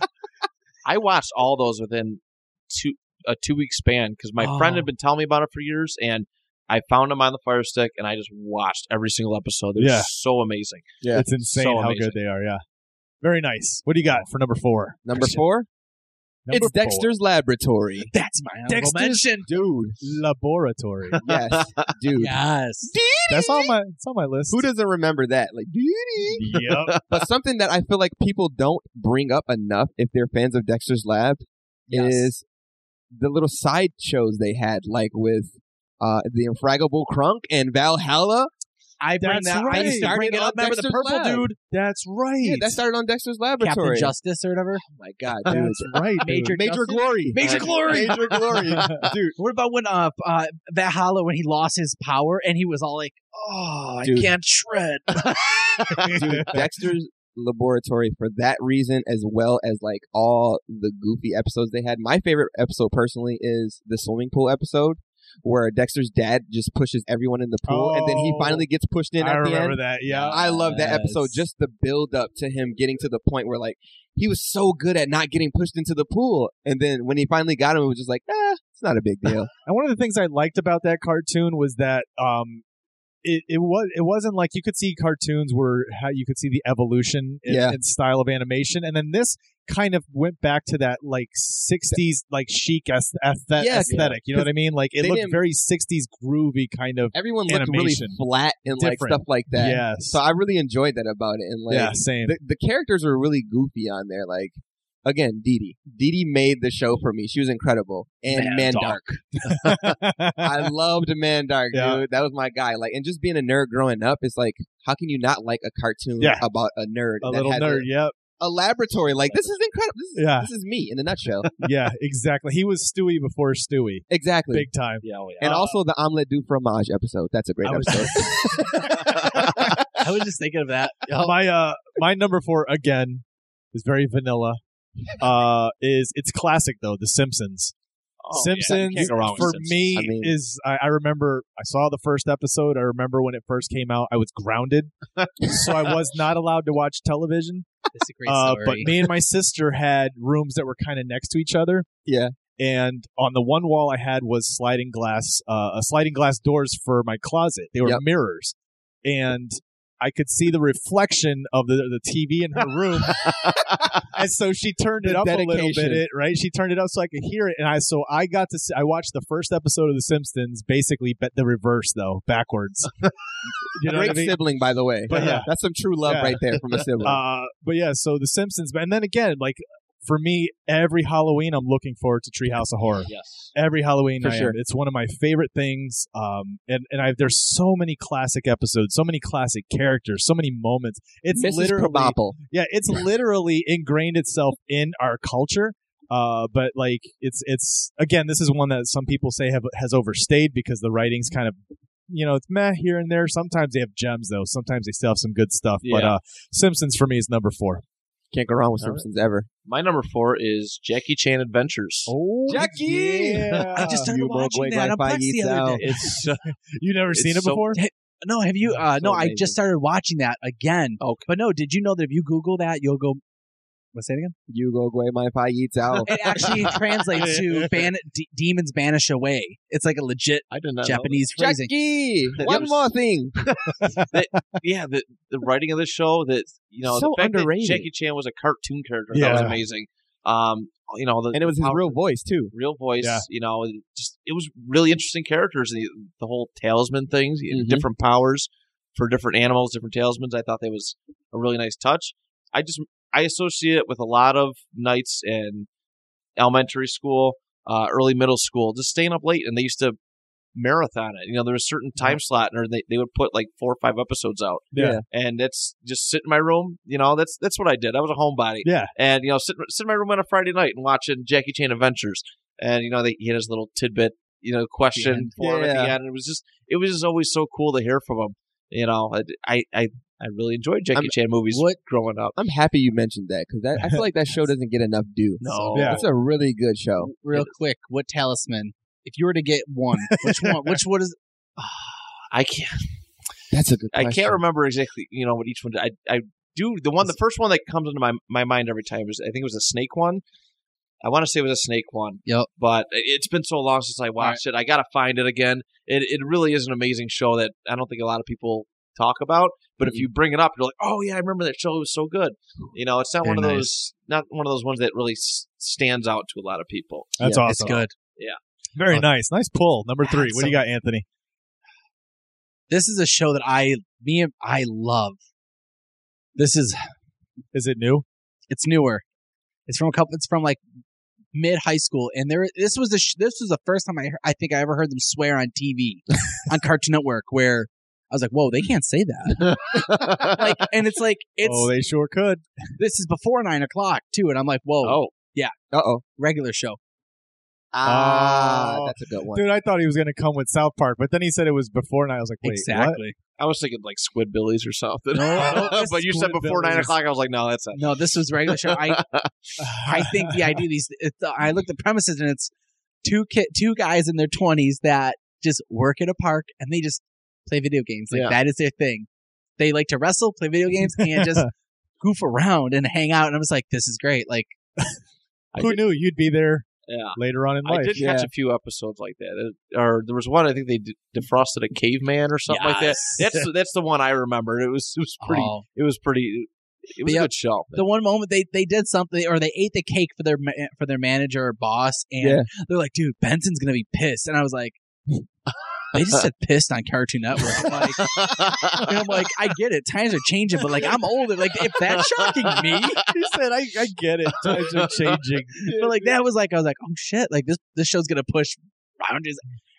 [SPEAKER 4] I watched all those within two a two week span because my
[SPEAKER 1] Oh.
[SPEAKER 4] friend had been telling me about it for years, and I found them on the Fire Stick, and I just watched every single episode. They're
[SPEAKER 3] Yeah.
[SPEAKER 4] so
[SPEAKER 3] *laughs*
[SPEAKER 4] amazing.
[SPEAKER 2] *laughs* Yeah.
[SPEAKER 3] It's insane
[SPEAKER 4] So
[SPEAKER 3] how
[SPEAKER 4] amazing.
[SPEAKER 3] good they are. Yeah. Very nice. What do you got for number four?
[SPEAKER 2] *laughs* Number
[SPEAKER 3] Christian?
[SPEAKER 2] four.
[SPEAKER 3] Number
[SPEAKER 2] it's Dexter's Laboratory.
[SPEAKER 1] That's my honorable
[SPEAKER 3] Dexter's-
[SPEAKER 1] mention.
[SPEAKER 2] Dude.
[SPEAKER 3] four. Laboratory.
[SPEAKER 2] *laughs* Yes. Dude.
[SPEAKER 1] Yes.
[SPEAKER 3] That's on my. It's on my list.
[SPEAKER 2] Who doesn't remember that? Like,
[SPEAKER 3] Yep.
[SPEAKER 2] but something that I feel like people don't bring up enough if they're fans of Dexter's Lab
[SPEAKER 1] Yes.
[SPEAKER 2] is the little side shows they had, like with uh, the Infragable Crunk and Valhalla.
[SPEAKER 1] I bring
[SPEAKER 3] That's
[SPEAKER 1] that. I
[SPEAKER 3] right.
[SPEAKER 1] used to bring
[SPEAKER 2] Started
[SPEAKER 1] it
[SPEAKER 2] on
[SPEAKER 1] up. Remember
[SPEAKER 2] *laughs*
[SPEAKER 1] the
[SPEAKER 2] Dexter's
[SPEAKER 1] purple
[SPEAKER 2] Lab.
[SPEAKER 1] dude?
[SPEAKER 3] That's right.
[SPEAKER 2] Yeah, that started on Dexter's
[SPEAKER 1] Captain
[SPEAKER 2] Laboratory.
[SPEAKER 1] Justice or whatever.
[SPEAKER 2] oh my *laughs* god, dude!
[SPEAKER 3] That's right. dude.
[SPEAKER 1] Major
[SPEAKER 2] Major
[SPEAKER 1] Justice?
[SPEAKER 2] Glory.
[SPEAKER 1] Major Glory.
[SPEAKER 2] Major
[SPEAKER 3] *laughs*
[SPEAKER 2] Glory.
[SPEAKER 1] Dude, what about when uh, uh Valhalla when he lost his power and he was all like, "Oh,
[SPEAKER 2] Dude.
[SPEAKER 1] I can't shred."
[SPEAKER 3] *laughs*
[SPEAKER 2] Dude, Dexter's Laboratory for that reason, as well as like all the goofy episodes they had. My favorite episode personally is the swimming pool episode. Where Dexter's dad just pushes everyone in the pool, and then he
[SPEAKER 3] Oh.
[SPEAKER 2] finally gets pushed in at
[SPEAKER 3] I
[SPEAKER 2] the
[SPEAKER 3] remember
[SPEAKER 2] end.
[SPEAKER 3] that. Yeah.
[SPEAKER 2] I love that episode.
[SPEAKER 1] Yes.
[SPEAKER 2] Just the build up to him getting to the point where like he was so good at not getting pushed into the pool, and then when he finally got him, it was just like, eh, it's not a big deal.
[SPEAKER 3] *laughs* And one of the things I liked about that cartoon was that um, it, it was it wasn't like you could see cartoons where how you could see the evolution in,
[SPEAKER 2] Yeah.
[SPEAKER 3] in style of animation, and then this kind of went back to that like '60s like chic aesthe- aesthe-
[SPEAKER 2] Yeah,
[SPEAKER 3] aesthetic. You know what I mean? Like it
[SPEAKER 2] They
[SPEAKER 3] looked
[SPEAKER 2] didn't-
[SPEAKER 3] very '60s groovy kind of.
[SPEAKER 2] Everyone looked really
[SPEAKER 3] Animation.
[SPEAKER 2] flat and like
[SPEAKER 3] Different.
[SPEAKER 2] stuff like that.
[SPEAKER 3] Yes.
[SPEAKER 2] So I really enjoyed that about it, and like
[SPEAKER 3] yeah. Same.
[SPEAKER 2] the, the characters were really goofy on there. Like again, Dee Dee. Dee Dee made the show for me. She was incredible. And
[SPEAKER 3] Man
[SPEAKER 2] Mandark.
[SPEAKER 3] *laughs* I,
[SPEAKER 2] I loved Mandark,
[SPEAKER 3] *laughs* Yeah.
[SPEAKER 2] dude. That was my guy. Like, and just being a nerd growing up, it's like, how can you not like a cartoon
[SPEAKER 3] Yeah.
[SPEAKER 2] about a nerd
[SPEAKER 3] a
[SPEAKER 2] that
[SPEAKER 3] little
[SPEAKER 2] has
[SPEAKER 3] nerd. Yep.
[SPEAKER 2] A, a laboratory? Like, this is incredible. This is,
[SPEAKER 3] Yeah.
[SPEAKER 2] this is me in a nutshell. *laughs*
[SPEAKER 3] Yeah. Exactly. He was Stewie before Stewie.
[SPEAKER 2] exactly.
[SPEAKER 3] Big time.
[SPEAKER 4] Yeah, oh, yeah.
[SPEAKER 2] and
[SPEAKER 3] uh,
[SPEAKER 2] also the omelette du fromage episode. That's a great
[SPEAKER 3] I was-
[SPEAKER 2] episode.
[SPEAKER 1] I was just thinking of that.
[SPEAKER 3] My uh, my number four again is very
[SPEAKER 4] *laughs*
[SPEAKER 3] vanilla. Uh, is it's classic though. The Simpsons.
[SPEAKER 4] Oh, yeah.
[SPEAKER 3] Simpsons
[SPEAKER 4] Can't go wrong with
[SPEAKER 3] for
[SPEAKER 4] Simpsons.
[SPEAKER 3] me
[SPEAKER 2] I mean-
[SPEAKER 3] is I, I remember I saw the first episode. I remember when it first came out, I was
[SPEAKER 4] *laughs*
[SPEAKER 3] grounded, so I was not allowed to watch television.
[SPEAKER 1] It's a great
[SPEAKER 3] Uh,
[SPEAKER 1] story.
[SPEAKER 3] but me
[SPEAKER 1] *laughs*
[SPEAKER 3] and my sister had rooms that were kind of next to each other.
[SPEAKER 2] Yeah.
[SPEAKER 3] And on the one wall I had was sliding glass, uh, uh, sliding glass doors for my closet. They were
[SPEAKER 2] Yep.
[SPEAKER 3] mirrors, and I could see the reflection of the the TV in
[SPEAKER 2] *laughs*
[SPEAKER 3] her room. and so she turned it
[SPEAKER 2] The
[SPEAKER 3] up a little bit,
[SPEAKER 2] dedication.
[SPEAKER 3] it- right? She turned it up so I could hear it, and I so I got to see, I watched the first episode of The Simpsons, basically, but the reverse though, backwards. *laughs* *laughs* you know what
[SPEAKER 2] great
[SPEAKER 3] I mean?
[SPEAKER 2] sibling, by the way.
[SPEAKER 3] But yeah.
[SPEAKER 2] That's some true love
[SPEAKER 3] Yeah.
[SPEAKER 2] right there
[SPEAKER 3] *laughs*
[SPEAKER 2] from a sibling.
[SPEAKER 3] Uh, but yeah, so The Simpsons, and then again, like for me, every Halloween I'm looking forward to Treehouse of Horror.
[SPEAKER 4] Yes.
[SPEAKER 3] Every Halloween,
[SPEAKER 2] For
[SPEAKER 3] I am.
[SPEAKER 2] sure.
[SPEAKER 3] it's one of my favorite things. Um, and and I, there's so many classic episodes, so many classic characters, so many moments. It's
[SPEAKER 2] Mrs.
[SPEAKER 3] literally
[SPEAKER 2] Krabappel.
[SPEAKER 3] yeah, it's literally ingrained itself in our culture. Uh, but like it's it's again, this is one that some people say have has overstayed because the writing's kind of you know it's meh here and there. Sometimes they have gems though. Sometimes they still have some good stuff. But
[SPEAKER 4] Yeah.
[SPEAKER 3] uh, Simpsons for me is number four.
[SPEAKER 2] Can't go wrong with
[SPEAKER 4] All right.
[SPEAKER 2] Simpsons ever.
[SPEAKER 4] My number four is Jackie Chan Adventures.
[SPEAKER 3] Oh,
[SPEAKER 2] Jackie!
[SPEAKER 3] *laughs*
[SPEAKER 1] I just
[SPEAKER 2] Uh,
[SPEAKER 1] started
[SPEAKER 2] you
[SPEAKER 1] watching
[SPEAKER 2] mugweg
[SPEAKER 1] that on
[SPEAKER 2] like
[SPEAKER 1] Plex the
[SPEAKER 2] Faggy
[SPEAKER 1] other
[SPEAKER 2] Sal.
[SPEAKER 1] day.
[SPEAKER 4] It's uh,
[SPEAKER 3] you never
[SPEAKER 4] It's
[SPEAKER 3] seen it
[SPEAKER 4] so-
[SPEAKER 3] before?
[SPEAKER 1] No, have you? Uh,
[SPEAKER 2] So
[SPEAKER 1] no, I
[SPEAKER 2] amazing.
[SPEAKER 1] just started watching that again. Oh, but no, did you know that if you Google that, you'll go. What's that again?
[SPEAKER 2] You go away, my pie eats out.
[SPEAKER 1] It
[SPEAKER 3] *laughs*
[SPEAKER 1] actually translates to ban- d- demons banish away. It's like a legit
[SPEAKER 4] I did not know
[SPEAKER 1] Japanese phrasing.
[SPEAKER 2] *laughs* Jackie, one
[SPEAKER 4] Yep.
[SPEAKER 2] more thing.
[SPEAKER 4] that. Yeah, the the writing of the show that you know
[SPEAKER 2] So
[SPEAKER 4] the fact
[SPEAKER 2] underrated.
[SPEAKER 4] that Jackie Chan was a cartoon character that was
[SPEAKER 3] Yeah.
[SPEAKER 4] amazing. Um, you know the
[SPEAKER 2] And it was his
[SPEAKER 4] how-
[SPEAKER 2] real voice too.
[SPEAKER 4] real voice.
[SPEAKER 3] Yeah.
[SPEAKER 4] You know, and just it was really interesting characters. The, the whole talisman things, you know,
[SPEAKER 2] Mhm.
[SPEAKER 4] different powers for different animals, different talismans. I thought that was a really nice touch. I just I associate it with a lot of nights in elementary school, uh, early middle school, just staying up late, and they used to marathon it. You know, there was a certain time slot, or they, they would put like four or five episodes out
[SPEAKER 2] Uh-huh. Yeah.
[SPEAKER 4] and that's just sit in my room. You know, that's that's what I did. I was a homebody.
[SPEAKER 3] Yeah.
[SPEAKER 4] and you know, sit sit in my room on a Friday night and watching Jackie Chan Adventures. And you know, they, he had his little tidbit, you know, question
[SPEAKER 1] end.
[SPEAKER 4] for him at the
[SPEAKER 2] Yeah.
[SPEAKER 4] end. It was just it was just always so cool to hear from him. You know, I I I, I really enjoyed Jackie
[SPEAKER 2] I'm-
[SPEAKER 4] Chan movies
[SPEAKER 2] what-
[SPEAKER 4] growing up.
[SPEAKER 2] I'm happy you mentioned that because I feel like that show doesn't get enough due.
[SPEAKER 4] No,
[SPEAKER 3] Yeah.
[SPEAKER 2] It's a really good show.
[SPEAKER 1] Real quick, what talisman? If you were to get one, which one?
[SPEAKER 3] *laughs*
[SPEAKER 1] Which one is?
[SPEAKER 4] I can't.
[SPEAKER 2] That's a good.
[SPEAKER 4] I
[SPEAKER 2] Question.
[SPEAKER 4] can't remember exactly. You know what each one. did. I I do the one. The first one that comes into my my mind every time is I think it was a snake one. I want to say it was a snake one.
[SPEAKER 1] Yep.
[SPEAKER 4] but it's been so long since I watched it. I gotta find it again. It it really is an amazing show that I don't think a lot of people talk about. But
[SPEAKER 3] Mm-hmm.
[SPEAKER 4] if you bring it up, you're like, oh yeah, I remember that show. It was so good. You know, it's not
[SPEAKER 3] Very
[SPEAKER 4] one of
[SPEAKER 3] nice.
[SPEAKER 4] those not one of those ones that really s- stands out to a lot of people.
[SPEAKER 3] That's
[SPEAKER 2] Yeah,
[SPEAKER 3] awesome.
[SPEAKER 1] It's good.
[SPEAKER 3] Very
[SPEAKER 4] Okay.
[SPEAKER 3] nice. Nice pull. Number three. What do you got, Anthony?
[SPEAKER 1] This is a show that I, me, and I love. This is
[SPEAKER 3] Is it new?
[SPEAKER 1] It's newer. It's from a couple. It's from like mid high school, and there. This was the sh- this was the first time I heard, I think I ever heard them swear on
[SPEAKER 3] *laughs*
[SPEAKER 1] TV on Cartoon Network. Where I was like, "Whoa, they can't say
[SPEAKER 3] *laughs*
[SPEAKER 1] that!" like, and it's like it's
[SPEAKER 3] oh, they sure could.
[SPEAKER 1] this is before nine o'clock too, and I'm like, "Whoa,
[SPEAKER 4] *laughs* Oh,
[SPEAKER 2] Uh oh.
[SPEAKER 1] regular show."
[SPEAKER 2] Ah,
[SPEAKER 3] Oh.
[SPEAKER 2] that's a good one.
[SPEAKER 3] Dude, I thought he was going to come with South Park, but then he said it was before, and I was like, wait, what?
[SPEAKER 1] exactly.
[SPEAKER 4] I was thinking like Squidbillies or something. *laughs*
[SPEAKER 1] No, no,
[SPEAKER 4] but you said before nine
[SPEAKER 3] Squidbillies.
[SPEAKER 4] o'clock. I was like, no, that's not.
[SPEAKER 1] No, this was regular show. I I think the idea of these. It, I looked at the premises, and it's two ki- two guys in their twenties that just work at a park and they just play video games. Like
[SPEAKER 4] Yeah.
[SPEAKER 1] that is their thing. They like to wrestle, play video games, and
[SPEAKER 4] *laughs*
[SPEAKER 1] just goof around and hang out. And I'm just like, this is great. Like
[SPEAKER 4] I
[SPEAKER 3] Who
[SPEAKER 4] did-
[SPEAKER 3] knew you'd be there
[SPEAKER 4] Yeah.
[SPEAKER 3] later on in
[SPEAKER 4] I
[SPEAKER 3] life?
[SPEAKER 4] did catch a few episodes like that, It- or there was one I think they de- defrosted a caveman or something like that.
[SPEAKER 1] yes.
[SPEAKER 4] That's that's the one I remembered. It was it was pretty
[SPEAKER 1] Oh.
[SPEAKER 4] it was pretty. It was
[SPEAKER 1] Yeah.
[SPEAKER 4] a good show.
[SPEAKER 1] The one moment they, they did something, or they ate the cake for their ma- for their manager or boss, and
[SPEAKER 2] Yeah.
[SPEAKER 4] *laughs*
[SPEAKER 1] they're like, "Dude, Benson's gonna be pissed," and I was like, They just said pissed on Cartoon Network. I'm like, and I'm like, I get it. Times are changing, but like, I'm older. Like, if that's shocking me,
[SPEAKER 3] You said I, I get it.
[SPEAKER 2] *laughs*
[SPEAKER 3] Times are changing.
[SPEAKER 1] but like, that was like, I was like, oh shit, like this this show's gonna push boundaries,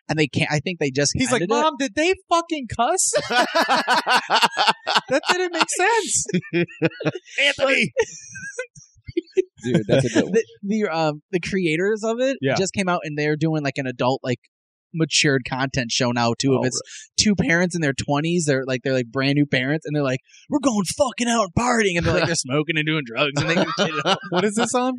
[SPEAKER 1] and they can't. I think they just
[SPEAKER 3] He's like,
[SPEAKER 1] ended it.
[SPEAKER 3] Mom, did they fucking cuss? *laughs* that didn't
[SPEAKER 1] *laughs*
[SPEAKER 3] make sense.
[SPEAKER 1] Anthony.
[SPEAKER 2] Dude, that's a good one.
[SPEAKER 1] the, the um the creators of it
[SPEAKER 3] Yeah.
[SPEAKER 1] just came out and they're doing like an adult like matured content show now too of
[SPEAKER 3] Oh,
[SPEAKER 1] it's two parents in their 20s they're like they're like brand new parents and they're like we're going fucking out and partying and
[SPEAKER 3] *laughs*
[SPEAKER 1] they're like they're smoking and doing drugs and they
[SPEAKER 3] What is this on?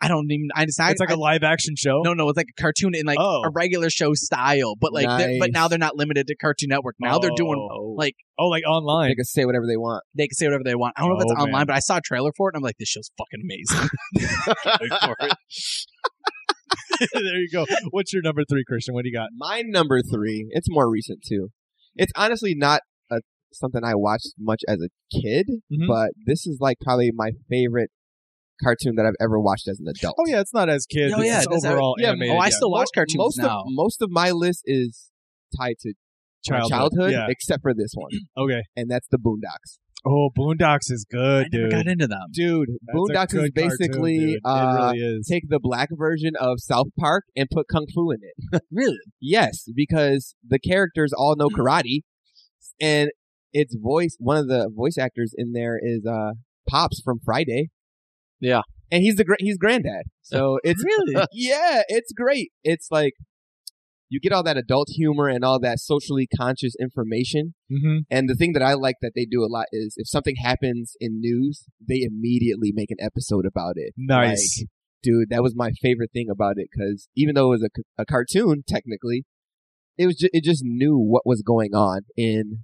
[SPEAKER 1] i don't even i just I,
[SPEAKER 3] It's like
[SPEAKER 1] I-
[SPEAKER 3] a live action show.
[SPEAKER 1] no no it's like a cartoon in like
[SPEAKER 3] Oh.
[SPEAKER 1] a regular show style but like they're- but
[SPEAKER 2] Nice.
[SPEAKER 1] now they're not limited to cartoon network now they're doing
[SPEAKER 3] Oh.
[SPEAKER 1] like-
[SPEAKER 3] oh, like
[SPEAKER 2] They
[SPEAKER 1] *laughs*
[SPEAKER 3] online.
[SPEAKER 2] can say whatever they want.
[SPEAKER 1] they can say whatever they want i don't know if it's
[SPEAKER 3] Oh,
[SPEAKER 1] online
[SPEAKER 3] man.
[SPEAKER 1] but i saw a trailer for it and i'm like this show's fucking amazing
[SPEAKER 3] *laughs* there you go. What's your number three, Christian? What do you got?
[SPEAKER 2] My number three, it's more recent too. It's honestly not a, something I watched much as a kid,
[SPEAKER 3] Mhm.
[SPEAKER 2] but this is like probably my favorite cartoon that I've ever watched as an adult.
[SPEAKER 3] Oh yeah, it's not as kids.
[SPEAKER 1] Oh,
[SPEAKER 3] it's
[SPEAKER 1] yeah,
[SPEAKER 3] just
[SPEAKER 1] that's-
[SPEAKER 3] overall
[SPEAKER 2] yeah,
[SPEAKER 3] animated.
[SPEAKER 1] oh i
[SPEAKER 3] yeah.
[SPEAKER 1] still watch
[SPEAKER 2] Mo-
[SPEAKER 1] cartoons
[SPEAKER 2] most
[SPEAKER 1] now
[SPEAKER 2] Of, most of my list is tied to childhood, childhood
[SPEAKER 3] Yeah.
[SPEAKER 2] except for this one,
[SPEAKER 3] Okay.
[SPEAKER 2] and that's the Boondocks.
[SPEAKER 3] Oh, Boondocks is
[SPEAKER 1] i
[SPEAKER 3] good,
[SPEAKER 1] never
[SPEAKER 3] dude.
[SPEAKER 1] got into them
[SPEAKER 2] Dude,
[SPEAKER 3] That's a
[SPEAKER 2] Boondocks is
[SPEAKER 3] good cartoon,
[SPEAKER 2] basically
[SPEAKER 3] dude.
[SPEAKER 2] uh,
[SPEAKER 3] it really is.
[SPEAKER 2] take the black version of South Park and put kung fu in it.
[SPEAKER 1] really
[SPEAKER 2] Yes, because the characters all know karate, and its voice. One of the voice actors in there is uh Pops from Friday.
[SPEAKER 4] Yeah.
[SPEAKER 2] and he's the gra- he's granddad. So it's
[SPEAKER 1] really
[SPEAKER 2] yeah, it's great. It's like you get all that adult humor and all that socially conscious information.
[SPEAKER 3] hmm
[SPEAKER 2] And the thing that I like that they do a lot is if something happens in news, they immediately make an episode about it.
[SPEAKER 3] Nice.
[SPEAKER 2] Like, dude, that was my favorite thing about it because even though it was a, c- a cartoon technically, it was ju- it just knew what was going on in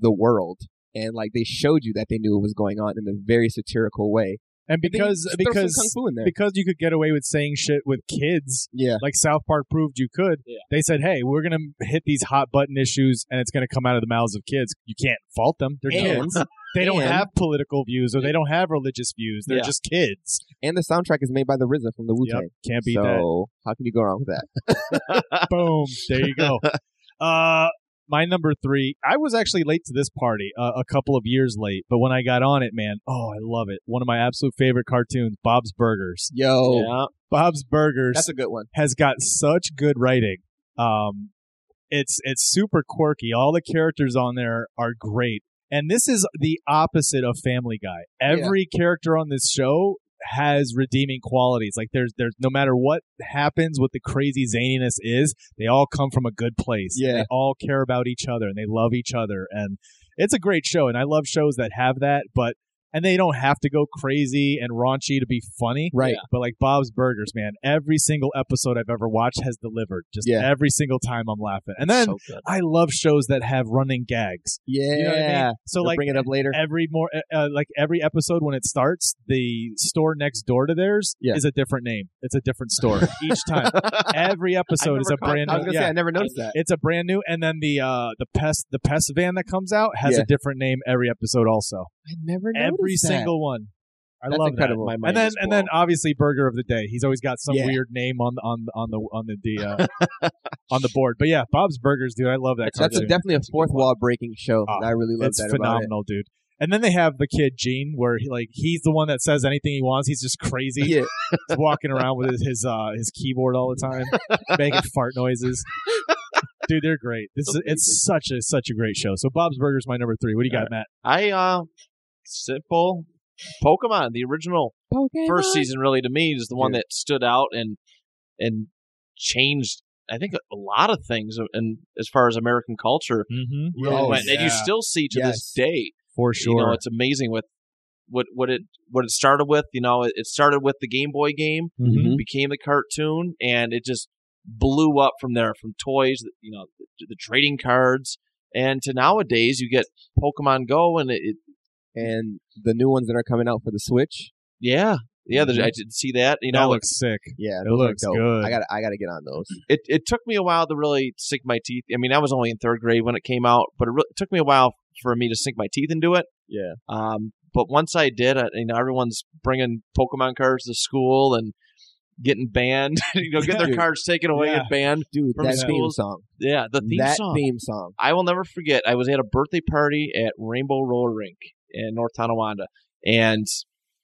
[SPEAKER 2] the world, and like they showed you that they knew what was going on in a very satirical way. And
[SPEAKER 3] and
[SPEAKER 2] then
[SPEAKER 3] because
[SPEAKER 2] you throw some kung
[SPEAKER 3] because
[SPEAKER 2] fu in there,
[SPEAKER 3] because you could get away with saying shit with kids,
[SPEAKER 2] yeah,
[SPEAKER 3] like South Park proved you could.
[SPEAKER 4] Yeah.
[SPEAKER 3] They said, "Hey, we're gonna hit these hot button issues, and it's gonna come out of the mouths of kids. You can't fault them. They're
[SPEAKER 2] And-
[SPEAKER 3] kids. They don't
[SPEAKER 2] and-
[SPEAKER 3] have political views or they don't have religious views. They're
[SPEAKER 4] Yeah.
[SPEAKER 3] just kids.
[SPEAKER 2] and the soundtrack is made by the RZA from the Wu Tang.
[SPEAKER 3] Yep. Can't be
[SPEAKER 2] so
[SPEAKER 3] that.
[SPEAKER 2] how can you go wrong with that?
[SPEAKER 3] Boom. There you go. Uh, my number three. I was actually late to this party, uh, a couple of years late, but when I got on it, man, oh, I love it. One of my absolute favorite cartoons, Bob's Burgers.
[SPEAKER 4] *laughs*
[SPEAKER 2] Yo,
[SPEAKER 4] Yeah.
[SPEAKER 3] Bob's Burgers
[SPEAKER 2] Oh, that's a good one.
[SPEAKER 3] has got such good writing. Um, it's it's super quirky. All the characters on there are great, and this is the opposite of Family Guy. Every character on this show has redeeming qualities. Like there's there's no matter what happens, what the crazy zaniness is, they all come from a good place.
[SPEAKER 2] Yeah.
[SPEAKER 3] they all care about each other and they love each other, and it's a great show. And I love shows that have that, but. And they don't have to go crazy and raunchy to be funny.
[SPEAKER 2] Right.
[SPEAKER 3] But like Bob's Burgers, man, every single episode I've ever watched has delivered. Just
[SPEAKER 2] Yeah.
[SPEAKER 3] every single time I'm laughing. And then
[SPEAKER 4] So good.
[SPEAKER 3] I love shows that have running gags.
[SPEAKER 2] Yeah,
[SPEAKER 3] You know what I mean? So
[SPEAKER 2] We'll
[SPEAKER 3] like
[SPEAKER 2] bring it up later.
[SPEAKER 3] every more uh, uh, like every episode when it starts, the store next door to theirs
[SPEAKER 2] Yeah.
[SPEAKER 3] is a different name. It's a
[SPEAKER 2] *laughs*
[SPEAKER 3] different store each time. Every episode is a brand
[SPEAKER 2] I was gonna
[SPEAKER 3] new. Yeah.
[SPEAKER 2] say I never noticed that.
[SPEAKER 3] It's a brand new, and then the uh, the pest the pest van that comes out has
[SPEAKER 2] Yeah.
[SPEAKER 3] a different name every episode. Also,
[SPEAKER 2] I never
[SPEAKER 3] every single one. I
[SPEAKER 2] That's
[SPEAKER 3] love that
[SPEAKER 2] incredible.
[SPEAKER 4] My
[SPEAKER 3] and
[SPEAKER 4] mind
[SPEAKER 3] then
[SPEAKER 4] is
[SPEAKER 3] and then obviously burger of the day. He's always got some
[SPEAKER 2] Yeah.
[SPEAKER 3] weird name on on on the on the, the uh,
[SPEAKER 2] *laughs*
[SPEAKER 3] on the board. But yeah, Bob's Burgers, dude. I love that.
[SPEAKER 2] That's a,
[SPEAKER 3] cartoon.
[SPEAKER 2] definitely a fourth wall breaking show.
[SPEAKER 3] Ah,
[SPEAKER 2] I really love
[SPEAKER 3] it's
[SPEAKER 2] that about it.
[SPEAKER 3] phenomenal, dude. And then they have the kid Gene, where he, like he's the one that says anything he wants. He's just crazy,
[SPEAKER 2] Yeah,
[SPEAKER 3] He's walking around with his his, uh, his keyboard all the
[SPEAKER 2] *laughs*
[SPEAKER 3] time, making fart noises. Dude, they're great. This is, it's such a such a great show. So Bob's Burgers, my number three. What do you got, Matt?
[SPEAKER 4] I uh simple Pokemon, the original
[SPEAKER 3] *laughs*
[SPEAKER 4] first season really to me is the one
[SPEAKER 2] Yeah.
[SPEAKER 4] that stood out and and changed I think a lot of things uh, and as far as American culture
[SPEAKER 3] Mm-hmm.
[SPEAKER 4] really
[SPEAKER 2] Oh,
[SPEAKER 4] went. And you
[SPEAKER 3] yeah.
[SPEAKER 4] still see to this
[SPEAKER 2] Yes.
[SPEAKER 4] day.
[SPEAKER 3] For
[SPEAKER 4] You know,
[SPEAKER 3] sure.
[SPEAKER 4] it's amazing with what what it what it started with, you know, it, it started with the Game Boy game,
[SPEAKER 3] Mhm.
[SPEAKER 4] became the cartoon and it just blew up from there from toys, you know, the, the trading cards and to nowadays you get Pokemon Go and it, it
[SPEAKER 2] and the new ones that are coming out for the Switch.
[SPEAKER 4] Yeah, yeah. there's I did see that. You
[SPEAKER 3] that
[SPEAKER 4] know,
[SPEAKER 3] looks sick.
[SPEAKER 2] Yeah,
[SPEAKER 3] It
[SPEAKER 2] those are
[SPEAKER 3] looks
[SPEAKER 2] dope.
[SPEAKER 3] good.
[SPEAKER 2] I got I got to get on those.
[SPEAKER 4] it it took me a while to really sink my teeth. I mean, I was only in third grade when it came out, but it really took me a while for me to sink my teeth into it.
[SPEAKER 2] Yeah.
[SPEAKER 4] Um, but once I did, I, you know, everyone's bringing Pokemon cards to school, and getting banned, *laughs* you know, get their
[SPEAKER 3] Dude.
[SPEAKER 4] cards taken away
[SPEAKER 3] Yeah.
[SPEAKER 4] and banned.
[SPEAKER 2] Dude,
[SPEAKER 4] From
[SPEAKER 2] that theme
[SPEAKER 4] schools.
[SPEAKER 2] song.
[SPEAKER 4] Yeah, the theme
[SPEAKER 2] that
[SPEAKER 4] song.
[SPEAKER 2] theme song.
[SPEAKER 4] I will never forget. I was at a birthday party at Rainbow Roller Rink in North Tonawanda, and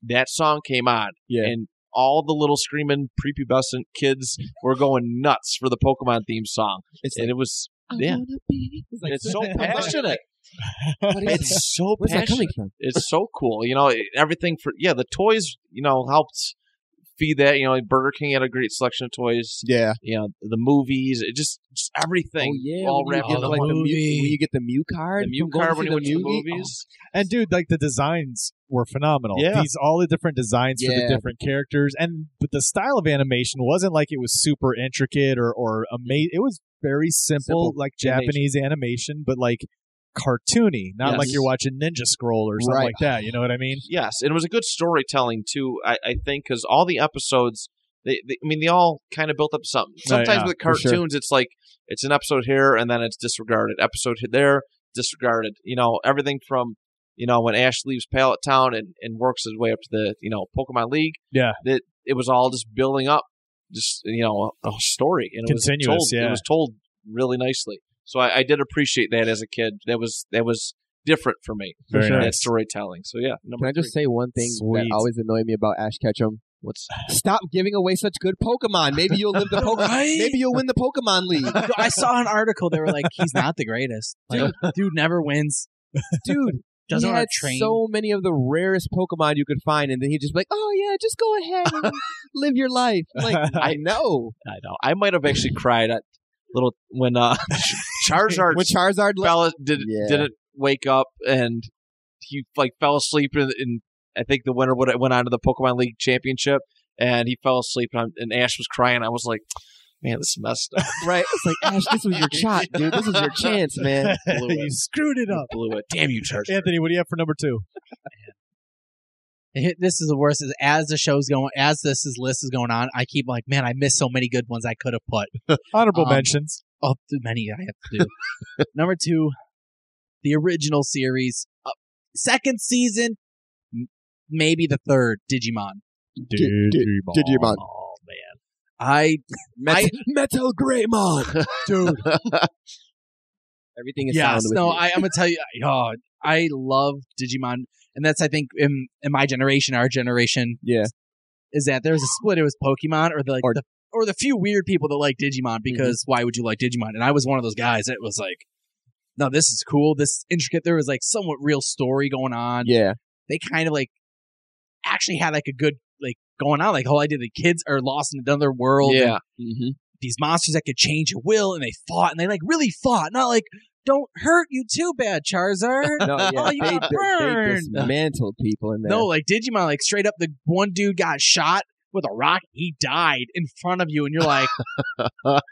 [SPEAKER 4] that song came on,
[SPEAKER 2] Yeah.
[SPEAKER 4] and all the little screaming prepubescent kids were going nuts for the Pokemon theme song,
[SPEAKER 2] It's
[SPEAKER 4] and
[SPEAKER 2] like,
[SPEAKER 4] it was
[SPEAKER 2] I
[SPEAKER 4] yeah,
[SPEAKER 2] wanna be- It's like, *laughs*
[SPEAKER 4] it's so
[SPEAKER 2] I'm like,
[SPEAKER 4] passionate.
[SPEAKER 2] what
[SPEAKER 3] *laughs*
[SPEAKER 2] is that?
[SPEAKER 4] It's so
[SPEAKER 2] Where's that
[SPEAKER 4] passionate.
[SPEAKER 2] coming from?
[SPEAKER 4] It's so cool. You know, everything for yeah, the toys. You know, helped feed that. You know, Burger King had a great selection of toys.
[SPEAKER 2] Yeah.
[SPEAKER 4] You know, the movies. It just, just everything.
[SPEAKER 2] oh, yeah.
[SPEAKER 4] all
[SPEAKER 2] when you
[SPEAKER 4] wrapped
[SPEAKER 2] get
[SPEAKER 4] in
[SPEAKER 2] the,
[SPEAKER 4] the
[SPEAKER 2] like, the Mew,
[SPEAKER 1] movie.
[SPEAKER 2] when you get the Mew card.
[SPEAKER 4] The Mew
[SPEAKER 2] from going
[SPEAKER 4] card
[SPEAKER 2] to
[SPEAKER 4] when
[SPEAKER 2] see
[SPEAKER 4] he went to the
[SPEAKER 2] movie.
[SPEAKER 4] movies.
[SPEAKER 3] And dude, like the designs were phenomenal.
[SPEAKER 4] Yeah.
[SPEAKER 3] These all the different designs for the
[SPEAKER 2] Yeah.
[SPEAKER 3] different characters, and but the style of animation wasn't like it was super intricate or or amazing. It was very simple,
[SPEAKER 2] Simple
[SPEAKER 3] like
[SPEAKER 4] animation.
[SPEAKER 3] Japanese animation, but like cartoony, not like
[SPEAKER 4] Yes.
[SPEAKER 3] you're watching Ninja Scroll or something
[SPEAKER 2] Right.
[SPEAKER 3] like that. You know what I mean?
[SPEAKER 4] Yes, and it was a good storytelling too. I, I think because all the episodes, they, they, I mean, they all kind of built up something. Sometimes
[SPEAKER 3] Oh, yeah,
[SPEAKER 4] with
[SPEAKER 2] for
[SPEAKER 4] cartoons,
[SPEAKER 2] sure.
[SPEAKER 4] it's like it's an episode here and then it's disregarded. Episode here- there, disregarded. You know, everything from you know when Ash leaves Pallet Town and, and works his way up to the you know Pokemon League.
[SPEAKER 3] Yeah.
[SPEAKER 4] that it was all just building up, just you know a, a story and it
[SPEAKER 3] Continuous,
[SPEAKER 4] was told. It
[SPEAKER 3] yeah.
[SPEAKER 4] was told really nicely. So I, I did appreciate that as a kid. That was that was different for me.
[SPEAKER 3] Very
[SPEAKER 2] sure.
[SPEAKER 4] That storytelling. So yeah, number
[SPEAKER 2] Can I just
[SPEAKER 4] three.
[SPEAKER 2] say one thing
[SPEAKER 3] Sweet.
[SPEAKER 2] that always annoyed me about Ash Ketchum?
[SPEAKER 4] what's
[SPEAKER 2] Stop giving away such good Pokemon. Maybe you'll live the
[SPEAKER 3] *laughs*
[SPEAKER 2] Pokemon.
[SPEAKER 1] Right?
[SPEAKER 2] Maybe you'll win the Pokemon
[SPEAKER 1] *laughs*
[SPEAKER 2] League.
[SPEAKER 1] I saw an article. They were like, he's not the greatest. Like, *laughs* dude never wins.
[SPEAKER 2] Dude,
[SPEAKER 1] Doesn't
[SPEAKER 2] he
[SPEAKER 1] want
[SPEAKER 2] had
[SPEAKER 1] to train.
[SPEAKER 2] so many of the rarest Pokemon you could find, and then he'd just be like, "Oh yeah, just go ahead, and live your life." Like I know
[SPEAKER 4] I know. I might have actually cried at little when uh *laughs* Charizard
[SPEAKER 2] when Charizard left,
[SPEAKER 4] fell, did
[SPEAKER 2] Yeah.
[SPEAKER 4] didn't wake up and he like fell asleep and, and I think the winner would went on to the Pokemon League championship and he fell asleep and, I'm, and Ash was crying. I was like, man, this is messed up.
[SPEAKER 2] right? It's like Ash, this *laughs* was your shot, dude. This is *laughs* your chance, man.
[SPEAKER 4] Blew
[SPEAKER 3] *laughs* you
[SPEAKER 4] it.
[SPEAKER 3] screwed it up.
[SPEAKER 4] Blew it. Damn you, Charizard.
[SPEAKER 3] Anthony, what do you have for number two?
[SPEAKER 1] It- This is the worst. Is as the show's going, as this is list is going on, I keep like, man, I missed so many good ones I could have put.
[SPEAKER 3] Honorable
[SPEAKER 1] Um,
[SPEAKER 3] mentions.
[SPEAKER 1] Oh, too many I have to do. Number two, the original series, uh, second season, m- maybe the third Digimon.
[SPEAKER 2] did-
[SPEAKER 3] Digimon.
[SPEAKER 2] Digimon.
[SPEAKER 1] Oh man, I
[SPEAKER 2] Met- Metal Greymon, dude. *laughs* Everything is
[SPEAKER 1] yes,
[SPEAKER 2] sound with
[SPEAKER 1] no,
[SPEAKER 2] me.
[SPEAKER 1] I, I'm gonna tell you, I- oh, I love Digimon, and that's I think in in my generation, our generation,
[SPEAKER 2] yeah,
[SPEAKER 1] is that there was a split. It was Pokemon or the like
[SPEAKER 2] Or- Mm-hmm.
[SPEAKER 1] the or the few weird people that like Digimon because why would you like Digimon? And I was one of those guys that was like, no, this is cool. This is intricate. There was like somewhat real story going on.
[SPEAKER 2] yeah,
[SPEAKER 1] They kind of like actually had like a good like going on. Like the whole idea the kids are lost in another world. and
[SPEAKER 4] Yeah.
[SPEAKER 1] these monsters that could change your will, and they fought and they like really fought, not like don't hurt you too bad,
[SPEAKER 4] *laughs*
[SPEAKER 1] Charizard. *laughs*
[SPEAKER 2] no, yeah.
[SPEAKER 1] Oh, you
[SPEAKER 2] they,
[SPEAKER 1] got
[SPEAKER 2] di- they
[SPEAKER 1] burned.
[SPEAKER 2] dismantled people in there.
[SPEAKER 1] No, like Digimon, like straight up, the one dude got shot with a rock. He died in front of you, and
[SPEAKER 4] *laughs*
[SPEAKER 1] you're like,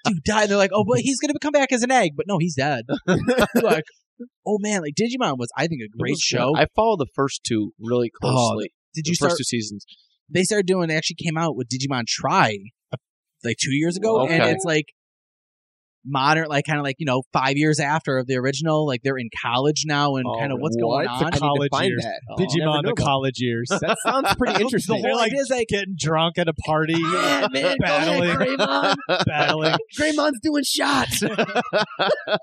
[SPEAKER 1] "You died." They're like, "Oh, but he's gonna come back as an egg," but no,
[SPEAKER 4] *laughs*
[SPEAKER 1] he's dead. You're like, oh man, like Digimon was, I think, a great
[SPEAKER 4] It was-
[SPEAKER 1] show.
[SPEAKER 4] I followed the first two really
[SPEAKER 1] Oh,
[SPEAKER 4] closely.
[SPEAKER 1] Did
[SPEAKER 4] the
[SPEAKER 1] you
[SPEAKER 4] first
[SPEAKER 1] start?
[SPEAKER 4] two seasons?
[SPEAKER 1] They started doing. They actually came out with Digimon Try like two years ago, and
[SPEAKER 4] Okay.
[SPEAKER 1] it's like modern, like kind of like you know five years after of the original. Like they're in college now, and
[SPEAKER 4] Oh,
[SPEAKER 1] kind of what's going
[SPEAKER 2] what?
[SPEAKER 1] on.
[SPEAKER 2] I need to
[SPEAKER 3] College
[SPEAKER 2] find
[SPEAKER 3] years.
[SPEAKER 2] that.
[SPEAKER 4] Oh,
[SPEAKER 2] Never
[SPEAKER 3] Digimon
[SPEAKER 2] knew
[SPEAKER 3] the
[SPEAKER 2] about
[SPEAKER 3] college years.
[SPEAKER 2] *laughs* That sounds pretty interesting.
[SPEAKER 3] *laughs* They're
[SPEAKER 1] Well,
[SPEAKER 3] like
[SPEAKER 1] it is like
[SPEAKER 3] getting drunk at a
[SPEAKER 1] *laughs*
[SPEAKER 3] party,
[SPEAKER 1] Ah,
[SPEAKER 2] Yeah, man, go ahead,
[SPEAKER 3] Battling.
[SPEAKER 2] Greymon.
[SPEAKER 3] battling.
[SPEAKER 2] Greymon's doing
[SPEAKER 1] *laughs*
[SPEAKER 2] shots. Oh,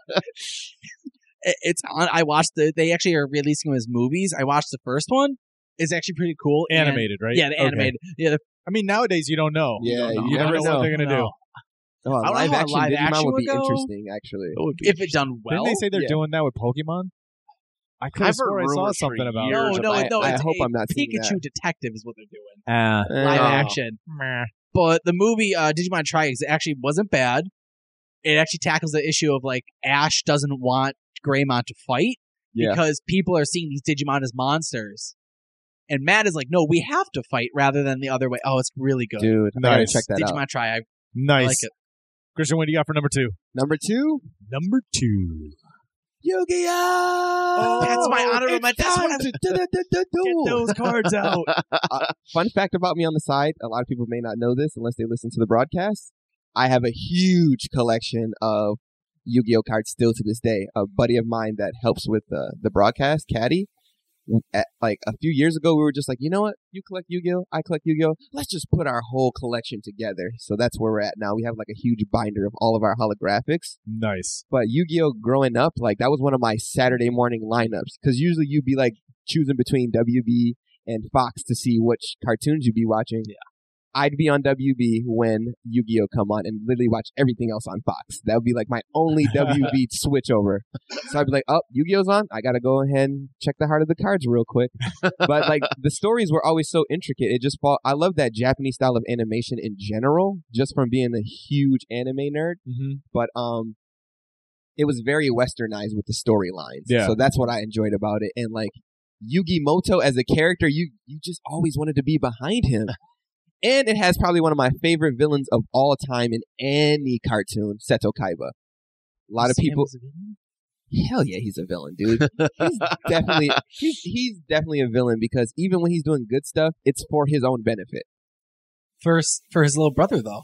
[SPEAKER 1] it- it's on. I watched the. They actually are releasing them as movies. I watched the first one. It's actually pretty cool. and-
[SPEAKER 3] Animated, right?
[SPEAKER 1] *laughs* Yeah, the
[SPEAKER 3] Okay.
[SPEAKER 1] animated. Yeah, the,
[SPEAKER 3] I mean, nowadays you don't know.
[SPEAKER 2] Yeah,
[SPEAKER 3] you, don't know.
[SPEAKER 2] you
[SPEAKER 3] You
[SPEAKER 2] never
[SPEAKER 3] never know what
[SPEAKER 2] know.
[SPEAKER 3] they're gonna do.
[SPEAKER 1] No.
[SPEAKER 2] Oh,
[SPEAKER 1] I don't know
[SPEAKER 2] live
[SPEAKER 1] how a
[SPEAKER 2] action
[SPEAKER 1] live
[SPEAKER 2] Digimon
[SPEAKER 1] action
[SPEAKER 2] would
[SPEAKER 1] would
[SPEAKER 2] be
[SPEAKER 1] go.
[SPEAKER 2] interesting, actually.
[SPEAKER 4] That would be
[SPEAKER 1] if it done well.
[SPEAKER 3] Didn't they say they're
[SPEAKER 2] yeah.
[SPEAKER 3] doing that with Pokemon? I could
[SPEAKER 4] I've
[SPEAKER 3] have swore
[SPEAKER 4] heard
[SPEAKER 3] I saw
[SPEAKER 4] rumors for
[SPEAKER 3] something about
[SPEAKER 4] years
[SPEAKER 1] no,
[SPEAKER 4] years
[SPEAKER 1] no,
[SPEAKER 2] about-
[SPEAKER 1] no.
[SPEAKER 2] I- I
[SPEAKER 1] it's
[SPEAKER 2] hope
[SPEAKER 1] a
[SPEAKER 2] I'm not seeing
[SPEAKER 1] Pikachu Detective is what they're doing.
[SPEAKER 3] Uh,
[SPEAKER 2] Eh,
[SPEAKER 1] Live
[SPEAKER 4] Oh.
[SPEAKER 1] action. But the movie uh, Digimon Try is- actually wasn't bad. It actually tackles the issue of like Ash doesn't want Greymon to fight
[SPEAKER 2] Yeah.
[SPEAKER 1] because people are seeing these Digimon as monsters. And Matt is like, no, we have to fight rather than the other way. Oh, it's really good.
[SPEAKER 2] dude, I gotta
[SPEAKER 3] Nice.
[SPEAKER 2] check that
[SPEAKER 1] Digimon
[SPEAKER 2] out.
[SPEAKER 1] Try, I
[SPEAKER 3] nice.
[SPEAKER 1] like it.
[SPEAKER 3] Christian, what do you got for number two?
[SPEAKER 2] Number two,
[SPEAKER 3] Number two.
[SPEAKER 2] Yu-Gi-Oh!
[SPEAKER 1] That's my honorable men- that's what I'm-
[SPEAKER 2] I'm
[SPEAKER 3] cards
[SPEAKER 1] *laughs*
[SPEAKER 3] out.
[SPEAKER 2] Fun fact about me on the side: a lot of people may not know this unless they listen to the broadcast. I have a huge collection of Yu-Gi-Oh cards still to this day. A buddy of mine that helps with the the broadcast, Caddy, at, like a few years ago, we were just like, you know what? You collect Yu-Gi-Oh, I collect Yu-Gi-Oh. Let's just put our whole collection together. So that's where we're at now. We have like a huge binder of all of our holographics.
[SPEAKER 3] Nice.
[SPEAKER 2] But Yu-Gi-Oh, growing up, like that was one of my Saturday morning lineups because usually you'd be like choosing between WB and Fox to see which cartoons you'd be watching. Yeah. I'd be on WB when Yu-Gi-Oh come on and literally watch everything else on Fox. That would be like my only
[SPEAKER 3] *laughs*
[SPEAKER 2] WB switchover. So I'd be like, "Oh, Yu-Gi-Oh's on. I got to go ahead and check the heart of the cards real quick." But like the stories were always so intricate. It just fall I love that Japanese style of animation in general just from being a huge anime nerd,
[SPEAKER 3] Mm-hmm.
[SPEAKER 2] but um it was very westernized with the storylines.
[SPEAKER 3] Yeah.
[SPEAKER 2] So that's what I enjoyed about it and like Yugi Moto as a character, you you just always wanted to be behind him. And it has probably one of my favorite villains of all time in any cartoon, Seto Kaiba. A lot of people, hell yeah, he's a villain, *laughs* dude. He's definitely he's, he's definitely a villain because even when he's doing good stuff, it's for his own benefit.
[SPEAKER 1] for his, for his little brother though.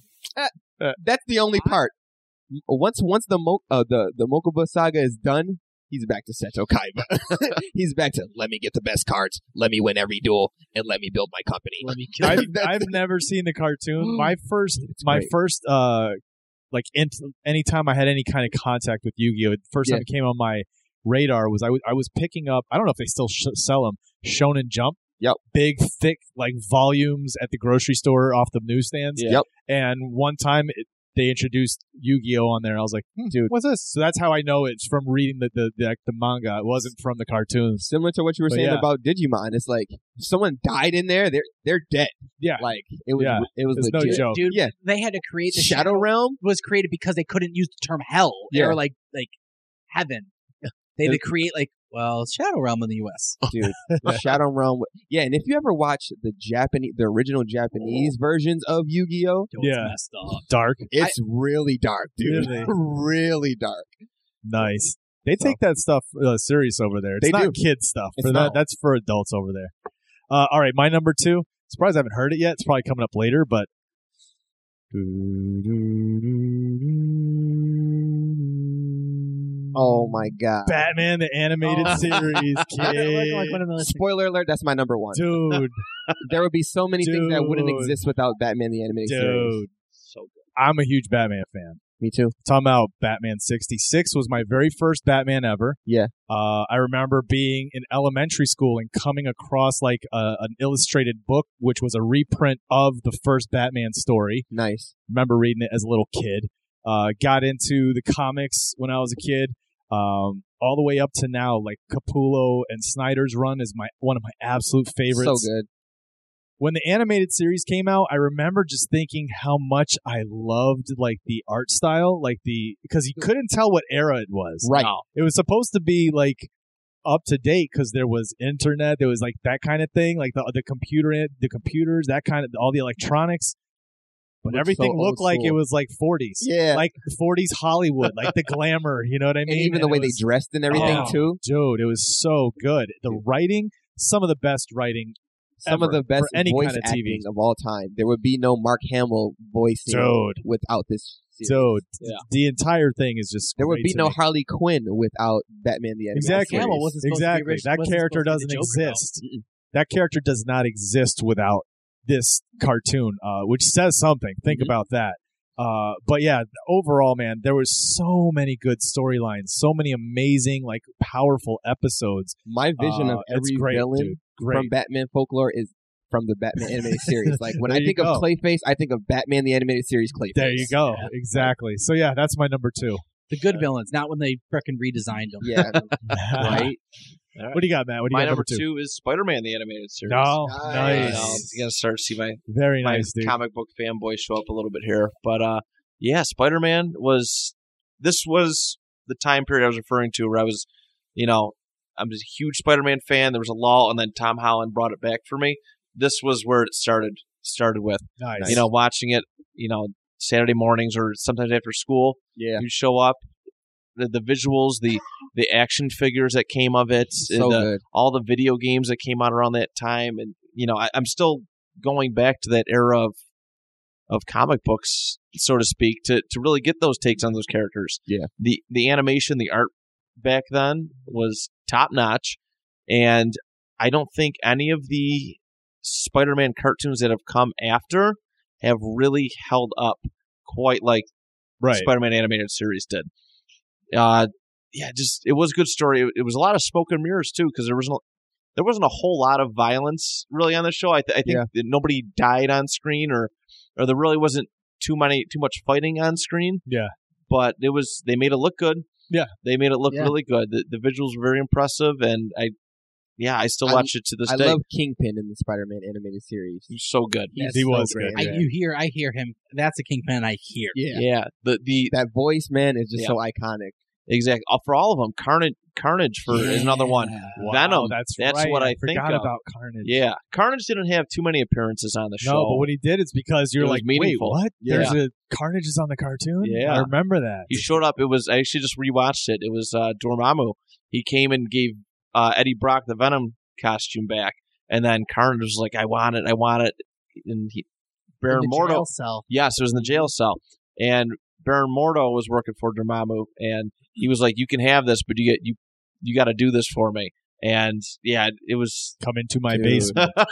[SPEAKER 2] That's the only part. Once once the Mo, uh, the the Mokuba saga is done, he's back to Seto Kaiba. *laughs* he's back to let me get the best cards, let me win every duel, and let me build my company.
[SPEAKER 4] Let me
[SPEAKER 3] I've,
[SPEAKER 2] That's-
[SPEAKER 3] I've never seen the cartoon. My first,
[SPEAKER 2] It's
[SPEAKER 3] my
[SPEAKER 2] great.
[SPEAKER 3] first, uh, like int- anytime I had any kind of contact with Yu-Gi-Oh, the first
[SPEAKER 2] Yeah.
[SPEAKER 3] time it came on my radar was I was- I was picking up. I don't know if they still sh- sell them. Shonen Jump.
[SPEAKER 2] Yep.
[SPEAKER 3] Big, thick, like volumes at the grocery store off the newsstands.
[SPEAKER 4] Yeah.
[SPEAKER 2] Yep.
[SPEAKER 3] And one time it, they introduced Yu-Gi-Oh on there. I was like, hmm, dude, what's this? So that's how I know it's from reading the the the, the manga. It wasn't from the cartoons.
[SPEAKER 2] Similar to what you were
[SPEAKER 3] But
[SPEAKER 2] saying
[SPEAKER 3] yeah.
[SPEAKER 2] about Digimon, it's like if someone died in there, they're they're dead.
[SPEAKER 3] Yeah.
[SPEAKER 2] like it was
[SPEAKER 3] Yeah.
[SPEAKER 2] it was
[SPEAKER 3] It's no
[SPEAKER 2] legit.
[SPEAKER 3] joke.
[SPEAKER 1] Dude,
[SPEAKER 2] Yeah.
[SPEAKER 1] they had to create the
[SPEAKER 2] Shadow Realm,
[SPEAKER 3] *laughs*
[SPEAKER 1] was created because they couldn't use the term hell. They
[SPEAKER 2] Yeah.
[SPEAKER 1] were like like heaven. *laughs* They had to create like well Shadow Realm in
[SPEAKER 2] *laughs*
[SPEAKER 1] the U.S.
[SPEAKER 2] dude. Shadow Realm. Yeah, and if you ever watch the Japanese, the original Japanese versions of Yu-Gi-Oh,
[SPEAKER 1] Yo, it's
[SPEAKER 3] Yeah.
[SPEAKER 1] messed up.
[SPEAKER 3] Dark.
[SPEAKER 2] it's really dark, dude.
[SPEAKER 3] Really?
[SPEAKER 2] *laughs* really dark.
[SPEAKER 3] Nice. They take that stuff uh, serious over there. It's
[SPEAKER 2] They
[SPEAKER 3] not
[SPEAKER 2] do.
[SPEAKER 3] kid stuff.
[SPEAKER 2] It's
[SPEAKER 3] for that,
[SPEAKER 2] not.
[SPEAKER 3] that's for adults over there. Uh, all right, my number two. Surprised I haven't heard it yet. It's probably coming up later, but
[SPEAKER 2] Oh my god!
[SPEAKER 3] Batman the animated
[SPEAKER 1] Oh.
[SPEAKER 2] *laughs*
[SPEAKER 3] series, kid.
[SPEAKER 2] Spoiler alert! That's my number one.
[SPEAKER 3] dude,
[SPEAKER 2] There would be so many things that wouldn't
[SPEAKER 3] Dude.
[SPEAKER 2] exist without Batman the animated series.
[SPEAKER 3] dude.
[SPEAKER 4] so good.
[SPEAKER 3] I'm a huge Batman fan.
[SPEAKER 2] Me too.
[SPEAKER 3] talking about Batman 66 was my very first Batman ever.
[SPEAKER 2] Yeah.
[SPEAKER 3] Uh, I remember being in elementary school and coming across like a, an illustrated book, which was a reprint of the first Batman story.
[SPEAKER 2] Nice.
[SPEAKER 3] Remember reading it as a little kid. Uh, got into the comics when I was a kid. Um, all the way up to now, like Capullo and Snyder's run is my one of my absolute favorites
[SPEAKER 2] So good.
[SPEAKER 3] when the animated series came out, I remember just thinking how much I loved like the art style, like the because you couldn't tell what era it was.
[SPEAKER 2] Right.
[SPEAKER 3] It was supposed to be like up to date because there was internet, there was like that kind of thing, like the the computer, in- the computers, that kind of all the electronics. But
[SPEAKER 2] Looks so
[SPEAKER 3] everything
[SPEAKER 2] old
[SPEAKER 3] looked like it
[SPEAKER 2] school.
[SPEAKER 3] was like 40s,
[SPEAKER 2] Yeah.
[SPEAKER 3] like 40s Hollywood, like
[SPEAKER 2] *laughs*
[SPEAKER 3] the glamour. You know what I mean?
[SPEAKER 2] and even the
[SPEAKER 3] And
[SPEAKER 2] way
[SPEAKER 3] it was-
[SPEAKER 2] they dressed and everything
[SPEAKER 3] Oh.
[SPEAKER 2] too.
[SPEAKER 3] dude, it was so good. The writing, some of the best writing.
[SPEAKER 2] Some of
[SPEAKER 3] ever
[SPEAKER 2] the best
[SPEAKER 3] for any
[SPEAKER 2] voice
[SPEAKER 3] kind of
[SPEAKER 2] acting
[SPEAKER 3] TV.
[SPEAKER 2] of all time. There would be no Mark Hamill voicing
[SPEAKER 3] Dude,
[SPEAKER 2] without this. Series.
[SPEAKER 3] Dude,
[SPEAKER 4] Yeah.
[SPEAKER 3] the entire thing is just
[SPEAKER 2] there would
[SPEAKER 3] great
[SPEAKER 2] be
[SPEAKER 3] to
[SPEAKER 2] no
[SPEAKER 3] me.
[SPEAKER 2] Harley Quinn without Batman the Animated
[SPEAKER 3] Exactly.
[SPEAKER 2] Series.
[SPEAKER 1] Hamill wasn't supposed to be
[SPEAKER 3] exactly.
[SPEAKER 1] rich-
[SPEAKER 3] that
[SPEAKER 1] wasn't
[SPEAKER 3] character
[SPEAKER 1] supposed to
[SPEAKER 3] doesn't
[SPEAKER 1] be the Joker, though.
[SPEAKER 3] exist. That character does not exist without this cartoon, uh, which says something. Think
[SPEAKER 2] Mhm.
[SPEAKER 3] about that. Uh, but yeah, overall, man, there was so many good storylines, so many amazing, like powerful episodes.
[SPEAKER 2] My vision
[SPEAKER 3] Uh,
[SPEAKER 2] of
[SPEAKER 3] it's
[SPEAKER 2] every
[SPEAKER 3] great,
[SPEAKER 2] villain
[SPEAKER 3] dude. Great.
[SPEAKER 2] from Batman folklore is from the Batman animated series. Like when I
[SPEAKER 3] *laughs* There you
[SPEAKER 2] think
[SPEAKER 3] go.
[SPEAKER 2] of Clayface, I think of Batman the animated series Clayface.
[SPEAKER 3] there you go. Exactly. So yeah, that's my number two.
[SPEAKER 1] The good villains, not when they frickin' redesigned them.
[SPEAKER 3] *laughs*
[SPEAKER 2] Yeah, right.
[SPEAKER 3] What do you got, Matt? What do you
[SPEAKER 4] My
[SPEAKER 3] got?
[SPEAKER 4] number two is Spider Man the animated series.
[SPEAKER 3] Oh,
[SPEAKER 2] Nice.
[SPEAKER 3] nice.
[SPEAKER 4] Um, you gotta start to see my
[SPEAKER 3] Very
[SPEAKER 4] my
[SPEAKER 3] nice, dude.
[SPEAKER 4] comic book fanboy show up a little bit here. But uh yeah, Spider Man was this was the time period I was referring to where I was, you know, I'm just a huge Spider Man fan. There was a lull and then Tom Holland brought it back for me. This was where it started started with.
[SPEAKER 3] nice.
[SPEAKER 4] You know, watching it, you know, Saturday mornings or sometimes after school.
[SPEAKER 2] Yeah.
[SPEAKER 4] You show up. The, the visuals, the the action figures that came of it, uh,
[SPEAKER 2] So
[SPEAKER 4] the,
[SPEAKER 2] good.
[SPEAKER 4] all the video games that came out around that time and you know I, i'm still going back to that era of of comic books so to speak to to really get those takes on those characters
[SPEAKER 2] Yeah.
[SPEAKER 4] the the animation the art back then was top notch and I don't think any of the Spider-Man cartoons that have come after have really held up quite like
[SPEAKER 3] Right.
[SPEAKER 4] Spider-Man animated series did. Uh, yeah, just it was a good story. It, it was a lot of smoke and mirrors too, because there wasn't there wasn't a whole lot of violence really on the show. I, th- I think
[SPEAKER 3] Yeah.
[SPEAKER 4] that nobody died on screen, or or there really wasn't too many too much fighting on screen.
[SPEAKER 3] Yeah.
[SPEAKER 4] but it was they made it look good.
[SPEAKER 3] Yeah.
[SPEAKER 4] they made it look
[SPEAKER 2] Yeah.
[SPEAKER 4] really good. The, the visuals were very impressive, and I yeah I still
[SPEAKER 2] I-
[SPEAKER 4] watch it to this
[SPEAKER 2] I
[SPEAKER 4] day.
[SPEAKER 2] love Kingpin in the Spider-Man animated series.
[SPEAKER 4] He's so good.
[SPEAKER 2] He's
[SPEAKER 3] He
[SPEAKER 2] so
[SPEAKER 3] was
[SPEAKER 2] great.
[SPEAKER 1] I,
[SPEAKER 3] good,
[SPEAKER 2] man.
[SPEAKER 1] you hear, I hear him. That's a kingpin. I hear.
[SPEAKER 2] yeah.
[SPEAKER 4] Yeah, the the
[SPEAKER 2] that voice, man, is just
[SPEAKER 4] Yeah.
[SPEAKER 2] so iconic.
[SPEAKER 4] exact uh, for all of them. Carnage Carnage for is another one.
[SPEAKER 3] Wow,
[SPEAKER 4] Venom.
[SPEAKER 3] That's,
[SPEAKER 4] That's
[SPEAKER 3] right.
[SPEAKER 4] what I think
[SPEAKER 3] forgot
[SPEAKER 4] of.
[SPEAKER 3] about Carnage.
[SPEAKER 4] Yeah, Carnage didn't have too many appearances on the show.
[SPEAKER 3] No, but when he did, it's because you're
[SPEAKER 4] It was
[SPEAKER 3] like,
[SPEAKER 4] meaningful.
[SPEAKER 3] wait, what?
[SPEAKER 4] Yeah.
[SPEAKER 3] There's a Carnage is on the cartoon.
[SPEAKER 4] Yeah.
[SPEAKER 3] I remember that.
[SPEAKER 4] he showed up, it was I actually just rewatched it. It was uh, Dormammu. He came and gave uh, Eddie Brock the Venom costume back, and then Carnage was like, "I want it, I want it," and he, Baron
[SPEAKER 1] In the
[SPEAKER 4] Mordo.
[SPEAKER 1] jail cell.
[SPEAKER 4] Yes, it was in the jail cell, and Baron Mordo was working for Dormammu, and he was like, "You can have this, but you get you you got to do this for me." And yeah, it
[SPEAKER 1] *laughs*
[SPEAKER 4] was *laughs*
[SPEAKER 3] Come into my
[SPEAKER 2] Dude.
[SPEAKER 3] basement. *laughs*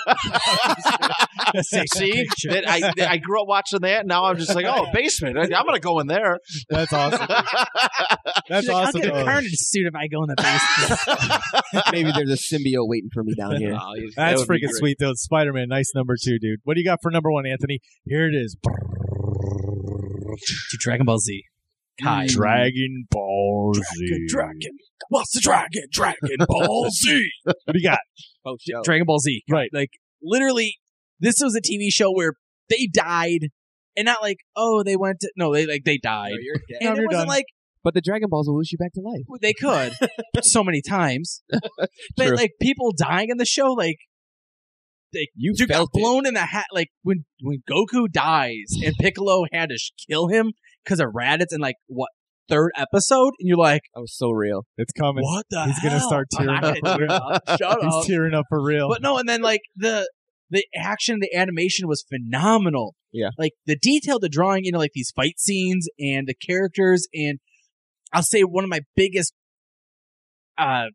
[SPEAKER 4] see that I that I grew up watching that. Now I'm just like, oh, basement. I, I'm gonna go in there.
[SPEAKER 3] *laughs* That's
[SPEAKER 4] *laughs*
[SPEAKER 3] awesome. That's
[SPEAKER 1] She's like,
[SPEAKER 3] awesome. Oh.
[SPEAKER 1] I'll get a
[SPEAKER 3] though.
[SPEAKER 1] carnage suit if I go in the
[SPEAKER 3] *laughs*
[SPEAKER 1] basement.
[SPEAKER 2] Maybe there's a symbiote waiting for me down here.
[SPEAKER 4] Oh, that
[SPEAKER 3] That's
[SPEAKER 4] would be
[SPEAKER 3] freaking
[SPEAKER 4] great.
[SPEAKER 3] sweet though. Spider Man, nice number two, dude. What do you got for number one, Anthony? Here it is.
[SPEAKER 1] to Dragon Ball Z. Kai.
[SPEAKER 3] Mm. Dragon Ball Z.
[SPEAKER 1] What's the dragon? Dragon Ball Z.
[SPEAKER 3] What do you got?
[SPEAKER 2] Oh, show.
[SPEAKER 1] *laughs* Dragon Ball Z.
[SPEAKER 3] Right.
[SPEAKER 1] Like literally, this was a TV show where they died, and not like oh they went to no they like they died.
[SPEAKER 2] No, you're dead.
[SPEAKER 3] No,
[SPEAKER 1] and it
[SPEAKER 3] you're
[SPEAKER 1] wasn't
[SPEAKER 3] done.
[SPEAKER 1] like
[SPEAKER 2] But the Dragon Balls will wish you back to life.
[SPEAKER 1] they
[SPEAKER 3] *laughs*
[SPEAKER 1] could so many times, but
[SPEAKER 2] True.
[SPEAKER 1] like people dying in the show like
[SPEAKER 2] You
[SPEAKER 1] dude got
[SPEAKER 2] felt it.
[SPEAKER 1] blown in the hat like when when Goku dies
[SPEAKER 3] *laughs*
[SPEAKER 1] and Piccolo had to sh- kill him because of Raditz in like what third episode and you're like
[SPEAKER 2] That was so real.
[SPEAKER 3] It's coming.
[SPEAKER 1] what the
[SPEAKER 3] he's gonna
[SPEAKER 1] hell? *laughs*
[SPEAKER 3] start
[SPEAKER 1] I'm not
[SPEAKER 3] tearing up.
[SPEAKER 1] gonna tear
[SPEAKER 3] *laughs*
[SPEAKER 1] up. Shut up.
[SPEAKER 4] Uh,
[SPEAKER 3] He's tearing up for real.
[SPEAKER 1] But no, and then like the the action, the animation was phenomenal.
[SPEAKER 2] Yeah.
[SPEAKER 1] like the detail, the drawing, you know, like these fight scenes and the characters, and I'll say one of my biggest uh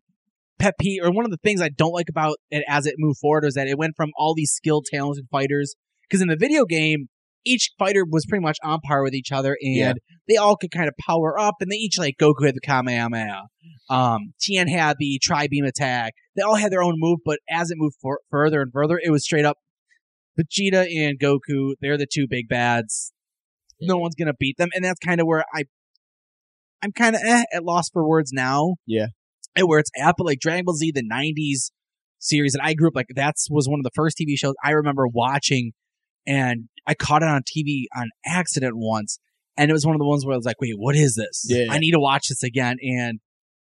[SPEAKER 1] pet peeve or one of the things I don't like about it as it moved forward was that it went from all these skilled, talented fighters because in the video game. Each fighter was pretty much on par with each other, and
[SPEAKER 2] Yeah.
[SPEAKER 1] they all could kind of power up. And they each like Goku had the Kamehameha, um, Tien had the Tri Beam attack, they all had their own move, but as it moved for- further and further, it was straight up Vegeta and Goku. They're the two big bads. No one's gonna beat them, and that's kind of where I, I'm kind of eh, at loss for words now.
[SPEAKER 2] Yeah.
[SPEAKER 1] and where it's at, but like Dragon Ball Z, the '90s series that I grew up like that's was one of the first TV shows I remember watching, and I caught it on TV on accident once, and it was one of the ones where I was like, "Wait, what is this?
[SPEAKER 2] Yeah.
[SPEAKER 1] I need to watch this again." And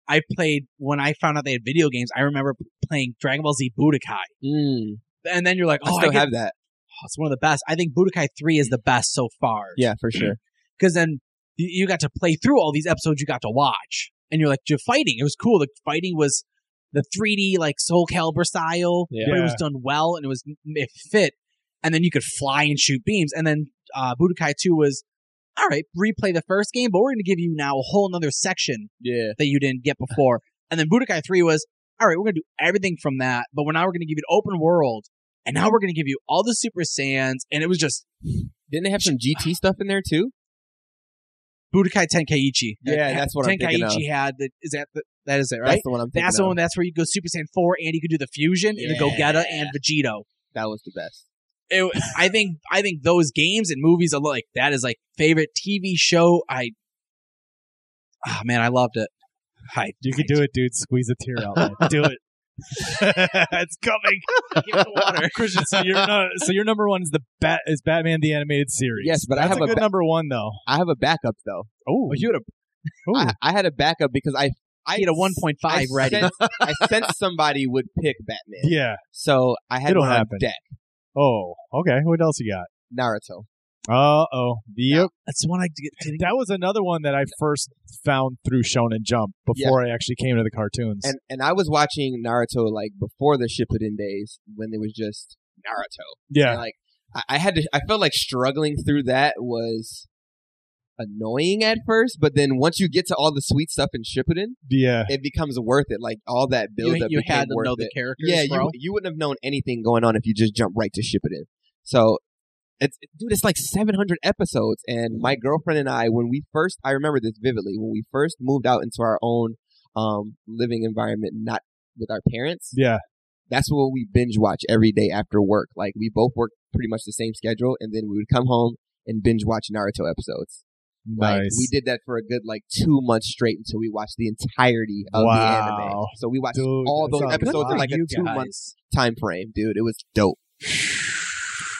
[SPEAKER 1] I played when I found out they had video games. I remember playing Dragon Ball Z Budokai,
[SPEAKER 2] Mm.
[SPEAKER 1] and then you're like,
[SPEAKER 2] I
[SPEAKER 1] "Oh, I
[SPEAKER 2] still
[SPEAKER 1] get-
[SPEAKER 2] have that.
[SPEAKER 1] oh, it's one of the best." I think Budokai Three is the best so far.
[SPEAKER 2] *clears throat* Yeah, for sure.
[SPEAKER 1] because then you, you got to play through all these episodes you got to watch, and you're like, "You're fighting." It was cool. The fighting was the 3D like Soul Calibur style,
[SPEAKER 4] Yeah.
[SPEAKER 1] but it was
[SPEAKER 3] Yeah.
[SPEAKER 1] done well and it was it fit. And then you could fly and shoot beams. And then uh, Budokai Two was all right. Replay the first game, but we're going to give you now a whole another section
[SPEAKER 2] Yeah.
[SPEAKER 1] that you didn't get before. And then Budokai 3 was, all right, we're going to do everything from that, but we're now we're going to give you an open world. And now we're going to give you all the Super Saiyans. And it was just
[SPEAKER 2] Didn't they have some GT stuff in there too?
[SPEAKER 1] Budokai Tenkaichi.
[SPEAKER 2] Yeah,
[SPEAKER 1] Uh,
[SPEAKER 2] that's what I'm thinking of.
[SPEAKER 1] Tenkaichi had. The, is that the, that is it, right?
[SPEAKER 2] That's the one I'm thinking
[SPEAKER 1] That's the
[SPEAKER 2] of.
[SPEAKER 1] one. That's where you go Super Saiyan 4 and you could do the fusion and the Gogeta and Vegito.
[SPEAKER 2] That was the best.
[SPEAKER 1] It, I think I think those games and movies are like that is like favorite TV show. I oh man, I loved it. I,
[SPEAKER 3] you can do it, dude. Squeeze a tear out. man. Do it. *laughs* it's coming. *laughs* Christian, so your nu- so your number one is the bat is Batman the animated series.
[SPEAKER 2] Yes, but I
[SPEAKER 3] That's
[SPEAKER 2] have
[SPEAKER 3] a
[SPEAKER 2] a
[SPEAKER 3] good
[SPEAKER 2] ba-
[SPEAKER 3] number one though.
[SPEAKER 2] I have a backup though.
[SPEAKER 3] Oh,
[SPEAKER 1] you had a
[SPEAKER 2] I, I had a backup because I I
[SPEAKER 1] you had a 1.5
[SPEAKER 2] I
[SPEAKER 1] ready.
[SPEAKER 2] sensed- I sensed somebody would pick Batman.
[SPEAKER 3] yeah.
[SPEAKER 2] So I had
[SPEAKER 3] It'll
[SPEAKER 2] one on
[SPEAKER 3] happen.
[SPEAKER 2] deck.
[SPEAKER 3] Oh, okay. What else you got?
[SPEAKER 2] Naruto.
[SPEAKER 3] Uh oh. Yep.
[SPEAKER 1] That's one I did- didn't.
[SPEAKER 3] That was another one that I first found through Shonen Jump before I actually came to the cartoons.
[SPEAKER 2] And and I was watching Naruto like before the Shippuden days when it was just Naruto.
[SPEAKER 3] yeah,
[SPEAKER 2] uh, And, like I, I had to I felt like struggling through that was annoying at first, but then once you get to all the sweet stuff in Shippuden,
[SPEAKER 3] Yeah.
[SPEAKER 2] it becomes worth it. Like all that
[SPEAKER 1] You,
[SPEAKER 2] build up
[SPEAKER 1] you
[SPEAKER 2] became
[SPEAKER 1] had to
[SPEAKER 2] worth
[SPEAKER 1] know
[SPEAKER 2] it.
[SPEAKER 1] the characters,
[SPEAKER 2] yeah,
[SPEAKER 1] bro.
[SPEAKER 2] you you wouldn't have known anything going on if you just jumped right to Shippuden. So, it's dude, it's like 700 episodes, and my girlfriend and I, when we first, I remember this vividly, when we first moved out into our own um living environment, not with our parents.
[SPEAKER 3] Yeah.
[SPEAKER 2] That's what we binge watch every day after work. Like we both worked pretty much the same schedule, and then we would come home and binge watch Naruto episodes. Like,
[SPEAKER 3] Nice.
[SPEAKER 2] We did that for a good like two months straight until we watched the entirety of the anime.
[SPEAKER 3] Wow.
[SPEAKER 2] So we watched
[SPEAKER 3] Dude,
[SPEAKER 2] all
[SPEAKER 3] that
[SPEAKER 2] those
[SPEAKER 3] sounds
[SPEAKER 1] Good
[SPEAKER 2] episodes
[SPEAKER 1] for
[SPEAKER 2] in like a
[SPEAKER 1] you
[SPEAKER 2] two
[SPEAKER 1] guys.
[SPEAKER 2] month time frame, dude. It was dope.
[SPEAKER 3] *sighs*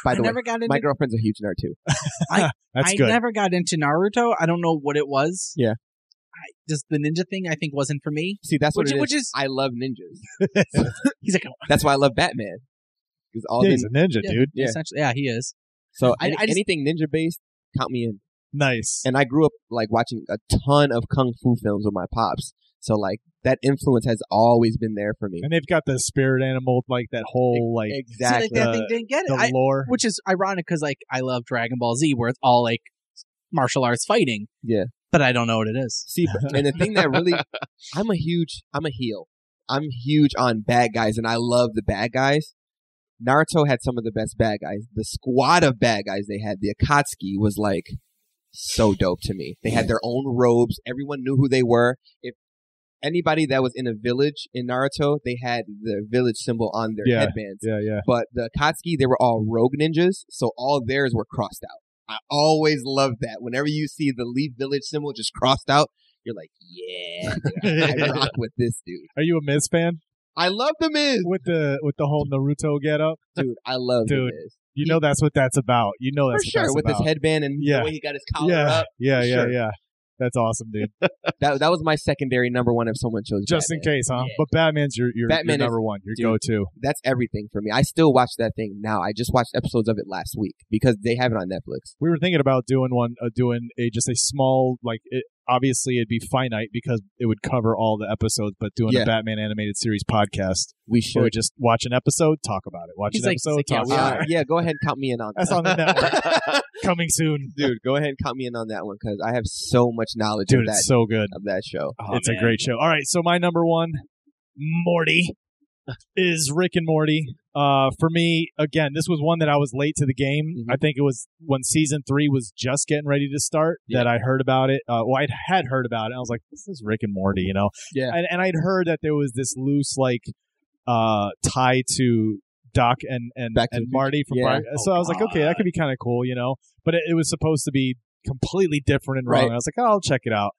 [SPEAKER 2] By
[SPEAKER 1] I
[SPEAKER 2] the way,
[SPEAKER 1] never got into.
[SPEAKER 2] my girlfriend's a huge nerd too.
[SPEAKER 3] That's
[SPEAKER 1] I
[SPEAKER 3] good.
[SPEAKER 1] never got into Naruto. I don't know what it was.
[SPEAKER 2] Yeah.
[SPEAKER 1] I, just the ninja thing, I think, wasn't for me.
[SPEAKER 2] See, that's what
[SPEAKER 1] Which,
[SPEAKER 2] it is.
[SPEAKER 1] which is
[SPEAKER 2] I love ninjas.
[SPEAKER 1] he's like
[SPEAKER 2] That's why I love Batman. Because all
[SPEAKER 3] Yeah,
[SPEAKER 2] the
[SPEAKER 3] he's a ninja,
[SPEAKER 1] Yeah.
[SPEAKER 3] dude.
[SPEAKER 2] Yeah.
[SPEAKER 1] essentially yeah he is.
[SPEAKER 2] so
[SPEAKER 1] I-
[SPEAKER 2] any-
[SPEAKER 1] I just-
[SPEAKER 2] anything ninja based, count me in.
[SPEAKER 3] Nice.
[SPEAKER 2] And I grew up like watching a ton of kung fu films with my pops. So like that influence has always been there for me.
[SPEAKER 3] And they've got the spirit animal, like that whole like
[SPEAKER 2] Exactly.
[SPEAKER 1] See, like that
[SPEAKER 3] The-
[SPEAKER 1] thing didn't get it,
[SPEAKER 3] the
[SPEAKER 1] I,
[SPEAKER 2] *laughs*
[SPEAKER 3] lore.
[SPEAKER 1] which is ironic because like I love Dragon Ball Z where it's all like martial arts fighting.
[SPEAKER 2] Yeah.
[SPEAKER 1] but I don't know what it is.
[SPEAKER 2] *laughs* See, but- and the thing that really, I'm a huge, I'm a heel. I'm huge on bad guys, and I love the bad guys. Naruto had some of the best bad guys. The squad of bad guys they had, the Akatsuki was like so dope to me. They had their own robes. Everyone knew who they were. If anybody that was in a village in Naruto, they had the village symbol on their
[SPEAKER 3] Yeah.
[SPEAKER 2] headbands.
[SPEAKER 3] yeah, yeah.
[SPEAKER 2] But the Akatsuki, they were all rogue ninjas, so all theirs were crossed out. I always loved that. Whenever you see the Leaf Village symbol just crossed out, you're like, yeah,
[SPEAKER 3] *laughs*
[SPEAKER 2] dude, *laughs* I rock with this dude.
[SPEAKER 3] Are you a Miz fan
[SPEAKER 2] I love the Miz,
[SPEAKER 3] with the with the whole Naruto getup?
[SPEAKER 2] dude. I love
[SPEAKER 3] Dude,
[SPEAKER 2] the Miz
[SPEAKER 3] You
[SPEAKER 2] He-
[SPEAKER 3] know that's what that's about. You know
[SPEAKER 2] for
[SPEAKER 3] that's what
[SPEAKER 2] sure.
[SPEAKER 3] that's
[SPEAKER 2] With
[SPEAKER 3] about.
[SPEAKER 2] his headband and
[SPEAKER 3] Yeah.
[SPEAKER 2] the way he got his collar
[SPEAKER 3] yeah,
[SPEAKER 2] up,
[SPEAKER 3] yeah,
[SPEAKER 2] for
[SPEAKER 3] yeah,
[SPEAKER 2] sure.
[SPEAKER 3] yeah. That's awesome,
[SPEAKER 2] *laughs*
[SPEAKER 3] dude.
[SPEAKER 2] that that was my secondary number one. If someone chose
[SPEAKER 3] Just
[SPEAKER 2] Batman.
[SPEAKER 3] in case, huh?
[SPEAKER 2] Yeah.
[SPEAKER 3] But Batman's your your,
[SPEAKER 2] Batman is-
[SPEAKER 3] your number one, your
[SPEAKER 2] dude.
[SPEAKER 3] go to.
[SPEAKER 2] that's everything for me. I still watch that thing now. I just watched episodes of it last week because they have it on Netflix.
[SPEAKER 3] We were thinking about doing one, uh, doing a just a small like. It, obviously, it'd be finite because it would cover all the episodes. But doing a
[SPEAKER 2] Yeah.
[SPEAKER 3] Batman animated series podcast,
[SPEAKER 2] We
[SPEAKER 3] where we
[SPEAKER 2] should.
[SPEAKER 3] just watch an episode, talk about it, watch
[SPEAKER 1] He's
[SPEAKER 3] an
[SPEAKER 1] like,
[SPEAKER 3] episode,
[SPEAKER 1] "Yeah,
[SPEAKER 3] talk
[SPEAKER 1] we
[SPEAKER 3] about
[SPEAKER 2] Uh,
[SPEAKER 3] *laughs* it.
[SPEAKER 2] yeah, go ahead and count me in
[SPEAKER 3] *laughs*
[SPEAKER 2] on that.
[SPEAKER 3] That's on the network
[SPEAKER 2] *laughs*
[SPEAKER 3] coming soon,
[SPEAKER 2] dude. Go ahead and count me in on that one because I have so much knowledge
[SPEAKER 3] dude.
[SPEAKER 2] of that Oh,
[SPEAKER 3] It's so good.
[SPEAKER 2] of that show.
[SPEAKER 3] it's a great show. All right, so my number one, Morty, is Rick and Morty. Uh, for me, again, this was one that I was late to the game.
[SPEAKER 2] Mhm.
[SPEAKER 3] I think it was when season three was just getting ready to start that I heard about it. Uh, well, I had heard about it. I was like, this is Rick and Morty, you know?
[SPEAKER 2] Yeah.
[SPEAKER 3] And, and I'd heard that there was this loose, like, uh, tie to Doc and, and,
[SPEAKER 2] Back to the
[SPEAKER 3] and
[SPEAKER 2] Future.
[SPEAKER 3] Marty from
[SPEAKER 2] Yeah. Oh,
[SPEAKER 3] Bar- So I was like, okay, that
[SPEAKER 4] God.
[SPEAKER 3] could be kind of cool, you know? But it, it was supposed to be completely different and wrong.
[SPEAKER 2] Right.
[SPEAKER 3] I was like, oh, I'll check it out.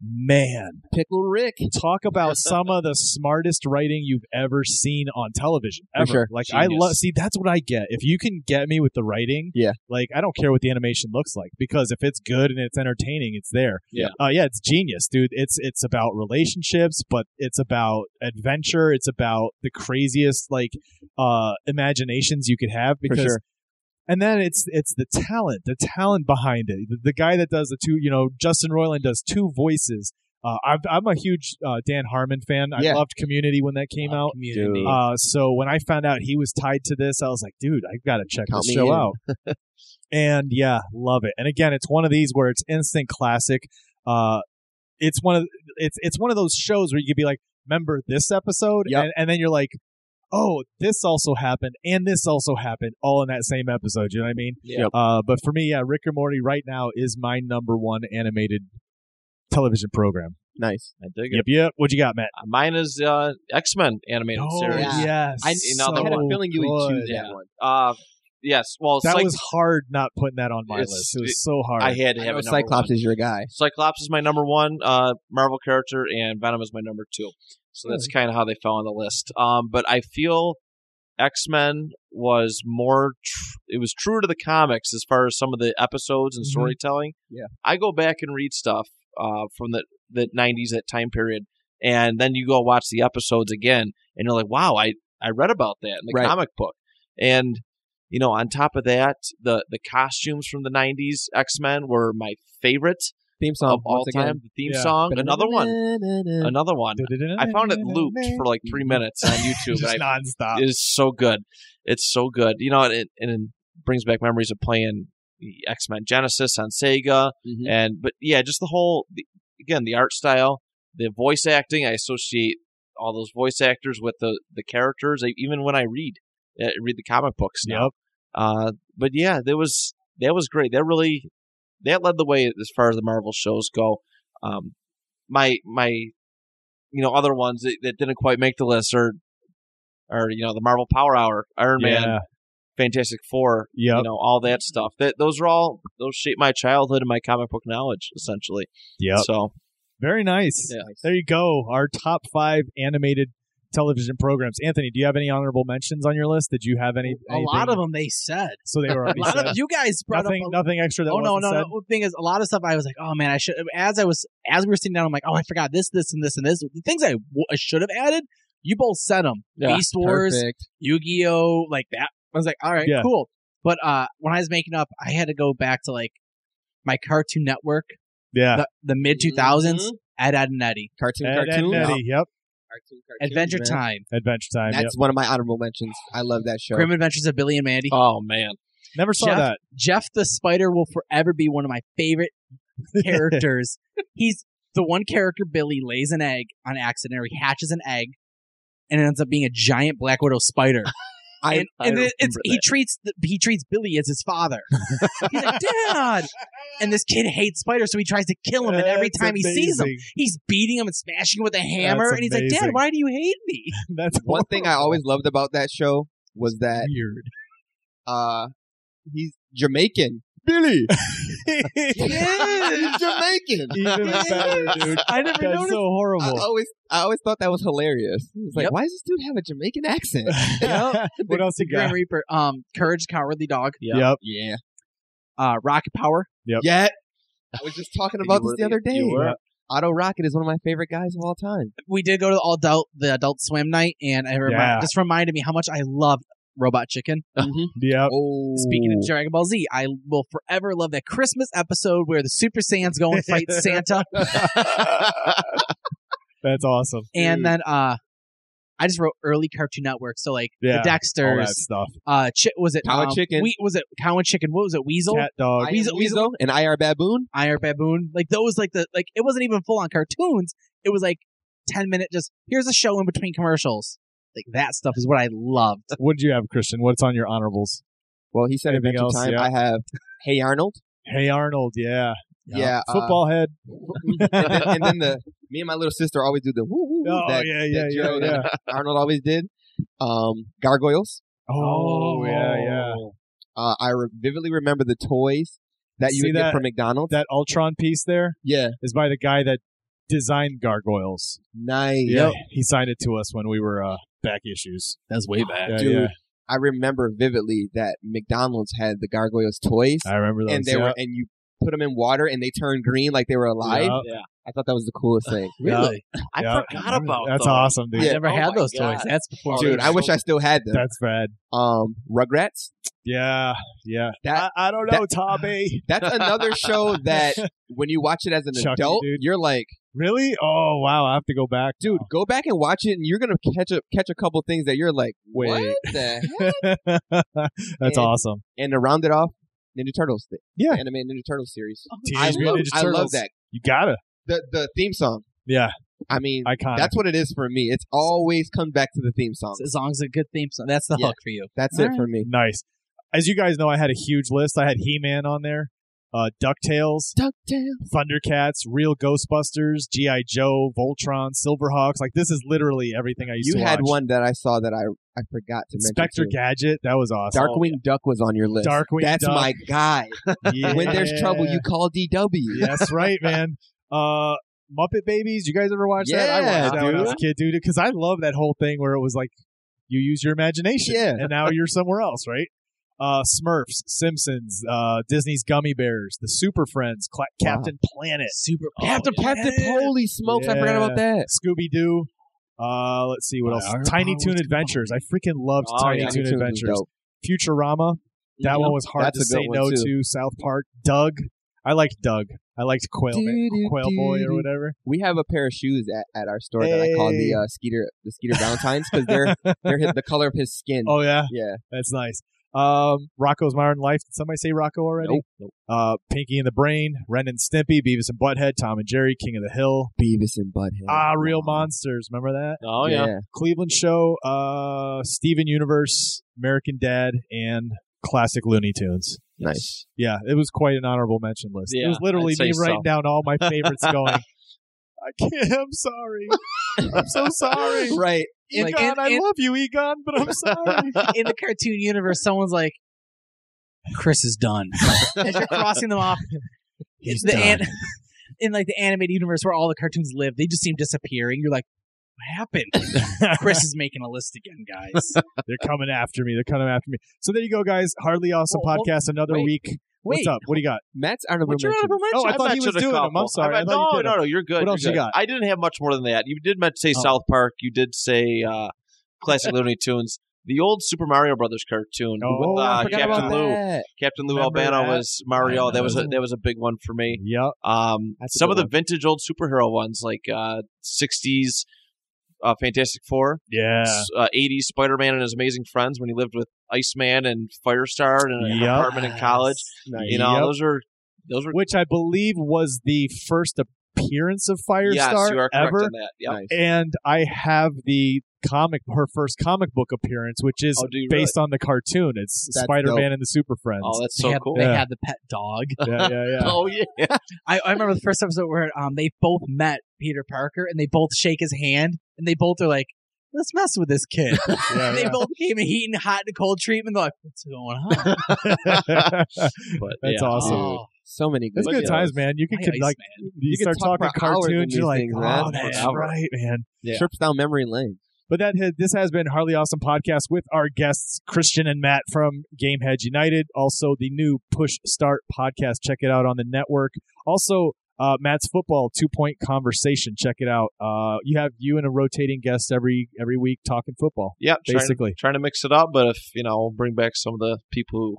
[SPEAKER 3] Man,
[SPEAKER 2] Pickle Rick.
[SPEAKER 3] talk about some of the smartest writing you've ever seen on television
[SPEAKER 2] For
[SPEAKER 3] ever.
[SPEAKER 2] sure.
[SPEAKER 3] Like I
[SPEAKER 4] Genius.
[SPEAKER 3] love see that's what I get. If you can get me with the writing,
[SPEAKER 2] Yeah.
[SPEAKER 3] Like I don't care what the animation looks like because if it's good and it's entertaining, it's there.
[SPEAKER 4] Yeah.
[SPEAKER 3] Uh, yeah, it's genius, dude. It's it's about relationships, but it's about adventure. It's about the craziest like uh imaginations you could have because
[SPEAKER 2] sure.
[SPEAKER 3] and then it's it's the talent, the talent behind it. The, the guy that does the two, you know, Justin Roiland does two voices. Uh, I've, I'm a huge uh, Dan Harmon fan. I
[SPEAKER 2] Yeah.
[SPEAKER 3] loved Community when that came out.
[SPEAKER 1] Community.
[SPEAKER 2] Dude.
[SPEAKER 3] Uh, so when I found out he was tied to this, I was like, dude, I've got to check
[SPEAKER 2] Count
[SPEAKER 3] this
[SPEAKER 2] me
[SPEAKER 3] show
[SPEAKER 2] in.
[SPEAKER 3] out.
[SPEAKER 2] *laughs*
[SPEAKER 3] and yeah, love it. And again, it's one of these where it's instant classic. Uh, it's one of it's it's one of those shows where you could be like, remember this episode,
[SPEAKER 2] Yep.
[SPEAKER 3] and, and then you're like, oh, this also happened, and this also happened, all in that same episode. You know what I mean?
[SPEAKER 4] Yeah. Yep.
[SPEAKER 3] Uh, but for me, yeah, Rick and Morty right now is my number one animated television program.
[SPEAKER 2] Nice.
[SPEAKER 4] I dig it.
[SPEAKER 3] Yep, yep. What you got, Matt? Oh,
[SPEAKER 4] Uh, Mine is uh, X Men animated series.
[SPEAKER 2] yeah.
[SPEAKER 3] yes.
[SPEAKER 4] I- you know, the
[SPEAKER 2] I had a
[SPEAKER 4] So
[SPEAKER 2] feeling you would choose that
[SPEAKER 4] Yeah.
[SPEAKER 2] one.
[SPEAKER 4] Uh, yes. Well,
[SPEAKER 3] that
[SPEAKER 4] Cyc-
[SPEAKER 3] was hard not putting that on my
[SPEAKER 4] It's-
[SPEAKER 3] list. It was
[SPEAKER 4] it-
[SPEAKER 3] so hard.
[SPEAKER 4] I had to
[SPEAKER 2] I
[SPEAKER 4] have
[SPEAKER 2] know
[SPEAKER 4] a number
[SPEAKER 2] Cyclops
[SPEAKER 4] one.
[SPEAKER 2] is your guy.
[SPEAKER 4] Cyclops is my number one uh, Marvel character, and Venom is my number two. So that's
[SPEAKER 2] Hmm.
[SPEAKER 4] kind of how they fell on the list. Um, but I feel X Men was more. Tr- it was true to the comics as far as some of the episodes and
[SPEAKER 3] Mhm.
[SPEAKER 4] storytelling.
[SPEAKER 2] Mm-hmm. Yeah.
[SPEAKER 4] I go back and read stuff uh, from the the '90s that time period, and then you go watch the episodes again, and you're like, "Wow, I I read about that in the
[SPEAKER 2] Right.
[SPEAKER 4] comic book," and you know, on top of that, the the costumes from the '90s X Men were my favorite
[SPEAKER 2] Theme song
[SPEAKER 4] of all
[SPEAKER 2] once again.
[SPEAKER 4] time. The theme
[SPEAKER 3] Yeah.
[SPEAKER 4] song, another one, another one. I found it looped for like three minutes on YouTube.
[SPEAKER 3] *laughs* Just
[SPEAKER 4] and I,
[SPEAKER 3] nonstop.
[SPEAKER 4] it is so good. It's so good. You know, and it, and it brings back memories of playing X Men Genesis on Sega, and but yeah, just the whole the, again the art style, the voice acting. I associate all those voice actors with the the characters. I, even when I read uh, read the comic books now,
[SPEAKER 3] Yep.
[SPEAKER 4] uh, but yeah, that was that was great. That really that led the way as far as the Marvel shows go. Um, my my, you know, other ones that, that didn't quite make the list are are you know the Marvel Power Hour, Iron Man,
[SPEAKER 3] Yeah.
[SPEAKER 4] Fantastic Four,
[SPEAKER 3] Yep.
[SPEAKER 4] you know, all that stuff. That those are all those shaped my childhood and my comic book knowledge essentially.
[SPEAKER 3] Yep.
[SPEAKER 4] So
[SPEAKER 3] Very nice.
[SPEAKER 4] Yeah.
[SPEAKER 3] There you go. Our top five animated television programs. Anthony, do you have any honorable mentions on your list? Did you have any?
[SPEAKER 1] A lot of them they said.
[SPEAKER 3] So
[SPEAKER 1] *laughs*
[SPEAKER 3] they were
[SPEAKER 1] A
[SPEAKER 3] already
[SPEAKER 1] lot
[SPEAKER 3] said.
[SPEAKER 1] of you guys brought
[SPEAKER 3] nothing,
[SPEAKER 1] up. a-
[SPEAKER 3] nothing extra that
[SPEAKER 1] oh no,
[SPEAKER 3] wasn't
[SPEAKER 1] no,
[SPEAKER 3] said.
[SPEAKER 1] no. The thing is, a lot of stuff I was like, oh man, I should. As I was, as we were sitting down, I'm like, oh, I forgot this, this, and this, and this. The things I, w- I should have added, you both said them.
[SPEAKER 4] Yeah.
[SPEAKER 1] Beast Wars,
[SPEAKER 2] Perfect.
[SPEAKER 1] Yu-Gi-Oh, like that. I was like, all right,
[SPEAKER 3] Yeah.
[SPEAKER 1] cool. But uh when I was making up, I had to go back to like my Cartoon Network,
[SPEAKER 3] Yeah.
[SPEAKER 1] the, the mid 2000s,
[SPEAKER 2] Mm-hmm.
[SPEAKER 1] Ed, Ed and Eddy,
[SPEAKER 2] Cartoon,
[SPEAKER 3] Ed, Ed,
[SPEAKER 2] cartoon,
[SPEAKER 3] Netty. Yep.
[SPEAKER 2] Cartoon, cartoon,
[SPEAKER 1] Adventure
[SPEAKER 2] man.
[SPEAKER 1] Time,
[SPEAKER 3] Adventure Time. Yep.
[SPEAKER 2] That's one of my honorable mentions. I love that show.
[SPEAKER 1] Grim Adventures of Billy and Mandy.
[SPEAKER 4] oh man,
[SPEAKER 3] Never saw
[SPEAKER 1] Jeff-
[SPEAKER 3] that.
[SPEAKER 1] Jeff the Spider will forever be one of my
[SPEAKER 3] *laughs*
[SPEAKER 1] favorite characters. He's the one character Billy lays an egg on accident, or he hatches an egg, and it ends up being a giant black
[SPEAKER 3] *laughs*
[SPEAKER 1] widow spider.
[SPEAKER 2] I-
[SPEAKER 1] and and
[SPEAKER 4] I
[SPEAKER 1] it- it's,
[SPEAKER 4] remember
[SPEAKER 1] he
[SPEAKER 4] that.
[SPEAKER 1] treats the, he treats Billy as his
[SPEAKER 3] *laughs*
[SPEAKER 1] father. He's like, Dad, and this kid hates spiders, so he tries to kill him. And every
[SPEAKER 3] That's
[SPEAKER 1] time he sees him,
[SPEAKER 3] amazing. *laughs*
[SPEAKER 1] he's beating him and smashing him with a hammer.
[SPEAKER 3] That's
[SPEAKER 1] and he's like, Dad,
[SPEAKER 3] amazing.
[SPEAKER 1] why do you hate me?
[SPEAKER 3] That's *laughs*
[SPEAKER 2] one thing I
[SPEAKER 3] horrible.
[SPEAKER 2] always loved about that show was that
[SPEAKER 3] weird.
[SPEAKER 2] uh, he's Jamaican. *laughs*
[SPEAKER 3] Billy.
[SPEAKER 2] he's Jamaican.
[SPEAKER 3] Even better, dude.
[SPEAKER 1] I never
[SPEAKER 3] That's
[SPEAKER 1] noticed.
[SPEAKER 3] so
[SPEAKER 2] I
[SPEAKER 3] horrible.
[SPEAKER 2] always, I always thought that was hilarious. It's like,
[SPEAKER 1] Yep.
[SPEAKER 2] why does this dude have a Jamaican accent?
[SPEAKER 3] what else you
[SPEAKER 1] Grim
[SPEAKER 3] got?
[SPEAKER 1] Reaper, um, Courage, the Cowardly Dog,
[SPEAKER 3] Yep.
[SPEAKER 2] Yeah,
[SPEAKER 1] uh, Rocket Power,
[SPEAKER 3] Yep.
[SPEAKER 2] yeah. I was just talking about
[SPEAKER 4] You
[SPEAKER 2] this the
[SPEAKER 4] were-
[SPEAKER 2] other day.
[SPEAKER 3] *laughs*
[SPEAKER 4] you were. *laughs*
[SPEAKER 2] Otto Rocket is one of my favorite guys of all time.
[SPEAKER 1] we did go to the all adult the adult swim night, and it remi-
[SPEAKER 3] Yeah.
[SPEAKER 1] just reminded me how much I love Robot Chicken.
[SPEAKER 3] Yep.
[SPEAKER 2] Oh,
[SPEAKER 1] Speaking of Dragon Ball Z, I will forever love that Christmas episode where the Super Saiyans go and
[SPEAKER 3] *laughs*
[SPEAKER 1] fight Santa,
[SPEAKER 3] That's awesome.
[SPEAKER 1] and then uh, I just wrote early Cartoon Network, so like
[SPEAKER 3] Yeah,
[SPEAKER 1] the
[SPEAKER 3] all
[SPEAKER 1] Dexters,
[SPEAKER 3] All that stuff.
[SPEAKER 1] uh, chi- was it
[SPEAKER 2] Cow and
[SPEAKER 1] um,
[SPEAKER 2] Chicken.
[SPEAKER 1] We- was it Cow and Chicken? What was it? Weasel,
[SPEAKER 3] Cat dog.
[SPEAKER 2] I Am
[SPEAKER 1] Weasel-
[SPEAKER 2] Weasel and IR Baboon.
[SPEAKER 1] Iron Baboon, like those, like the like it wasn't even full on cartoons. It was like ten minute, just here's a show in between commercials. Like that stuff is what I loved.
[SPEAKER 3] What did you have, Christian? What's on your honorables?
[SPEAKER 2] Well, he said
[SPEAKER 3] Anything
[SPEAKER 2] Adventure
[SPEAKER 3] else?
[SPEAKER 2] Time.
[SPEAKER 3] Yeah.
[SPEAKER 2] I have *laughs* Hey Arnold.
[SPEAKER 3] Hey Arnold, yeah.
[SPEAKER 2] Yeah, uh,
[SPEAKER 3] Football head.
[SPEAKER 2] *laughs* and, then, and then the me and my little sister always do the woo woo woo
[SPEAKER 3] oh,
[SPEAKER 2] that
[SPEAKER 3] yeah, yeah,
[SPEAKER 2] that
[SPEAKER 3] yeah,
[SPEAKER 2] Joe
[SPEAKER 3] yeah.
[SPEAKER 2] that Arnold always did. Um, gargoyles.
[SPEAKER 3] Oh, yeah, yeah.
[SPEAKER 2] Uh, I re- vividly remember the toys that you
[SPEAKER 3] See
[SPEAKER 2] would
[SPEAKER 3] that-
[SPEAKER 2] get from McDonald's.
[SPEAKER 3] That Ultron piece there
[SPEAKER 2] yeah,
[SPEAKER 3] is by the guy that designed Gargoyles.
[SPEAKER 2] nice.
[SPEAKER 3] He signed it to us when we were uh, back issues.
[SPEAKER 1] That's way back.
[SPEAKER 3] Yeah,
[SPEAKER 2] Dude,
[SPEAKER 3] yeah.
[SPEAKER 2] I remember vividly that McDonald's had the gargoyles toys,
[SPEAKER 3] I remember those.
[SPEAKER 2] and they
[SPEAKER 3] yeah.
[SPEAKER 2] were and you put them in water and they turned green like they were alive.
[SPEAKER 3] Yeah.
[SPEAKER 2] I thought that was the
[SPEAKER 3] *laughs*
[SPEAKER 2] coolest thing.
[SPEAKER 1] Really?
[SPEAKER 4] I
[SPEAKER 3] Yeah.
[SPEAKER 4] forgot about
[SPEAKER 3] That's
[SPEAKER 4] those.
[SPEAKER 3] awesome, dude.
[SPEAKER 1] I
[SPEAKER 2] Yeah.
[SPEAKER 1] never
[SPEAKER 4] Oh
[SPEAKER 1] had
[SPEAKER 4] my
[SPEAKER 1] those
[SPEAKER 4] God.
[SPEAKER 1] toys. That's before.
[SPEAKER 4] Oh,
[SPEAKER 2] Dude,
[SPEAKER 4] they're
[SPEAKER 2] I wish
[SPEAKER 4] so-
[SPEAKER 2] I still had them.
[SPEAKER 3] That's bad.
[SPEAKER 2] Um, Rugrats.
[SPEAKER 3] Yeah, yeah.
[SPEAKER 2] That-
[SPEAKER 3] I, I don't know,
[SPEAKER 2] *laughs*
[SPEAKER 3] Tommy.
[SPEAKER 2] That's another
[SPEAKER 3] *laughs*
[SPEAKER 2] show that when you watch it as an
[SPEAKER 3] Chucky,
[SPEAKER 2] adult,
[SPEAKER 3] dude. Oh.
[SPEAKER 2] you're like.
[SPEAKER 3] Really? Oh wow, I have to go back,
[SPEAKER 2] dude, go back and watch it, and you're gonna catch a catch a couple things that you're like,
[SPEAKER 3] Wait.
[SPEAKER 2] what
[SPEAKER 3] *laughs*
[SPEAKER 2] the? heck?
[SPEAKER 3] That's
[SPEAKER 2] And-
[SPEAKER 3] awesome.
[SPEAKER 2] and to round it off, Ninja Turtles, the
[SPEAKER 3] Yeah.
[SPEAKER 2] animated Ninja Turtles series.
[SPEAKER 3] Teenage
[SPEAKER 2] I,
[SPEAKER 3] Mutant
[SPEAKER 2] love,
[SPEAKER 3] Ninja
[SPEAKER 2] I love
[SPEAKER 3] Turtles.
[SPEAKER 2] that
[SPEAKER 3] You gotta.
[SPEAKER 2] the the theme song.
[SPEAKER 3] Yeah,
[SPEAKER 2] I mean,
[SPEAKER 3] iconic.
[SPEAKER 2] that's what it is for me. It's always come back to the theme song.
[SPEAKER 1] As long as a good theme song, that's the
[SPEAKER 2] Yeah.
[SPEAKER 1] hook for you.
[SPEAKER 2] That's
[SPEAKER 1] All
[SPEAKER 2] it
[SPEAKER 1] right.
[SPEAKER 2] for me.
[SPEAKER 3] nice. As you guys know, I had a huge list. I had He-Man on there, uh, DuckTales,
[SPEAKER 2] Ducktail.
[SPEAKER 3] Thundercats, Real Ghostbusters, GI Joe, Voltron, Silverhawks. Like this is literally everything I used
[SPEAKER 2] You
[SPEAKER 3] to
[SPEAKER 2] had
[SPEAKER 3] watch.
[SPEAKER 2] one that I saw that I I forgot to mention.
[SPEAKER 3] Inspector
[SPEAKER 2] too.
[SPEAKER 3] Gadget. That was awesome.
[SPEAKER 2] Darkwing Duck was on your list.
[SPEAKER 3] Oh, Darkwing
[SPEAKER 2] That's
[SPEAKER 3] Duck.
[SPEAKER 2] my guy.
[SPEAKER 3] Yeah.
[SPEAKER 2] *laughs* When there's trouble, you call DW.
[SPEAKER 3] That's right, man. Uh, Muppet Babies. You guys ever watch that? I
[SPEAKER 2] Yeah,
[SPEAKER 3] watched that when I was a kid, dude. Because I love that whole thing where it was like you use your imagination,
[SPEAKER 2] Yeah.
[SPEAKER 3] and now you're somewhere else, right? Uh, Smurfs, Simpsons, uh, Disney's Gummy Bears, The Super Friends, Cla-
[SPEAKER 2] Wow.
[SPEAKER 3] Captain Planet, Oh,
[SPEAKER 1] Super.
[SPEAKER 2] Captain Captain, holy smokes! I forgot about that.
[SPEAKER 3] Scooby Doo. Uh, let's see what
[SPEAKER 2] Wow,
[SPEAKER 3] else.
[SPEAKER 2] Iron
[SPEAKER 3] Tiny
[SPEAKER 2] Power
[SPEAKER 3] Toon
[SPEAKER 2] was
[SPEAKER 3] Adventures. I freaking loved
[SPEAKER 4] Oh,
[SPEAKER 3] Tiny
[SPEAKER 4] yeah.
[SPEAKER 2] Tiny
[SPEAKER 3] Toon
[SPEAKER 2] Toons was
[SPEAKER 3] Adventures.
[SPEAKER 2] dope.
[SPEAKER 3] Futurama. That one was hard
[SPEAKER 2] That's
[SPEAKER 3] to
[SPEAKER 2] a good
[SPEAKER 3] say
[SPEAKER 2] one,
[SPEAKER 3] no
[SPEAKER 2] too.
[SPEAKER 3] to. South Park. Doug. I liked Doug. I liked Quail, Man,
[SPEAKER 2] Doo-doo,
[SPEAKER 3] Quail Boy or
[SPEAKER 2] doo-doo.
[SPEAKER 3] whatever.
[SPEAKER 2] we have a pair of shoes at, at our store that I call
[SPEAKER 3] Hey.
[SPEAKER 2] the uh, Skeeter the Skeeter Valentines because they're they're his, the color of his skin.
[SPEAKER 3] *laughs* Oh yeah,
[SPEAKER 2] Yeah,
[SPEAKER 3] that's nice. Um, Rocco's Modern Life. Did somebody say Rocco already?
[SPEAKER 4] Nope, nope.
[SPEAKER 3] Uh, Pinky and the Brain, Ren and Stimpy, Beavis and Butthead, Tom and Jerry, King of the Hill.
[SPEAKER 2] Beavis and Butthead.
[SPEAKER 3] Ah, Real Monsters. Remember that?
[SPEAKER 4] Oh yeah.
[SPEAKER 3] Cleveland Show, uh, Steven Universe, American Dad, and classic Looney Tunes.
[SPEAKER 2] Nice.
[SPEAKER 3] Yeah, it was quite an honorable mention list. it
[SPEAKER 4] Yeah,
[SPEAKER 3] was literally
[SPEAKER 4] I'd say
[SPEAKER 3] me
[SPEAKER 4] so.
[SPEAKER 3] writing down all
[SPEAKER 4] *laughs*
[SPEAKER 3] my favorites going, I can't, I'm sorry. I'm so sorry.
[SPEAKER 2] Right.
[SPEAKER 3] Egon,
[SPEAKER 1] Like, and-
[SPEAKER 3] I
[SPEAKER 1] and-
[SPEAKER 3] love you, Egon, but I'm sorry.
[SPEAKER 1] in the cartoon universe, someone's like, "Chris is done." As you're crossing them off,
[SPEAKER 3] He's
[SPEAKER 1] the
[SPEAKER 3] done.
[SPEAKER 1] an- *laughs* in like the animated universe where all the cartoons live, they just seem disappearing. You're like, "What happened?" Chris is making a list again, guys.
[SPEAKER 3] They're coming after me. They're coming after me. So there you go, guys. Hardly Awesome
[SPEAKER 1] Well, well,
[SPEAKER 3] Podcast, another
[SPEAKER 1] wait,
[SPEAKER 3] week.
[SPEAKER 1] Wait,
[SPEAKER 3] What's up? What do you got?
[SPEAKER 2] Matt's honorable
[SPEAKER 4] What's your
[SPEAKER 2] mention.
[SPEAKER 4] honorable mention?
[SPEAKER 3] Oh, I thought he
[SPEAKER 4] mentioned
[SPEAKER 3] was
[SPEAKER 4] a
[SPEAKER 3] doing 'em. I'm
[SPEAKER 4] couple.
[SPEAKER 3] sorry.
[SPEAKER 4] I
[SPEAKER 3] I
[SPEAKER 4] bet-
[SPEAKER 3] thought you
[SPEAKER 4] no,
[SPEAKER 3] did
[SPEAKER 4] no, no. You're good.
[SPEAKER 3] What
[SPEAKER 4] You're
[SPEAKER 3] else you
[SPEAKER 4] good.
[SPEAKER 3] got?
[SPEAKER 4] I didn't have much more than that. You did men- say
[SPEAKER 1] Oh.
[SPEAKER 4] South Park. You did say uh, classic Looney Tunes. The old Super Mario Brothers cartoon
[SPEAKER 3] Oh,
[SPEAKER 4] with
[SPEAKER 3] I
[SPEAKER 4] uh,
[SPEAKER 3] forgot
[SPEAKER 4] Captain
[SPEAKER 3] about
[SPEAKER 4] Lou.
[SPEAKER 2] that.
[SPEAKER 4] Captain Lou
[SPEAKER 3] Remember
[SPEAKER 4] Albano
[SPEAKER 3] that?
[SPEAKER 4] was Mario.
[SPEAKER 3] I
[SPEAKER 4] That was a,
[SPEAKER 3] know.
[SPEAKER 4] that was a big one for me.
[SPEAKER 3] Yep.
[SPEAKER 4] Um,
[SPEAKER 2] That's a
[SPEAKER 4] some
[SPEAKER 2] good
[SPEAKER 4] of the
[SPEAKER 2] one.
[SPEAKER 4] vintage old superhero ones like uh, '60s uh, Fantastic Four,
[SPEAKER 3] Yeah.
[SPEAKER 4] s- uh, '80s Spider-Man and his amazing friends when he lived with Iceman and Firestar in an
[SPEAKER 3] Yep.
[SPEAKER 4] apartment in college.
[SPEAKER 2] Nice.
[SPEAKER 4] You know,
[SPEAKER 3] Yep.
[SPEAKER 4] those are those were
[SPEAKER 3] Which I believe was the first appearance of Firestar
[SPEAKER 4] yes, you are correct
[SPEAKER 3] ever.
[SPEAKER 4] in that. Yep.
[SPEAKER 2] Nice.
[SPEAKER 3] and I have the comic her first comic book appearance, which is
[SPEAKER 4] Oh, do you
[SPEAKER 3] based on the cartoon. It's
[SPEAKER 2] That's
[SPEAKER 3] Spider Man and the Super Friends.
[SPEAKER 4] Oh, that's
[SPEAKER 1] they,
[SPEAKER 4] so
[SPEAKER 1] had,
[SPEAKER 4] cool.
[SPEAKER 1] they
[SPEAKER 3] Yeah.
[SPEAKER 1] had the pet dog.
[SPEAKER 4] *laughs*
[SPEAKER 3] yeah, yeah, yeah.
[SPEAKER 4] Oh yeah. *laughs*
[SPEAKER 1] I, I remember the first episode where um they both met Peter Parker and they both shake his hand and they both are like, "Let's mess with this kid."
[SPEAKER 3] *laughs* yeah,
[SPEAKER 1] And they
[SPEAKER 3] yeah.
[SPEAKER 1] both gave a heat and hot and cold treatment. They're like, "What's going on?"
[SPEAKER 4] But
[SPEAKER 3] that's
[SPEAKER 4] yeah.
[SPEAKER 3] *laughs* awesome.
[SPEAKER 1] Oh,
[SPEAKER 2] So many good
[SPEAKER 3] That's good
[SPEAKER 2] shows.
[SPEAKER 3] times, man. You can
[SPEAKER 1] my
[SPEAKER 3] could,
[SPEAKER 1] Iceman.
[SPEAKER 3] like you,
[SPEAKER 2] could talk
[SPEAKER 3] start talking
[SPEAKER 2] for hours in
[SPEAKER 3] cartoons.
[SPEAKER 2] these
[SPEAKER 3] You're like,
[SPEAKER 2] things, man.
[SPEAKER 3] oh, that's
[SPEAKER 4] Forever.
[SPEAKER 3] right, man.
[SPEAKER 4] Yeah.
[SPEAKER 2] Trips down memory lane.
[SPEAKER 3] But that has, this has been Harley Awesome Podcast with our guests Christian and Matt from Gamehead United. Also, the new Push Start podcast. Check it out on the network. Also, uh, Matt's football two point conversation. Check it out. Uh, you have you and a rotating guest every every week talking football.
[SPEAKER 4] Yeah, trying,
[SPEAKER 3] Basically,
[SPEAKER 4] trying to mix it up, but if you know, bring back some of the people who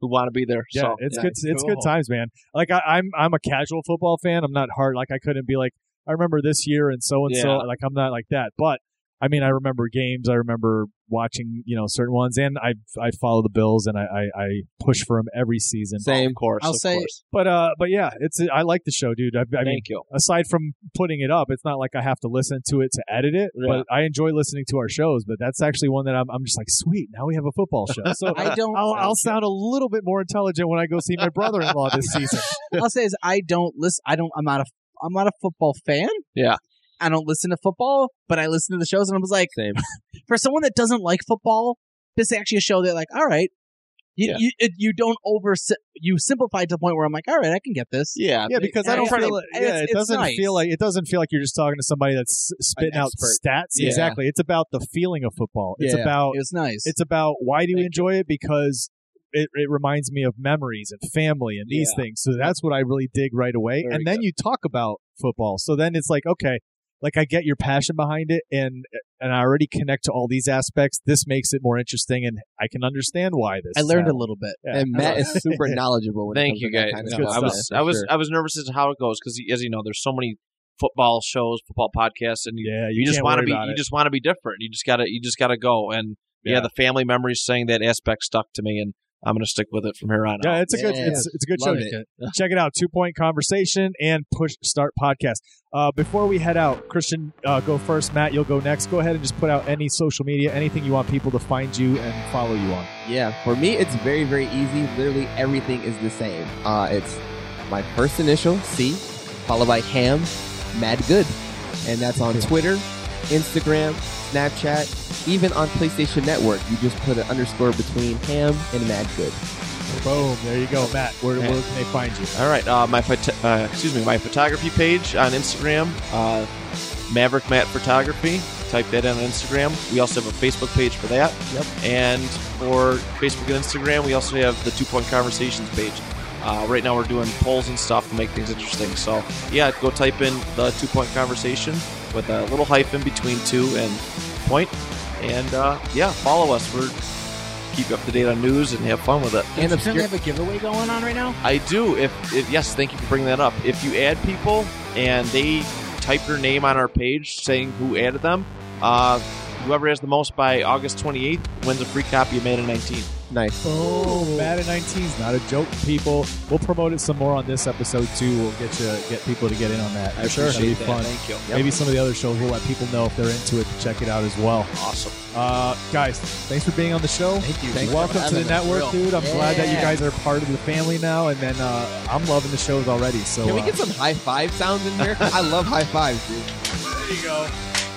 [SPEAKER 4] who want to be there.
[SPEAKER 3] yeah,
[SPEAKER 4] so,
[SPEAKER 3] it's
[SPEAKER 4] yeah.
[SPEAKER 3] good. It's
[SPEAKER 1] Cool.
[SPEAKER 3] good times, man. Like I, I'm I'm a casual football fan. I'm not hard. Like I couldn't be like I remember this year and so and so.
[SPEAKER 4] Yeah.
[SPEAKER 3] Like I'm not like that, but. I mean, I remember games. I remember watching, you know, certain ones, and I I follow the Bills and I I, I push for them every season.
[SPEAKER 2] Same.
[SPEAKER 4] Of course,
[SPEAKER 1] I'll
[SPEAKER 4] of
[SPEAKER 1] say-
[SPEAKER 4] course.
[SPEAKER 3] But uh, but yeah, it's I like the show, dude. I, I mean,
[SPEAKER 4] Thank you.
[SPEAKER 3] aside from putting it up, it's not like I have to listen to it to edit it.
[SPEAKER 4] Yeah.
[SPEAKER 3] But I enjoy listening to our shows. But that's actually one that I'm I'm just like, sweet. Now we have a football show. So *laughs*
[SPEAKER 1] I don't.
[SPEAKER 3] I'll, I'll sound a little bit more intelligent when I go see my brother-in-law this season.
[SPEAKER 1] I'll say is I don't listen. I don't. I'm not a. I'm not a football fan.
[SPEAKER 4] Yeah.
[SPEAKER 1] I don't listen to football, but I listen to the shows, and I was like,
[SPEAKER 2] Same.
[SPEAKER 1] *laughs* for someone that doesn't like football, this is actually a show that like, all right, you
[SPEAKER 4] Yeah.
[SPEAKER 1] you, it, you don't over you simplify it to the point where I'm like, all right, I can get this.
[SPEAKER 4] Yeah,
[SPEAKER 3] Yeah, because I
[SPEAKER 1] Yeah,
[SPEAKER 3] don't
[SPEAKER 1] it's
[SPEAKER 3] feel
[SPEAKER 1] pretty-
[SPEAKER 3] like,
[SPEAKER 1] it's-
[SPEAKER 3] yeah, it
[SPEAKER 1] it's
[SPEAKER 3] doesn't
[SPEAKER 1] nice.
[SPEAKER 3] feel like it doesn't feel like you're just talking to somebody that's s- spitting out
[SPEAKER 2] expert.
[SPEAKER 3] stats.
[SPEAKER 4] Yeah.
[SPEAKER 3] Exactly. It's about the feeling of football. It's
[SPEAKER 2] Yeah.
[SPEAKER 3] about
[SPEAKER 1] It was nice.
[SPEAKER 3] It's about why do you
[SPEAKER 4] Thank
[SPEAKER 3] enjoy it because it, it reminds me of memories and family and these
[SPEAKER 4] Yeah.
[SPEAKER 3] things. So that's what I really dig right away.
[SPEAKER 4] Very
[SPEAKER 3] and then you talk about football. So then it's like okay, like I get your passion behind it, and and I already connect to all these aspects. This makes it more interesting, and I can understand why this.
[SPEAKER 1] I learned a
[SPEAKER 3] happened.
[SPEAKER 1] little *laughs* bit.
[SPEAKER 3] Yeah.
[SPEAKER 2] And
[SPEAKER 4] *laughs*
[SPEAKER 2] Matt is super knowledgeable when it
[SPEAKER 4] Thank
[SPEAKER 2] comes
[SPEAKER 4] you
[SPEAKER 2] to that
[SPEAKER 4] guys.
[SPEAKER 2] kind of
[SPEAKER 4] No,
[SPEAKER 3] It's good
[SPEAKER 4] I
[SPEAKER 2] stuff,
[SPEAKER 4] was
[SPEAKER 2] for
[SPEAKER 4] I was
[SPEAKER 2] sure.
[SPEAKER 4] I was nervous as to how it goes because as you know, there's so many football shows, football podcasts, and you,
[SPEAKER 3] Yeah,
[SPEAKER 4] you just
[SPEAKER 3] can't
[SPEAKER 4] want to
[SPEAKER 3] worry
[SPEAKER 4] be
[SPEAKER 3] about
[SPEAKER 4] you
[SPEAKER 3] it.
[SPEAKER 4] just want to be different. You just gotta you just gotta go. And yeah,
[SPEAKER 3] Yeah.
[SPEAKER 4] the family memories saying that aspect stuck to me, and I'm gonna stick with it from here on out.
[SPEAKER 3] Yeah, it's a good
[SPEAKER 2] Yeah.
[SPEAKER 3] it's, it's a good
[SPEAKER 2] Love
[SPEAKER 3] show.
[SPEAKER 2] it.
[SPEAKER 3] Check it out. Two point conversation and push start podcast. Uh, before we head out, Christian, uh, go first. Matt, you'll go next. Go ahead and just put out any social media, anything you want people to find you and follow you on.
[SPEAKER 2] Yeah, for me, it's very, very easy. Literally everything is the same. Uh, it's my first initial, C, followed by Ham, Mad Good. And that's on Twitter, Instagram, Snapchat, even on PlayStation Network. You just put an underscore between Ham and Mad Good.
[SPEAKER 3] Boom. There you go, Matt. Where,
[SPEAKER 4] Yeah.
[SPEAKER 3] where can they find you?
[SPEAKER 4] All right, uh, my phot- uh, excuse me, my photography page on Instagram, uh, Maverick Matt Photography. Type that in on Instagram. We also have a Facebook page for that.
[SPEAKER 3] Yep.
[SPEAKER 4] And for Facebook and Instagram, we also have the Two Point Conversations page. Uh, right now, we're doing polls and stuff to make things interesting. So yeah, go type in the Two Point Conversation with a little hyphen between two and point, and uh, yeah, follow us. We're keep you up to date on news and have fun with it.
[SPEAKER 1] And
[SPEAKER 2] And
[SPEAKER 1] do you
[SPEAKER 2] obscure.
[SPEAKER 1] have a giveaway going on right now?
[SPEAKER 4] I do. If, if yes, thank you for bringing that up. If you add people and they type your name on our page saying who added them, uh, whoever has the most by August 28th wins a free copy of Madden 19.
[SPEAKER 2] Nice.
[SPEAKER 3] Oh, Madden 19 is not a joke, people. We'll promote it some more on this episode too. We'll get you get people to get in on that.
[SPEAKER 4] I
[SPEAKER 3] Sure, that'll be
[SPEAKER 4] appreciate
[SPEAKER 3] fun.
[SPEAKER 4] that. Thank you.
[SPEAKER 3] Maybe some of the other shows. We'll let people know if they're into it to check it out as well.
[SPEAKER 4] Awesome.
[SPEAKER 3] Uh, guys, thanks for being on the show.
[SPEAKER 2] Thank you.
[SPEAKER 3] Welcome to the network, dude. I'm glad that you
[SPEAKER 2] Yeah.
[SPEAKER 3] guys are part of the family now, and then uh, I'm loving the shows already. So
[SPEAKER 2] Can we
[SPEAKER 3] uh,
[SPEAKER 2] get some high five sounds in here? I love high fives, dude.
[SPEAKER 3] there you go.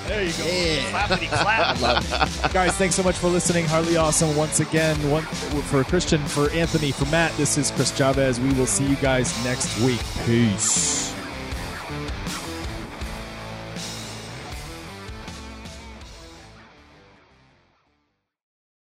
[SPEAKER 3] There you go.
[SPEAKER 2] Yeah.
[SPEAKER 5] Clappity clap.
[SPEAKER 2] *laughs* I love it.
[SPEAKER 3] Guys, thanks so much for listening. Harley Awesome once again. One for Christian, for Anthony, for Matt. This is Chris Chavez. We will see you guys next week. Peace.